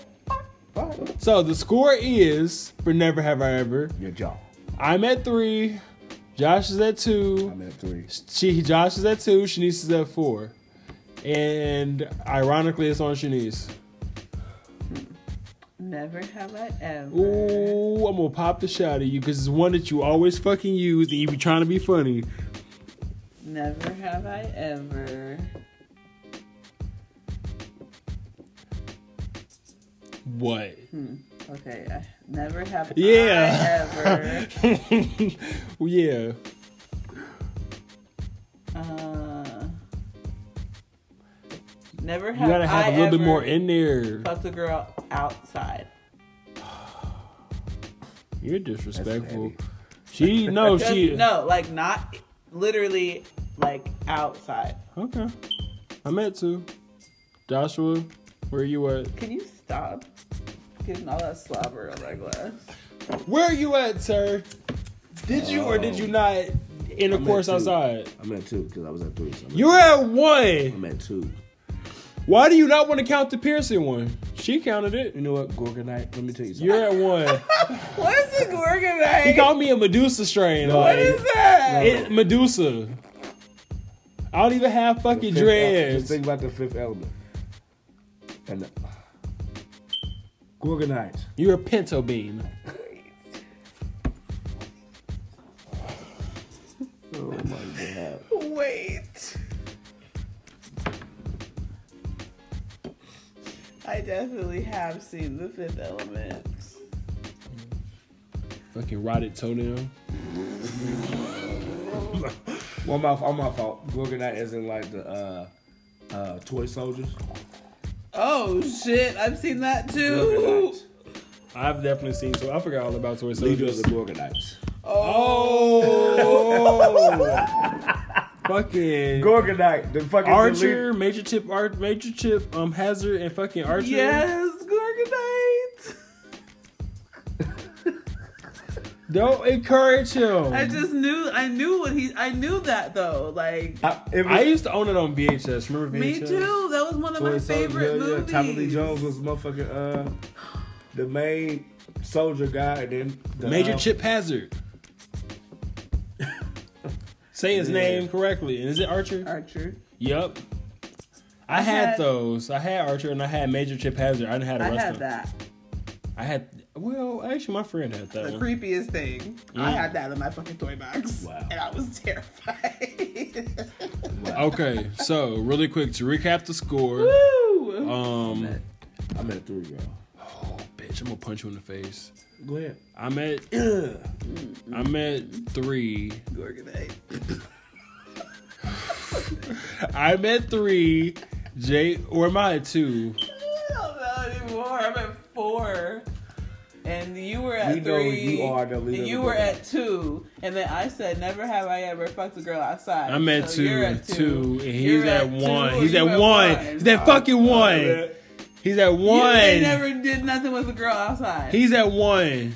Speaker 3: All right.
Speaker 1: So the score is for Never Have I Ever.
Speaker 3: Your jaw.
Speaker 1: I'm at three. Josh is at two.
Speaker 3: I'm at three.
Speaker 1: She, Josh is at two. Shanice is at four. And ironically, it's on Shanice.
Speaker 2: Never have I ever.
Speaker 1: Ooh, I'm gonna pop the shot at you because it's one that you always fucking use and you be trying to be funny.
Speaker 2: Never have I ever.
Speaker 1: What?
Speaker 2: Okay. I, never have
Speaker 1: Yeah.
Speaker 2: I ever.
Speaker 1: Well, yeah.
Speaker 2: Uh, never
Speaker 1: You
Speaker 2: have
Speaker 1: gotta have
Speaker 2: I
Speaker 1: a little
Speaker 2: ever
Speaker 1: bit more in there.
Speaker 2: fucked a girl outside.
Speaker 1: You're disrespectful. She no,
Speaker 2: Just,
Speaker 1: she
Speaker 2: No, like not literally like outside.
Speaker 1: Okay. I'm at two. Joshua, where you at?
Speaker 2: Can you stop getting all that slobber on my glass?
Speaker 1: Where are you at, sir? Did you or did you not intercourse
Speaker 3: I'm at two.
Speaker 1: outside?
Speaker 3: I'm at two because I was at three. So I'm,
Speaker 1: You're at
Speaker 3: at,
Speaker 1: one.
Speaker 3: I'm at two.
Speaker 1: Why do you not want to count the piercing one? She counted
Speaker 3: You
Speaker 1: it.
Speaker 3: know what, Gorgonite? Let me tell you something.
Speaker 1: You're at one.
Speaker 2: What is it working
Speaker 1: He
Speaker 2: like?
Speaker 1: called me a Medusa strain.
Speaker 2: What
Speaker 1: Like,
Speaker 2: is that?
Speaker 1: it, Medusa. I don't even have fucking
Speaker 3: Fifth el-
Speaker 1: dreads.
Speaker 3: Just think about the fifth element. And uh, the, Gorgonite.
Speaker 1: You're a pinto bean.
Speaker 3: Oh my god.
Speaker 2: Wait. I definitely have seen the fifth element.
Speaker 1: Fucking rotted toenail.
Speaker 3: Well, my, on my fault. Gorgonite isn't like the uh, uh, toy soldiers.
Speaker 2: Oh shit, I've seen that too.
Speaker 3: Gorgonites.
Speaker 1: I've definitely seen. So I forgot all about Toy
Speaker 3: Leader of
Speaker 1: Soldiers.
Speaker 3: the Gorgonites. Oh,
Speaker 1: Oh, fucking
Speaker 3: Gorgonite, the fucking
Speaker 1: Archer, Major Chip, Art, Major Chip, um, Hazard, and fucking Archer.
Speaker 2: Yes, Gorgonite.
Speaker 1: Don't encourage him.
Speaker 2: I
Speaker 1: I,
Speaker 2: just knew I knew what he I knew that though. Like
Speaker 3: I, it was,
Speaker 1: used to own it on VHS. Remember
Speaker 2: me
Speaker 1: VHS?
Speaker 2: too. That was one of my
Speaker 3: Toy Soldier,
Speaker 2: favorite
Speaker 3: yeah,
Speaker 2: movies.
Speaker 3: uh, Tommy Lee Jones was motherfucking uh, the main soldier guy, and then the,
Speaker 1: Major
Speaker 3: um,
Speaker 1: Chip Hazard. Say his
Speaker 3: Yeah.
Speaker 1: name correctly. And is it Archer?
Speaker 2: Archer.
Speaker 1: Yup. I, had,
Speaker 2: had-
Speaker 1: those. I had Archer and I had Major Chip Hazard. I didn't have the
Speaker 2: I
Speaker 1: rest
Speaker 2: had
Speaker 1: of them.
Speaker 2: that.
Speaker 1: I had well, actually my friend had that
Speaker 2: The
Speaker 1: one.
Speaker 2: creepiest thing. I
Speaker 1: Mm.
Speaker 2: had that in my fucking toy box.
Speaker 3: Wow.
Speaker 2: And I was terrified.
Speaker 1: Okay, so really quick to recap the score.
Speaker 2: Woo!
Speaker 1: Um
Speaker 3: I'm at three, bro.
Speaker 1: Oh bitch, I'm gonna punch you in the face.
Speaker 3: Go ahead.
Speaker 1: I'm at
Speaker 3: Ugh.
Speaker 1: I'm at three.
Speaker 2: Gorgonite.
Speaker 1: I'm at three. Jay or am I at two?
Speaker 2: I don't know anymore. I'm at four. And you were at
Speaker 3: We know
Speaker 2: three.
Speaker 3: you are the leader
Speaker 2: and
Speaker 3: of
Speaker 2: you
Speaker 3: the
Speaker 2: were
Speaker 3: band.
Speaker 2: at two. And then I said, never have I ever fucked a girl outside.
Speaker 1: I'm at
Speaker 2: So
Speaker 1: two,
Speaker 2: you're at
Speaker 1: two, and he's
Speaker 2: You're
Speaker 1: at,
Speaker 2: at two,
Speaker 1: one.
Speaker 2: and
Speaker 1: He's
Speaker 2: you
Speaker 1: at
Speaker 2: at
Speaker 1: one.
Speaker 2: one.
Speaker 1: He's at fucking one. He's at
Speaker 2: You, they
Speaker 1: one.
Speaker 2: never did nothing with a girl outside.
Speaker 1: He's at one.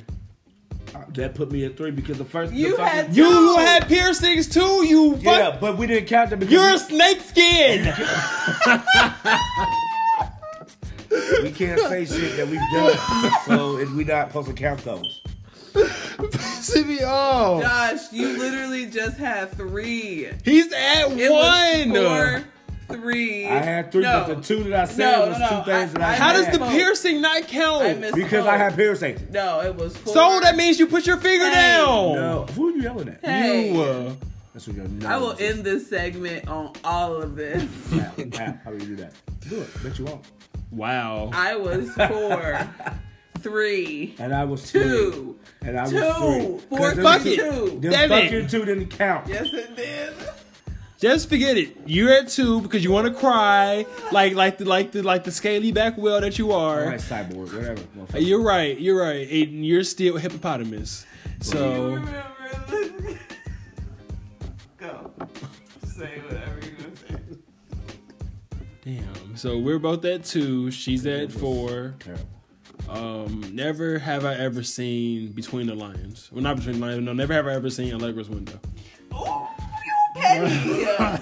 Speaker 3: That put me at three because the first the
Speaker 2: you
Speaker 3: fucking-
Speaker 2: had two.
Speaker 1: You had piercings too. You fuck.
Speaker 3: yeah, but we didn't count that because
Speaker 1: You're a snake skin.
Speaker 3: We can't say shit that we've done, so if we not supposed to count those.
Speaker 1: CBO.
Speaker 2: Josh, you literally just had three.
Speaker 1: He's at
Speaker 2: It
Speaker 1: one.
Speaker 2: was four, three.
Speaker 3: I had three,
Speaker 2: No.
Speaker 3: but the two that I said
Speaker 2: No,
Speaker 3: was
Speaker 2: no, no.
Speaker 3: two things that I,
Speaker 2: I-
Speaker 1: How does
Speaker 3: had.
Speaker 1: the
Speaker 2: misspoke.
Speaker 1: piercing not count?
Speaker 2: I missed
Speaker 3: because I had piercing.
Speaker 2: No, it was four.
Speaker 1: so that means you put your finger
Speaker 2: Hey.
Speaker 1: down.
Speaker 3: No, who are you yelling at?
Speaker 2: Hey,
Speaker 1: You, uh,
Speaker 3: That's what you're yelling
Speaker 2: I will end this segment on all of this.
Speaker 3: How, how, how do you do that? Do it. Bet you won't.
Speaker 1: wow.
Speaker 2: I was four, three,
Speaker 3: And I was three.
Speaker 2: two.
Speaker 3: And I was
Speaker 2: Two.
Speaker 3: three. 'Cause
Speaker 2: Four,
Speaker 3: them
Speaker 1: Fuck
Speaker 3: two-
Speaker 1: it.
Speaker 2: two.
Speaker 3: Them
Speaker 1: Damn it.
Speaker 3: fucking two didn't count.
Speaker 2: Yes, it did.
Speaker 1: Just forget it. You're at two because you want to cry, like like the like the like the scaly back whale that you are.
Speaker 3: All right, cyborg, whatever. motherfucker.
Speaker 1: You're right. You're right. And you're still hippopotamus. So
Speaker 2: Remember, go. Say whatever you're gonna say.
Speaker 1: damn. So we're both at two. She's at four.
Speaker 3: Terrible.
Speaker 1: Um, never have I ever seen Between the Lions. Well, not Between the Lions. No, never have I ever seen Allegra's window.
Speaker 2: Oh, you petty. I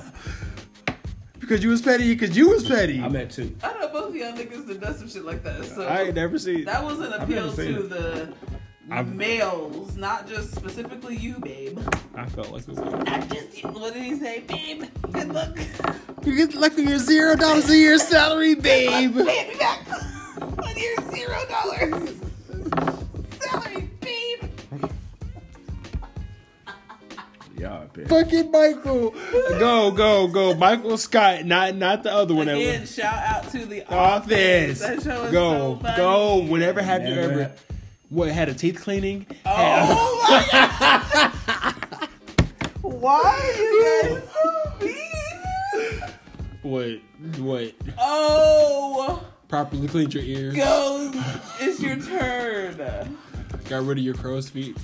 Speaker 1: Because you was petty. Because you was petty.
Speaker 3: I'm at two.
Speaker 2: know both of y'all niggas that does some shit like that. So
Speaker 1: I ain't never seen.
Speaker 2: that was an appeal
Speaker 3: never seen
Speaker 2: to
Speaker 3: it.
Speaker 2: the
Speaker 1: I've-
Speaker 2: males, not just specifically you, babe.
Speaker 1: I felt like it was.
Speaker 2: Not just you. What did he say, babe? Good luck.
Speaker 1: You get lucky your zero dollars a year salary, babe.
Speaker 2: Pay me back on your zero dollars salary, babe.
Speaker 3: Y'all are bad.
Speaker 1: Fucking Michael. Go, go, go. Michael Scott, not not the other one. that
Speaker 2: Again,
Speaker 1: was.
Speaker 2: shout out to the
Speaker 1: Office.
Speaker 2: office. That show is
Speaker 1: go,
Speaker 2: so funny.
Speaker 1: go. Whenever have you
Speaker 3: Never
Speaker 1: ever
Speaker 3: ha-
Speaker 1: what had a teeth cleaning?
Speaker 2: Oh my god! Why are you guys so mean?
Speaker 1: What what
Speaker 2: Oh,
Speaker 1: properly cleaned your ears?
Speaker 2: go! It's your turn.
Speaker 1: Got rid of your crow's feet.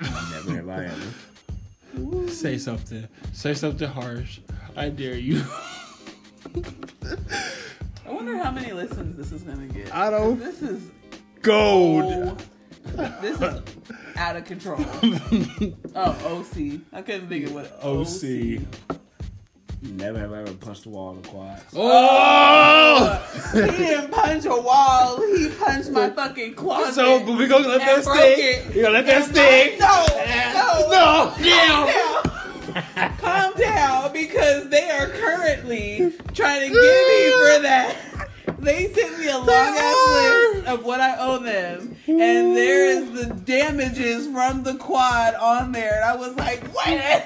Speaker 3: Never have I ever.
Speaker 1: Say something. Say something harsh. I dare you.
Speaker 2: I wonder how many listens this is gonna get.
Speaker 1: I don't-
Speaker 2: This is
Speaker 1: Gold.
Speaker 2: oh, this is out of control. Oh, OC. I couldn't think of what
Speaker 1: Oh, OC.
Speaker 3: Never have I ever punched the wall in the quads.
Speaker 1: Oh.
Speaker 2: He didn't punch a wall. He punched my fucking closet.
Speaker 1: So but we gonna let that
Speaker 2: And Oh. broke
Speaker 1: stick.
Speaker 2: it.
Speaker 1: We gonna let that
Speaker 2: No,
Speaker 1: stick.
Speaker 2: No,
Speaker 1: No,
Speaker 2: no,
Speaker 1: damn.
Speaker 2: down. Calm down because they are currently trying to get me for that. They sent me a long ass list of what I owe them, and there is the damages from the quad on there. And I was like, wait a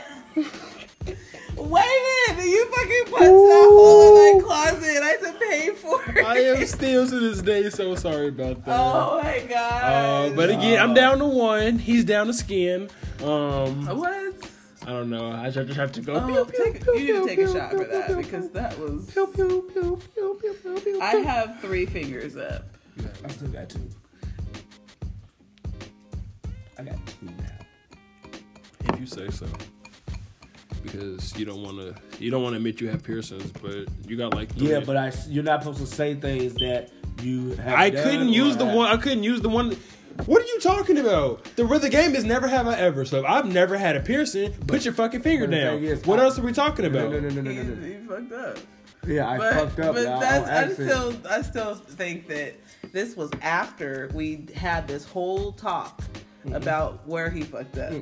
Speaker 2: Wait a minute, you fucking punched that hole in my closet and I had to pay for it.
Speaker 1: I am still to this day so sorry about that.
Speaker 2: Oh my
Speaker 1: Uh,
Speaker 2: god.
Speaker 1: but again, I'm down to one. He's down to skin. Um,
Speaker 2: what?
Speaker 1: I don't know. I just have to go.
Speaker 2: Oh, take, you need to take a shot for that because that was. I have three fingers up.
Speaker 3: I still got two. I got two now.
Speaker 1: If you say so, because you don't want to. You don't want to admit you have piercings, but you got like. three.
Speaker 3: Yeah, but I, you're not supposed to say things that you have.
Speaker 1: I
Speaker 3: done
Speaker 1: couldn't
Speaker 3: or
Speaker 1: use the
Speaker 3: have-
Speaker 1: one. I couldn't use the one. What are you talking about? The the game is never have I ever. So if I've never had a piercing, put your fucking finger
Speaker 3: But the
Speaker 1: down.
Speaker 3: thing is,
Speaker 1: what
Speaker 3: I-
Speaker 1: else are we talking
Speaker 3: No,
Speaker 1: about?
Speaker 3: no, no, no, no,
Speaker 2: You,
Speaker 3: no, no.
Speaker 2: you fucked up.
Speaker 3: Yeah, I
Speaker 2: But,
Speaker 3: fucked up.
Speaker 2: but
Speaker 3: y'all.
Speaker 2: that's,
Speaker 3: On
Speaker 2: I
Speaker 3: accident.
Speaker 2: still, I still think that this was after we had this whole talk about where he fucked up.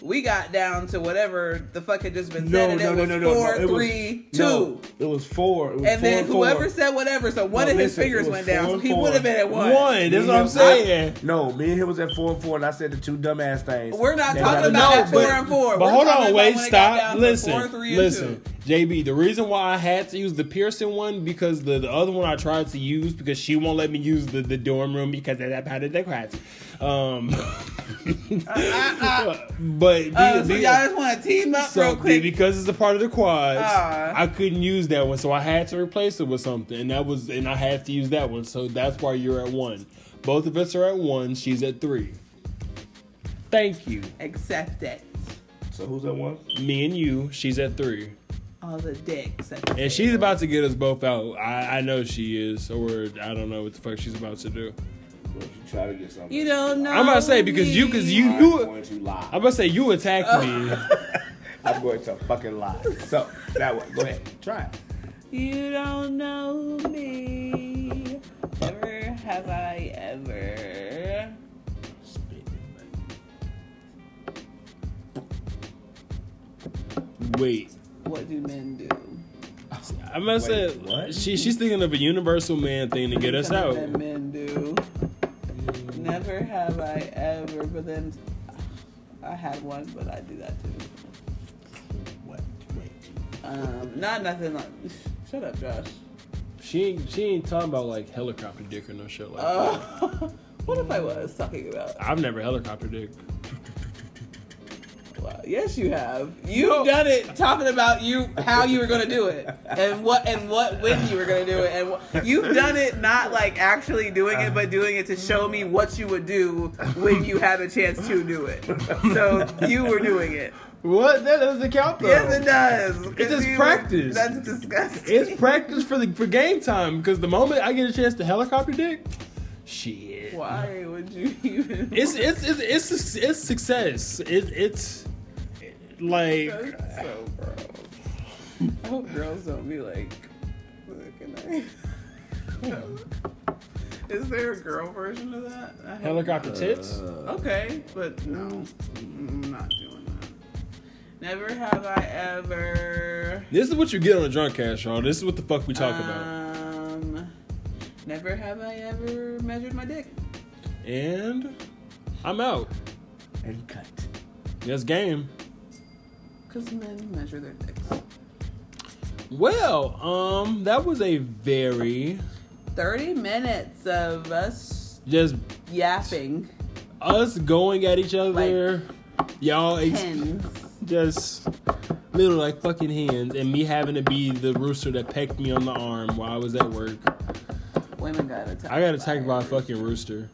Speaker 2: We got down to whatever the fuck had just been said,
Speaker 3: No,
Speaker 2: and
Speaker 3: no,
Speaker 2: it
Speaker 3: no,
Speaker 2: was
Speaker 3: no, no,
Speaker 2: four,
Speaker 3: no. It was-
Speaker 2: three, two.
Speaker 3: No, it was four. It was
Speaker 2: And
Speaker 3: four,
Speaker 2: then whoever
Speaker 3: four.
Speaker 2: said whatever, so one
Speaker 3: No,
Speaker 2: of his
Speaker 3: listen,
Speaker 2: fingers
Speaker 3: it was
Speaker 2: went down,
Speaker 3: four
Speaker 2: so
Speaker 3: and
Speaker 2: he
Speaker 3: four.
Speaker 2: would have been at
Speaker 1: One.
Speaker 2: one.
Speaker 1: That's what I'm
Speaker 3: I-
Speaker 1: saying.
Speaker 3: No, me and him was at four and four, and I said the two dumbass things.
Speaker 2: We're not
Speaker 3: That
Speaker 2: talking
Speaker 3: I-
Speaker 2: about
Speaker 1: No,
Speaker 2: at four
Speaker 1: but-
Speaker 2: and four.
Speaker 1: But
Speaker 2: We're
Speaker 1: hold
Speaker 2: talking
Speaker 1: on,
Speaker 2: about
Speaker 1: wait,
Speaker 2: when it got down
Speaker 1: stop.
Speaker 2: to
Speaker 1: Listen,
Speaker 2: four, three, and
Speaker 1: listen.
Speaker 2: two.
Speaker 1: JB, the reason why I had to use the Pearson one because the, the other one I tried to use because she won't let me use the, the dorm room because of that part of the cracks. Um, but be-
Speaker 2: Uh, so
Speaker 1: be-
Speaker 2: y'all just want to team up
Speaker 1: so
Speaker 2: real quick.
Speaker 1: because it's a part of the quads,
Speaker 2: Ah.
Speaker 1: I couldn't use that one, so I had to replace it with something, and that was and I had to use that one, so that's why you're at one. Both of us are at one. She's at three. Thank you,
Speaker 2: Accept it.
Speaker 3: So who's that one?
Speaker 1: me and you. She's at three.
Speaker 2: All the dicks. accept it.
Speaker 1: And she's about to get us both out. I, I know she is, or I don't know what the fuck she's about to do.
Speaker 3: Well, if you try to get something.
Speaker 2: You don't know.
Speaker 1: I'm about to say because you, because you, you,
Speaker 3: to lie.
Speaker 1: I'm about to say you attacked me.
Speaker 3: I'm going to fucking lie. So that one, go ahead, try it.
Speaker 2: You don't know me. Never have I ever.
Speaker 3: Spit in my
Speaker 1: Wait.
Speaker 2: What do men do?
Speaker 1: I'm not saying
Speaker 3: what?
Speaker 1: she she's thinking of a universal man thing to get us out.
Speaker 2: Something that men do. Never have I ever, but then I had one, but I do that too.
Speaker 3: What? Wait.
Speaker 2: Um, not nothing like. Shut up, Josh.
Speaker 1: She ain't she ain't talking about like helicopter dick or no shit like that.
Speaker 2: Uh, what if I was talking about?
Speaker 1: I've never helicopter dick.
Speaker 2: Wow. Yes, you have. You've done it talking about you how you were going to do it and what and what when you were going to do it and what, you've done it not like actually doing it but doing it to show me what you would do when you had a chance to do it. So you were doing it.
Speaker 1: What? That doesn't count though.
Speaker 2: Yes, it does. 'Cause
Speaker 1: just
Speaker 2: you-
Speaker 1: practice.
Speaker 2: That's disgusting.
Speaker 1: It's practice for the for game time because the moment I get a chance to helicopter dick, shit.
Speaker 2: Why would you even?
Speaker 1: It's it's it's it's, it's, it's success. It, it's like
Speaker 2: That's so gross. I hope girls don't be like, look at me. Is there a girl version of that? I hope
Speaker 1: helicopter tits.
Speaker 2: not. Okay, but no, I'm not doing that. Never have I ever.
Speaker 1: This is what you get on a drunk cash, y'all. This is what the fuck we talk about.
Speaker 2: Um, never have I ever measured my dick.
Speaker 1: Uh. And I'm out.
Speaker 3: And cut.
Speaker 1: That's game.
Speaker 2: Cause men measure their dicks.
Speaker 1: Well, um, that was a very
Speaker 2: Thirty minutes of us
Speaker 1: just
Speaker 2: yapping.
Speaker 1: us going at each other. y'all ex-
Speaker 2: Pins.
Speaker 1: just little like fucking hands, and me having to be the rooster that pecked me on the arm while I was at work.
Speaker 2: Women got attacked.
Speaker 1: I got attacked by a
Speaker 2: it.
Speaker 1: fucking rooster.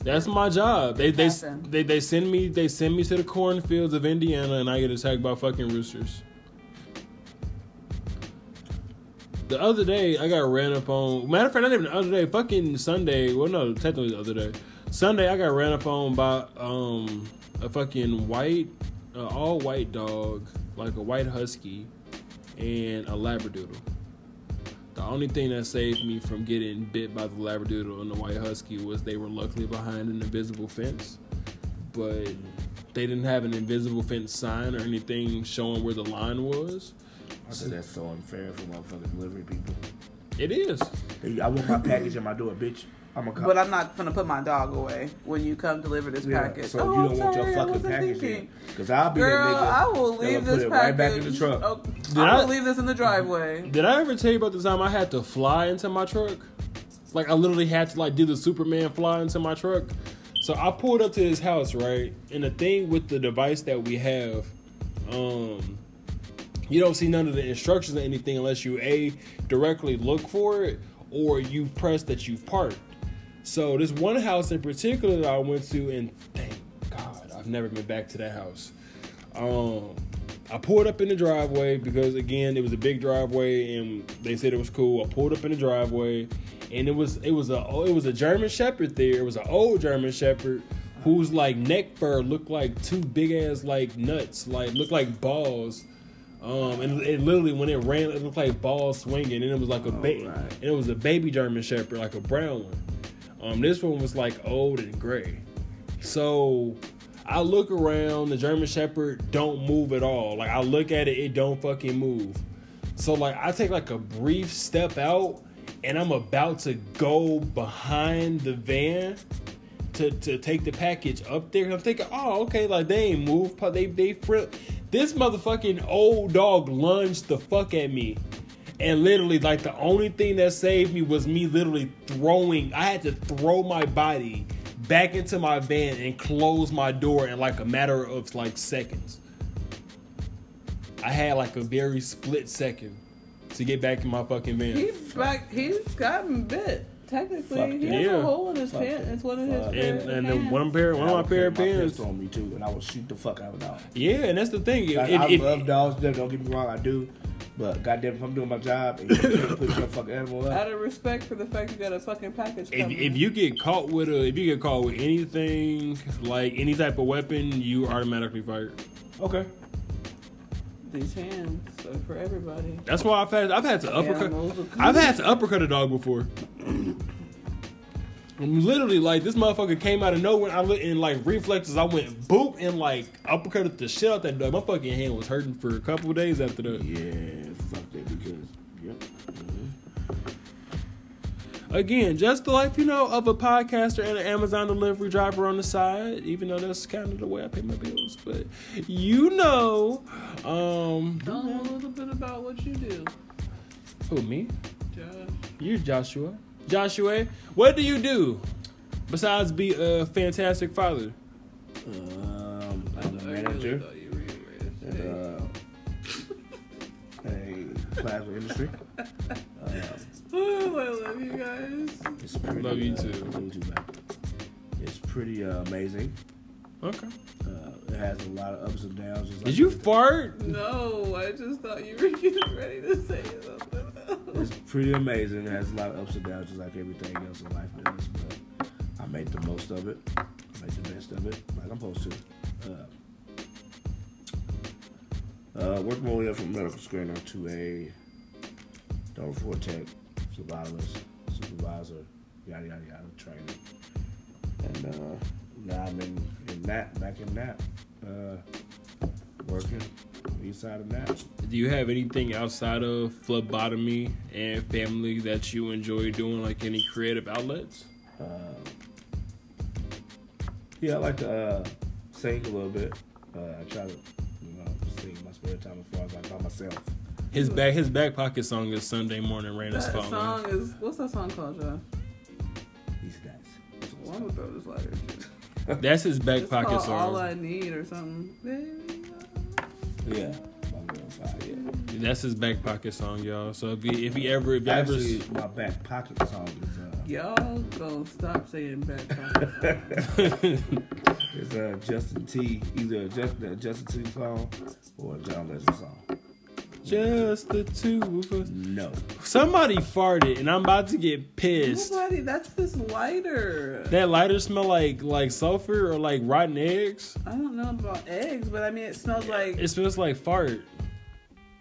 Speaker 1: That's my job. They they,
Speaker 2: Awesome.
Speaker 1: they they send me they send me to the cornfields of Indiana, and I get attacked by fucking roosters. The other day, I got ran up on. Matter of fact, not even the other day. Fucking Sunday. Well, no, technically the other day. Sunday, I got ran up on by um a fucking white, uh, all white dog, like a white husky, and a labradoodle. The only thing that saved me from getting bit by the labradoodle and the white husky was they were luckily behind an invisible fence, but they didn't have an invisible fence sign or anything showing where the line was.
Speaker 3: I said that's so unfair for motherfucking delivery people.
Speaker 1: It is.
Speaker 3: Hey, I want my package at my door, bitch. I'm a cop.
Speaker 2: But I'm not gonna put my dog away when you come deliver this
Speaker 3: Yeah,
Speaker 2: package.
Speaker 3: So
Speaker 2: Oh,
Speaker 3: you
Speaker 2: I'm
Speaker 3: don't want your
Speaker 2: sorry, I
Speaker 3: fucking
Speaker 2: wasn't
Speaker 3: package in.
Speaker 2: thinking.
Speaker 3: Because I'll be
Speaker 2: Girl,
Speaker 3: that nigga.
Speaker 2: I will
Speaker 3: that'll
Speaker 2: leave
Speaker 3: put
Speaker 2: this
Speaker 3: it
Speaker 2: package.
Speaker 3: right back in the truck.
Speaker 2: Oh,
Speaker 1: I-
Speaker 2: I will leave this in the driveway.
Speaker 1: Did I ever tell you about the time I had to fly into my truck? Like I literally had to like do the Superman fly into my truck. So I pulled up to his house, right? And the thing with the device that we have, um, you don't see none of the instructions or anything unless you a directly look for it or you press that you've parked. So this one house in particular that I went to, and thank God I've never been back to that house. Um, I pulled up in the driveway because again it was a big driveway, and they said it was cool. I pulled up in the driveway, and it was it was a it was a German Shepherd there. It was an old German Shepherd whose like neck fur looked like two big ass like nuts, like looked like balls. Um, and it literally when it ran, it looked like balls swinging, and it was like a baby,
Speaker 3: Alright.
Speaker 1: and it was a baby German Shepherd, like a brown one. Um, this one was like old and gray. So I look around, the German Shepherd don't move at all. Like I look at it, it don't fucking move. So like I take like a brief step out and I'm about to go behind the van to, to take the package up there. I'm thinking, oh, okay, like they ain't move. pu- They they frill. This motherfucking old dog lunged the fuck at me. And literally, like the only thing that saved me was me literally throwing. I had to throw my body back into my van and close my door in like a matter of like seconds. I had like a very split second to get back in my fucking van.
Speaker 2: He's back. He's gotten bit. Technically,
Speaker 3: Fuck
Speaker 2: he
Speaker 3: that.
Speaker 2: has
Speaker 1: Yeah.
Speaker 2: a hole in his
Speaker 3: Fuck
Speaker 2: pants.
Speaker 3: that.
Speaker 2: It's one of his.
Speaker 3: Fuck.
Speaker 2: pairs
Speaker 1: and
Speaker 2: of
Speaker 1: and then
Speaker 2: pants.
Speaker 1: one pair, one of my
Speaker 3: I'll
Speaker 1: pair of
Speaker 3: put my
Speaker 1: pants.
Speaker 3: pistol on me too, and I will shoot the fuck out of a dog.
Speaker 1: Yeah, and that's the thing. It-
Speaker 3: Like,
Speaker 1: it-
Speaker 3: I
Speaker 1: it-
Speaker 3: love dogs. Don't don't get me wrong, I do. But goddamn, if I'm doing my job and you can't put your fucking animal up,
Speaker 2: Out of respect for the fact you got a fucking package
Speaker 1: if,
Speaker 2: coming,
Speaker 1: if you get caught with a if you get caught with anything like any type of weapon, you automatically fired.
Speaker 3: okay.
Speaker 2: these hands are for everybody.
Speaker 1: That's why I've had I've had to uppercut
Speaker 2: Animals are cool.
Speaker 1: I've had to uppercut a dog before. I'm literally like this motherfucker came out of nowhere. I look and like reflexes, I went boop and like uppercutted the shit out that dog. My fucking hand was hurting for a couple of days after that.
Speaker 3: Yeah, fuck that because yep. mhm.
Speaker 1: Mm-hmm. Again, just the life you know of a podcaster and an Amazon delivery driver on the side, even though that's kind of the way I pay my bills. But you know, um,
Speaker 2: Tell them a little bit about what you do,
Speaker 1: who me?
Speaker 2: Josh.
Speaker 1: You, Joshua. Joshua, what do you do besides be a fantastic father?
Speaker 3: Um, I'm a
Speaker 2: I really
Speaker 3: manager
Speaker 2: thought you were gonna
Speaker 3: at
Speaker 2: raise your
Speaker 3: uh, a plasma industry. Um,
Speaker 2: Oh, I love you guys.
Speaker 3: It's pretty,
Speaker 1: Love you
Speaker 3: uh,
Speaker 1: too.
Speaker 3: love you too, man. It's pretty uh, amazing.
Speaker 1: Okay.
Speaker 3: Uh, it has a lot of ups and downs. Just like-
Speaker 1: Did you fart?
Speaker 2: No, I just thought you were getting ready to say something else.
Speaker 3: It's pretty amazing. It has a lot of ups and downs, just like everything else in life does. But I make the most of it. I make the best of it, like I'm supposed to. Uh, uh, work my way up from medical screener to a Don't for tech, survivalist, supervisor, yada yada yada, trainer. And uh, now I'm in, in that, back in that, uh, working east side of that.
Speaker 1: Do you have anything outside of phlebotomy and family that you enjoy doing, like any creative outlets?
Speaker 3: Um, Yeah, I like to uh, sing a little bit. Uh, I try to, you know, sing in my spare time as far as like by myself.
Speaker 1: His back, his back pocket song is "Sunday Morning Rain Is
Speaker 2: That
Speaker 1: Falling."
Speaker 2: song is what's that song called, Josh?
Speaker 3: These guys.
Speaker 2: Well, I'm gonna throw this lighter. at you.
Speaker 1: That's his back
Speaker 2: It's
Speaker 1: pocket
Speaker 2: called All
Speaker 1: song.
Speaker 2: I Need or something. Baby,
Speaker 3: Yeah. My girl fire, yeah.
Speaker 1: That's his back pocket song, y'all. So if he if he ever if he ever
Speaker 3: Actually, my back pocket song is uh,
Speaker 2: y'all gonna stop saying back pocket.
Speaker 3: is uh, Justin T. Either a Justin, a Justin T. song or a John Legend song.
Speaker 1: just the two of us,
Speaker 3: No.
Speaker 1: somebody farted and I'm about to get pissed.
Speaker 2: Nobody, that's this lighter.
Speaker 1: That lighter smell like like sulfur or like rotten eggs.
Speaker 2: I don't know about eggs, but I mean, it smells like
Speaker 1: It smells like fart.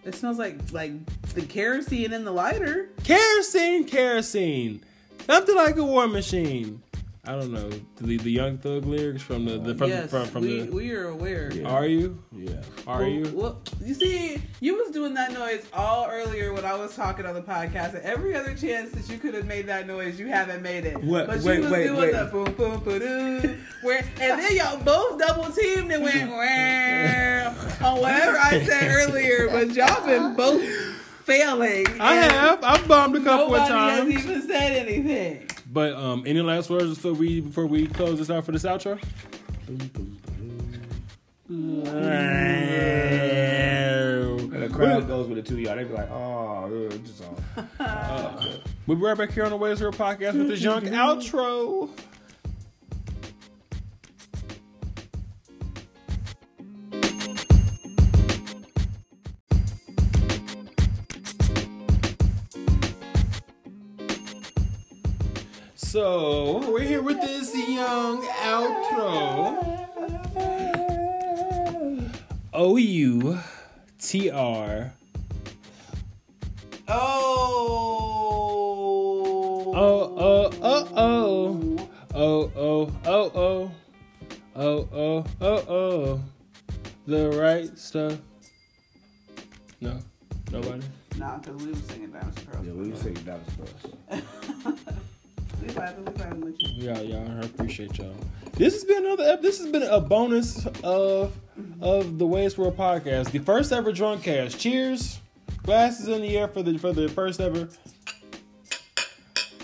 Speaker 2: it smells like like the kerosene in the lighter.
Speaker 1: Kerosene, kerosene, something like a war machine. I don't know the the Young Thug lyrics from the, the from
Speaker 2: yes,
Speaker 1: from, from
Speaker 2: we,
Speaker 1: the.
Speaker 2: we are aware.
Speaker 3: Yeah.
Speaker 1: Are you?
Speaker 3: Yeah.
Speaker 1: Are
Speaker 2: Well,
Speaker 1: you?
Speaker 2: Well, you see, you was doing that noise all earlier when I was talking on the podcast. And every other chance that you could have made that noise, you haven't made it.
Speaker 3: What?
Speaker 2: But
Speaker 3: Wait,
Speaker 2: you was
Speaker 3: wait,
Speaker 2: doing
Speaker 3: wait.
Speaker 2: the boom boom boom doo, where and then y'all both double teamed and went wah, on whatever I said earlier. But y'all been both failing.
Speaker 1: I
Speaker 2: and
Speaker 1: have. I've bombed a couple
Speaker 2: Nobody
Speaker 1: of times.
Speaker 2: has even said anything.
Speaker 1: But um, any last words before we before we close this out for this outro?
Speaker 3: And the crowd goes with the two y'all. They be like, oh, uh, just all.
Speaker 1: We'll be right back here on the Ways Real Podcast with the junk outro. So we're here with this young outro. O U T R
Speaker 2: Oh.
Speaker 1: Oh oh oh oh oh oh oh oh oh oh oh oh the right stuff. No, nobody.
Speaker 2: Nah, because we was singing Diamonds and Pearls.
Speaker 3: Yeah, we was singing that was for us.
Speaker 2: We vibing, we vibing with you.
Speaker 1: Yeah, y'all. I appreciate y'all. This has been another. ep- This has been a bonus of of the Waste World podcast, the first ever drunk cast. Cheers! Glasses in the air for the for the first ever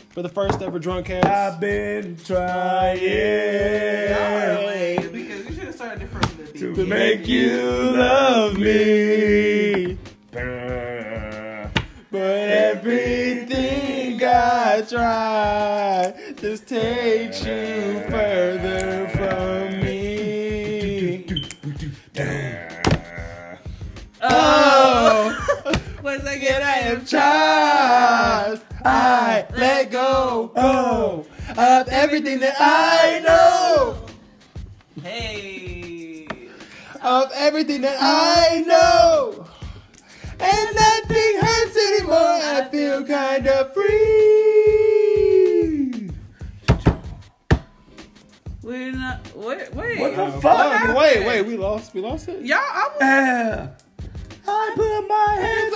Speaker 1: for the first ever drunk cast.
Speaker 3: I've been trying.
Speaker 2: Y'all are lame because we should have started it from the beginning.
Speaker 3: to make you love me.
Speaker 1: But everything I try just takes you further from me. Oh,
Speaker 2: Once I get
Speaker 1: I am tried. I let go oh, of everything that I know.
Speaker 2: Hey.
Speaker 1: Of everything that I know. And nothing hurts anymore. I feel kinda free. the fuck? Oh, Wait, wait, we lost. We lost it.
Speaker 2: Y'all, I'm
Speaker 3: Yeah. I put my hands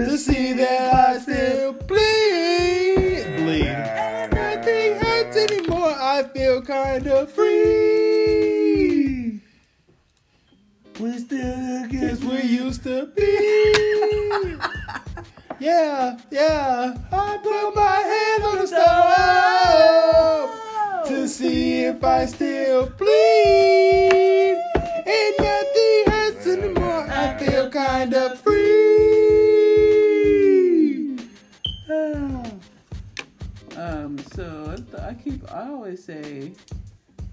Speaker 3: on the stove to see that I still
Speaker 1: bleed, bleed. Nothing
Speaker 3: bleed.
Speaker 1: hurts anymore. I feel kind of free.
Speaker 3: We still
Speaker 1: As
Speaker 3: guess
Speaker 1: we
Speaker 3: we
Speaker 1: used to be. yeah, yeah. I put my hand on the stove to see if I still bleed. And nothing hurts anymore. I feel kind of free.
Speaker 2: Um, so I, th- I keep, I always say,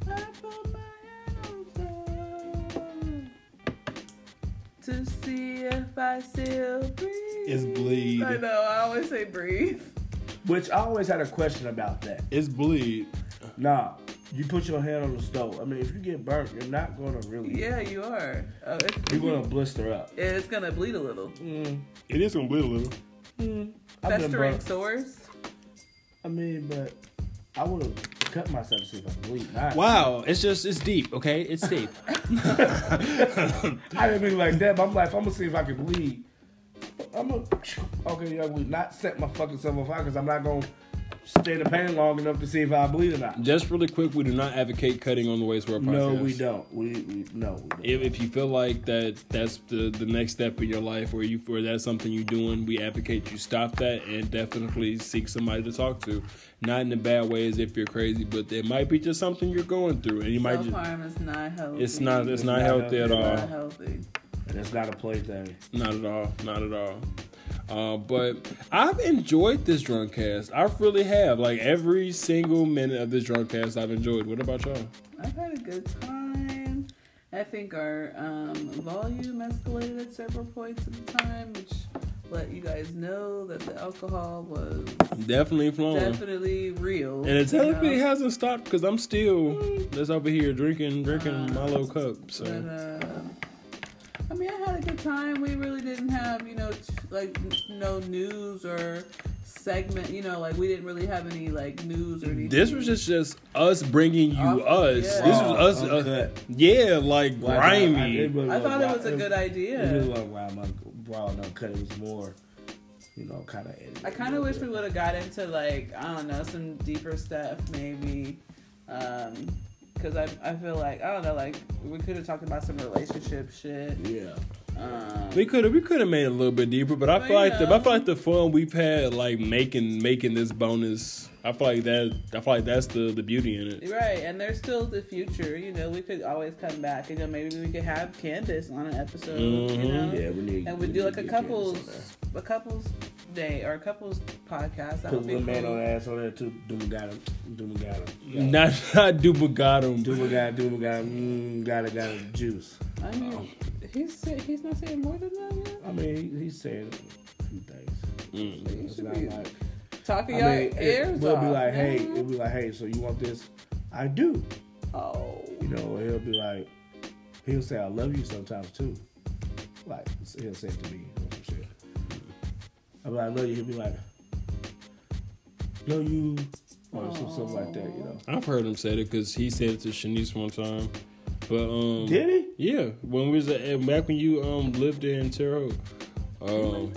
Speaker 2: I put my hands on to see if I still breathe.
Speaker 1: It's bleed.
Speaker 2: I know, I always say breathe.
Speaker 3: Which I always had a question about that.
Speaker 1: It's bleed.
Speaker 3: Nah, you put your hand on the stove. I mean, if you get burnt, you're not gonna really.
Speaker 2: Yeah, you are. Oh, it's,
Speaker 3: You're gonna blister up.
Speaker 2: it's gonna bleed a little.
Speaker 1: It is gonna bleed a little.
Speaker 3: I've been
Speaker 2: Festering
Speaker 3: burnt.
Speaker 2: sores.
Speaker 3: I mean, but I would have cut myself to see if I could bleed. Not.
Speaker 1: Wow, it's just it's deep, okay? It's deep.
Speaker 3: I didn't mean like that, but I'm like, I'm gonna see if I can bleed. I'm gonna, okay, yeah, I would not set my fucking self on fire because I'm not gonna stay the pain long enough to see if I bleed or not.
Speaker 1: Just really quick, we do not advocate cutting on the way to our podcast.
Speaker 3: No, we don't. We, we no, we don't.
Speaker 1: If, if you feel like that that's the, the next step in your life, or you or that's something you're doing, we advocate you stop that and definitely seek somebody to talk to. Not in a bad way, as if you're crazy, but it might be just something you're going through, and you might
Speaker 2: Self
Speaker 1: just
Speaker 2: harm is not healthy.
Speaker 1: it's not it's, not,
Speaker 3: not
Speaker 1: healthy at
Speaker 3: healthy.
Speaker 1: all.
Speaker 2: Not healthy.
Speaker 3: And it's not a play thing.
Speaker 1: Not at all. Not at all. Uh, but I've enjoyed this drunk cast. I really have. Like every single minute of this drunk cast, I've enjoyed. What about y'all?
Speaker 2: I've had a good time. I think our um, volume escalated at several points in the time, which let you guys know that the alcohol was
Speaker 1: Definitely flowing.
Speaker 2: definitely real.
Speaker 1: Oh. And it
Speaker 2: you
Speaker 1: technically
Speaker 2: know?
Speaker 1: hasn't stopped because I'm still just over here drinking, drinking my little cup. So
Speaker 2: But, uh, I mean, I had a good time. We really didn't have, you know, t- like n- no news or segment. You know, like we didn't really have any like news or anything.
Speaker 1: this was just just us bringing you
Speaker 2: Off-
Speaker 1: us.
Speaker 2: Oh, yeah.
Speaker 1: This
Speaker 3: Raw,
Speaker 1: was us. Uh,
Speaker 3: uncut.
Speaker 1: yeah, like
Speaker 3: Like, I- I- it
Speaker 1: grimy.
Speaker 3: really
Speaker 2: I thought it
Speaker 3: wild.
Speaker 2: was a good
Speaker 3: It really
Speaker 2: idea.
Speaker 3: wasn't wild, my raw and uncut. It was more, you know, kind of.
Speaker 2: I kind of wish we would have got into like I don't know some deeper stuff maybe, because I I feel like I don't know like we could have talked about some relationship shit.
Speaker 3: Yeah.
Speaker 2: Um,
Speaker 1: We could have we could have made it a little bit deeper, but I
Speaker 2: But,
Speaker 1: feel like
Speaker 2: you
Speaker 1: the I
Speaker 2: know.
Speaker 1: feel like the fun we've had like making making this bonus. I feel like that I feel like that's the the beauty in it.
Speaker 2: Right, and there's still the future. You know, we could always come back. You know, maybe we could have Candace on an episode. You know,
Speaker 1: Mhm.
Speaker 3: Mm-hmm. Yeah, we need.
Speaker 2: and we
Speaker 3: we
Speaker 2: do
Speaker 3: need
Speaker 2: like
Speaker 3: to
Speaker 2: a
Speaker 3: get
Speaker 2: couples,
Speaker 3: Candace on there.
Speaker 2: a couples day or a couples podcast. That
Speaker 3: Put
Speaker 2: would be
Speaker 3: little man on
Speaker 2: cool.
Speaker 3: ass on there too. Doom got him. Doom got him.
Speaker 1: Not not Dubagatum.
Speaker 3: Doom got. Doom got. Mm, got it. Got it. Juice.
Speaker 2: I mean, he's he's not saying more than that yet.
Speaker 3: I mean, he, he said a few things.
Speaker 2: You
Speaker 3: It's
Speaker 2: Mm. should
Speaker 3: not
Speaker 2: be
Speaker 3: like.
Speaker 2: talking
Speaker 3: I
Speaker 2: your
Speaker 3: mean, it,
Speaker 2: ears
Speaker 3: we'll
Speaker 2: off.
Speaker 3: be like, hey,
Speaker 2: Mhm.
Speaker 3: it'll be like, hey, so you want this? I do.
Speaker 2: oh,
Speaker 3: You know, he'll be like, he'll say, I love you sometimes too. Like, he'll say it to me or some shit. I'll be like, I love you. He'll be like, love you. Or some, something like that, you know.
Speaker 1: I've heard him say it because he said it to Shanice one time. But um
Speaker 3: Did he?
Speaker 1: Yeah, when we was at, and back when you um lived in Terre Haute, um,
Speaker 3: Oh,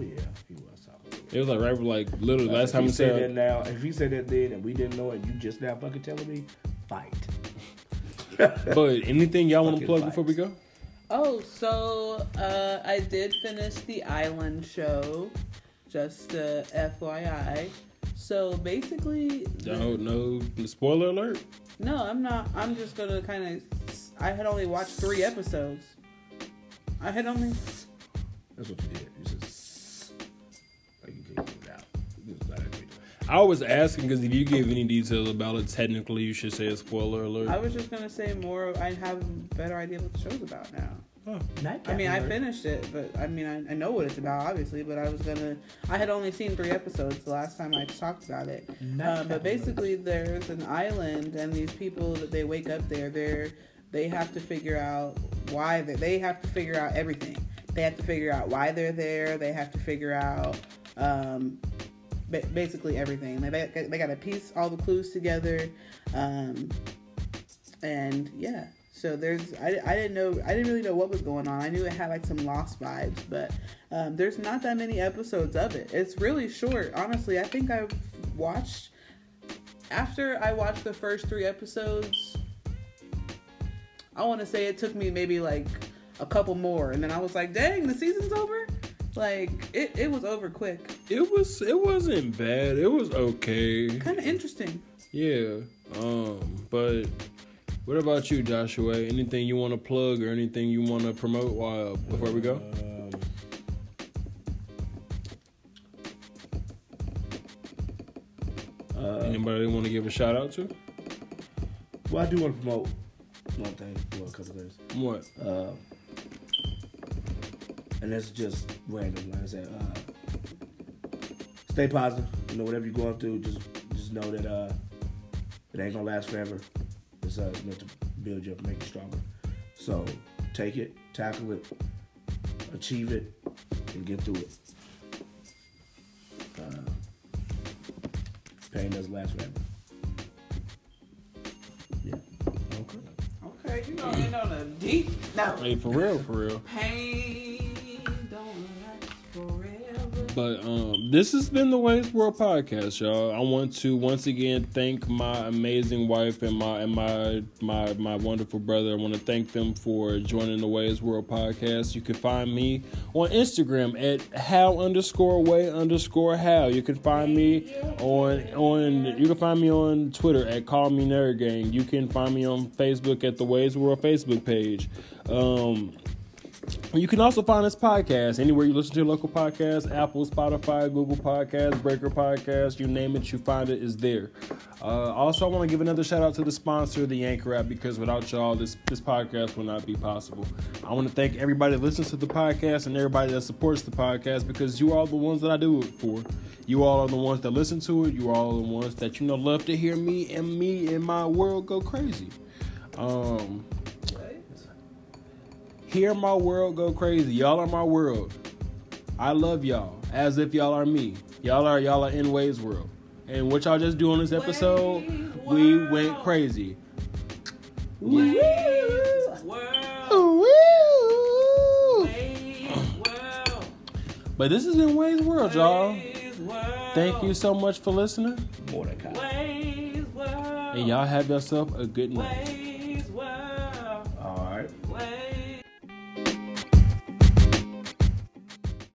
Speaker 3: yeah. He was talking. to me.
Speaker 1: it was like right like literally last
Speaker 3: If
Speaker 1: time
Speaker 3: he
Speaker 1: we
Speaker 3: said that
Speaker 1: said
Speaker 3: now, if he said that then and we didn't know it, you just now fucking telling me, fight.
Speaker 1: But anything y'all want to
Speaker 3: Fucking
Speaker 1: plug
Speaker 3: fight.
Speaker 1: before we go?
Speaker 2: oh. So uh, I did finish the Island show. Just uh, FYI. So basically, the-
Speaker 1: No, no spoiler alert.
Speaker 2: No, I'm not. I'm just gonna kind of. I had only watched three episodes. I had only.
Speaker 3: That's what you did. You just, like, you can't get it out. You just let it be.
Speaker 1: I was asking because if you give any details about it, technically you should say a spoiler
Speaker 2: I
Speaker 1: alert.
Speaker 2: was just gonna say more. I have a better idea what the show's about now.
Speaker 3: Not
Speaker 2: I mean, I
Speaker 3: Captain America.
Speaker 2: finished it, but I mean, I, I know what it's about, obviously. But I was gonna. I had only seen three episodes the last time I talked about it.
Speaker 3: Not
Speaker 2: Um, but
Speaker 3: Captain America.
Speaker 2: basically, there's an island, and these people that they wake up there, they're they have to figure out why they they have to figure out everything. They have to figure out why they're there. They have to figure out um, ba- basically everything. Like they, they got to piece all the clues together, um, and yeah. So there's I, I didn't know I didn't really know what was going on. I knew it had like some lost vibes, but um, there's not that many episodes of it. It's really short, honestly. I think I watched after I watched the first three episodes, I want to say it took me maybe like a couple more, and then I was like, "Dang, the season's over!" Like it, it was over quick.
Speaker 1: It was it wasn't bad. It was okay.
Speaker 2: Kind of interesting.
Speaker 1: Yeah. Um, but what about you, Joshua? Anything you want to plug or anything you want to promote while before we go?
Speaker 3: Um, uh,
Speaker 1: Anybody want to give a shout out to?
Speaker 3: well, I do want to promote one thing, well, a couple things.
Speaker 1: What?
Speaker 3: Uh, and that's just random. Like I said, uh, stay positive. You know, whatever you're going through, just just know that uh, it ain't gonna last forever. It's, uh, it's meant to build you up, and make you stronger. So take it, tackle it, achieve it, and get through it. Uh, pain doesn't last forever. Yeah.
Speaker 1: Okay.
Speaker 2: Okay, you gonna end on a deep no
Speaker 1: Hey, for real, for real.
Speaker 2: pain. Don't last forever.
Speaker 1: But um, this has been the Ways World podcast, y'all. I want to once again thank my amazing wife and my and my my my wonderful brother. I want to thank them for joining the Ways World podcast. You can find me on Instagram at how underscore way underscore how. You can find me on on you can find me on Twitter at call me nerd gang. You can find me on Facebook at the Ways World Facebook page. Um, you can also find this podcast anywhere you listen to your local podcast Apple, Spotify, Google Podcasts, Breaker Podcast, you name it, you find it is there. Uh, also, I want to give another shout out to the sponsor, the Anchor app, because without y'all, this, this podcast would not be possible. I want to thank everybody that listens to the podcast and everybody that supports the podcast because you are all the ones that I do it for. You all are the ones that listen to it. You all are the ones that, you know, love to hear me and me and my world go crazy. Um, Hear my world go crazy. Y'all are my world. I love y'all as if y'all are me. Y'all are y'all are in Wade's world. And what y'all just do on this episode, we
Speaker 2: world.
Speaker 1: went crazy.
Speaker 2: Ways, world,
Speaker 1: Woo!
Speaker 2: ways, world,
Speaker 1: But this is in Wade's world, y'all.
Speaker 2: ways, world.
Speaker 1: Thank you so much for listening,
Speaker 3: Mordecai.
Speaker 2: Ways, world.
Speaker 1: and y'all have yourself a good night.
Speaker 2: Ways, world.
Speaker 3: All right.
Speaker 2: Ways,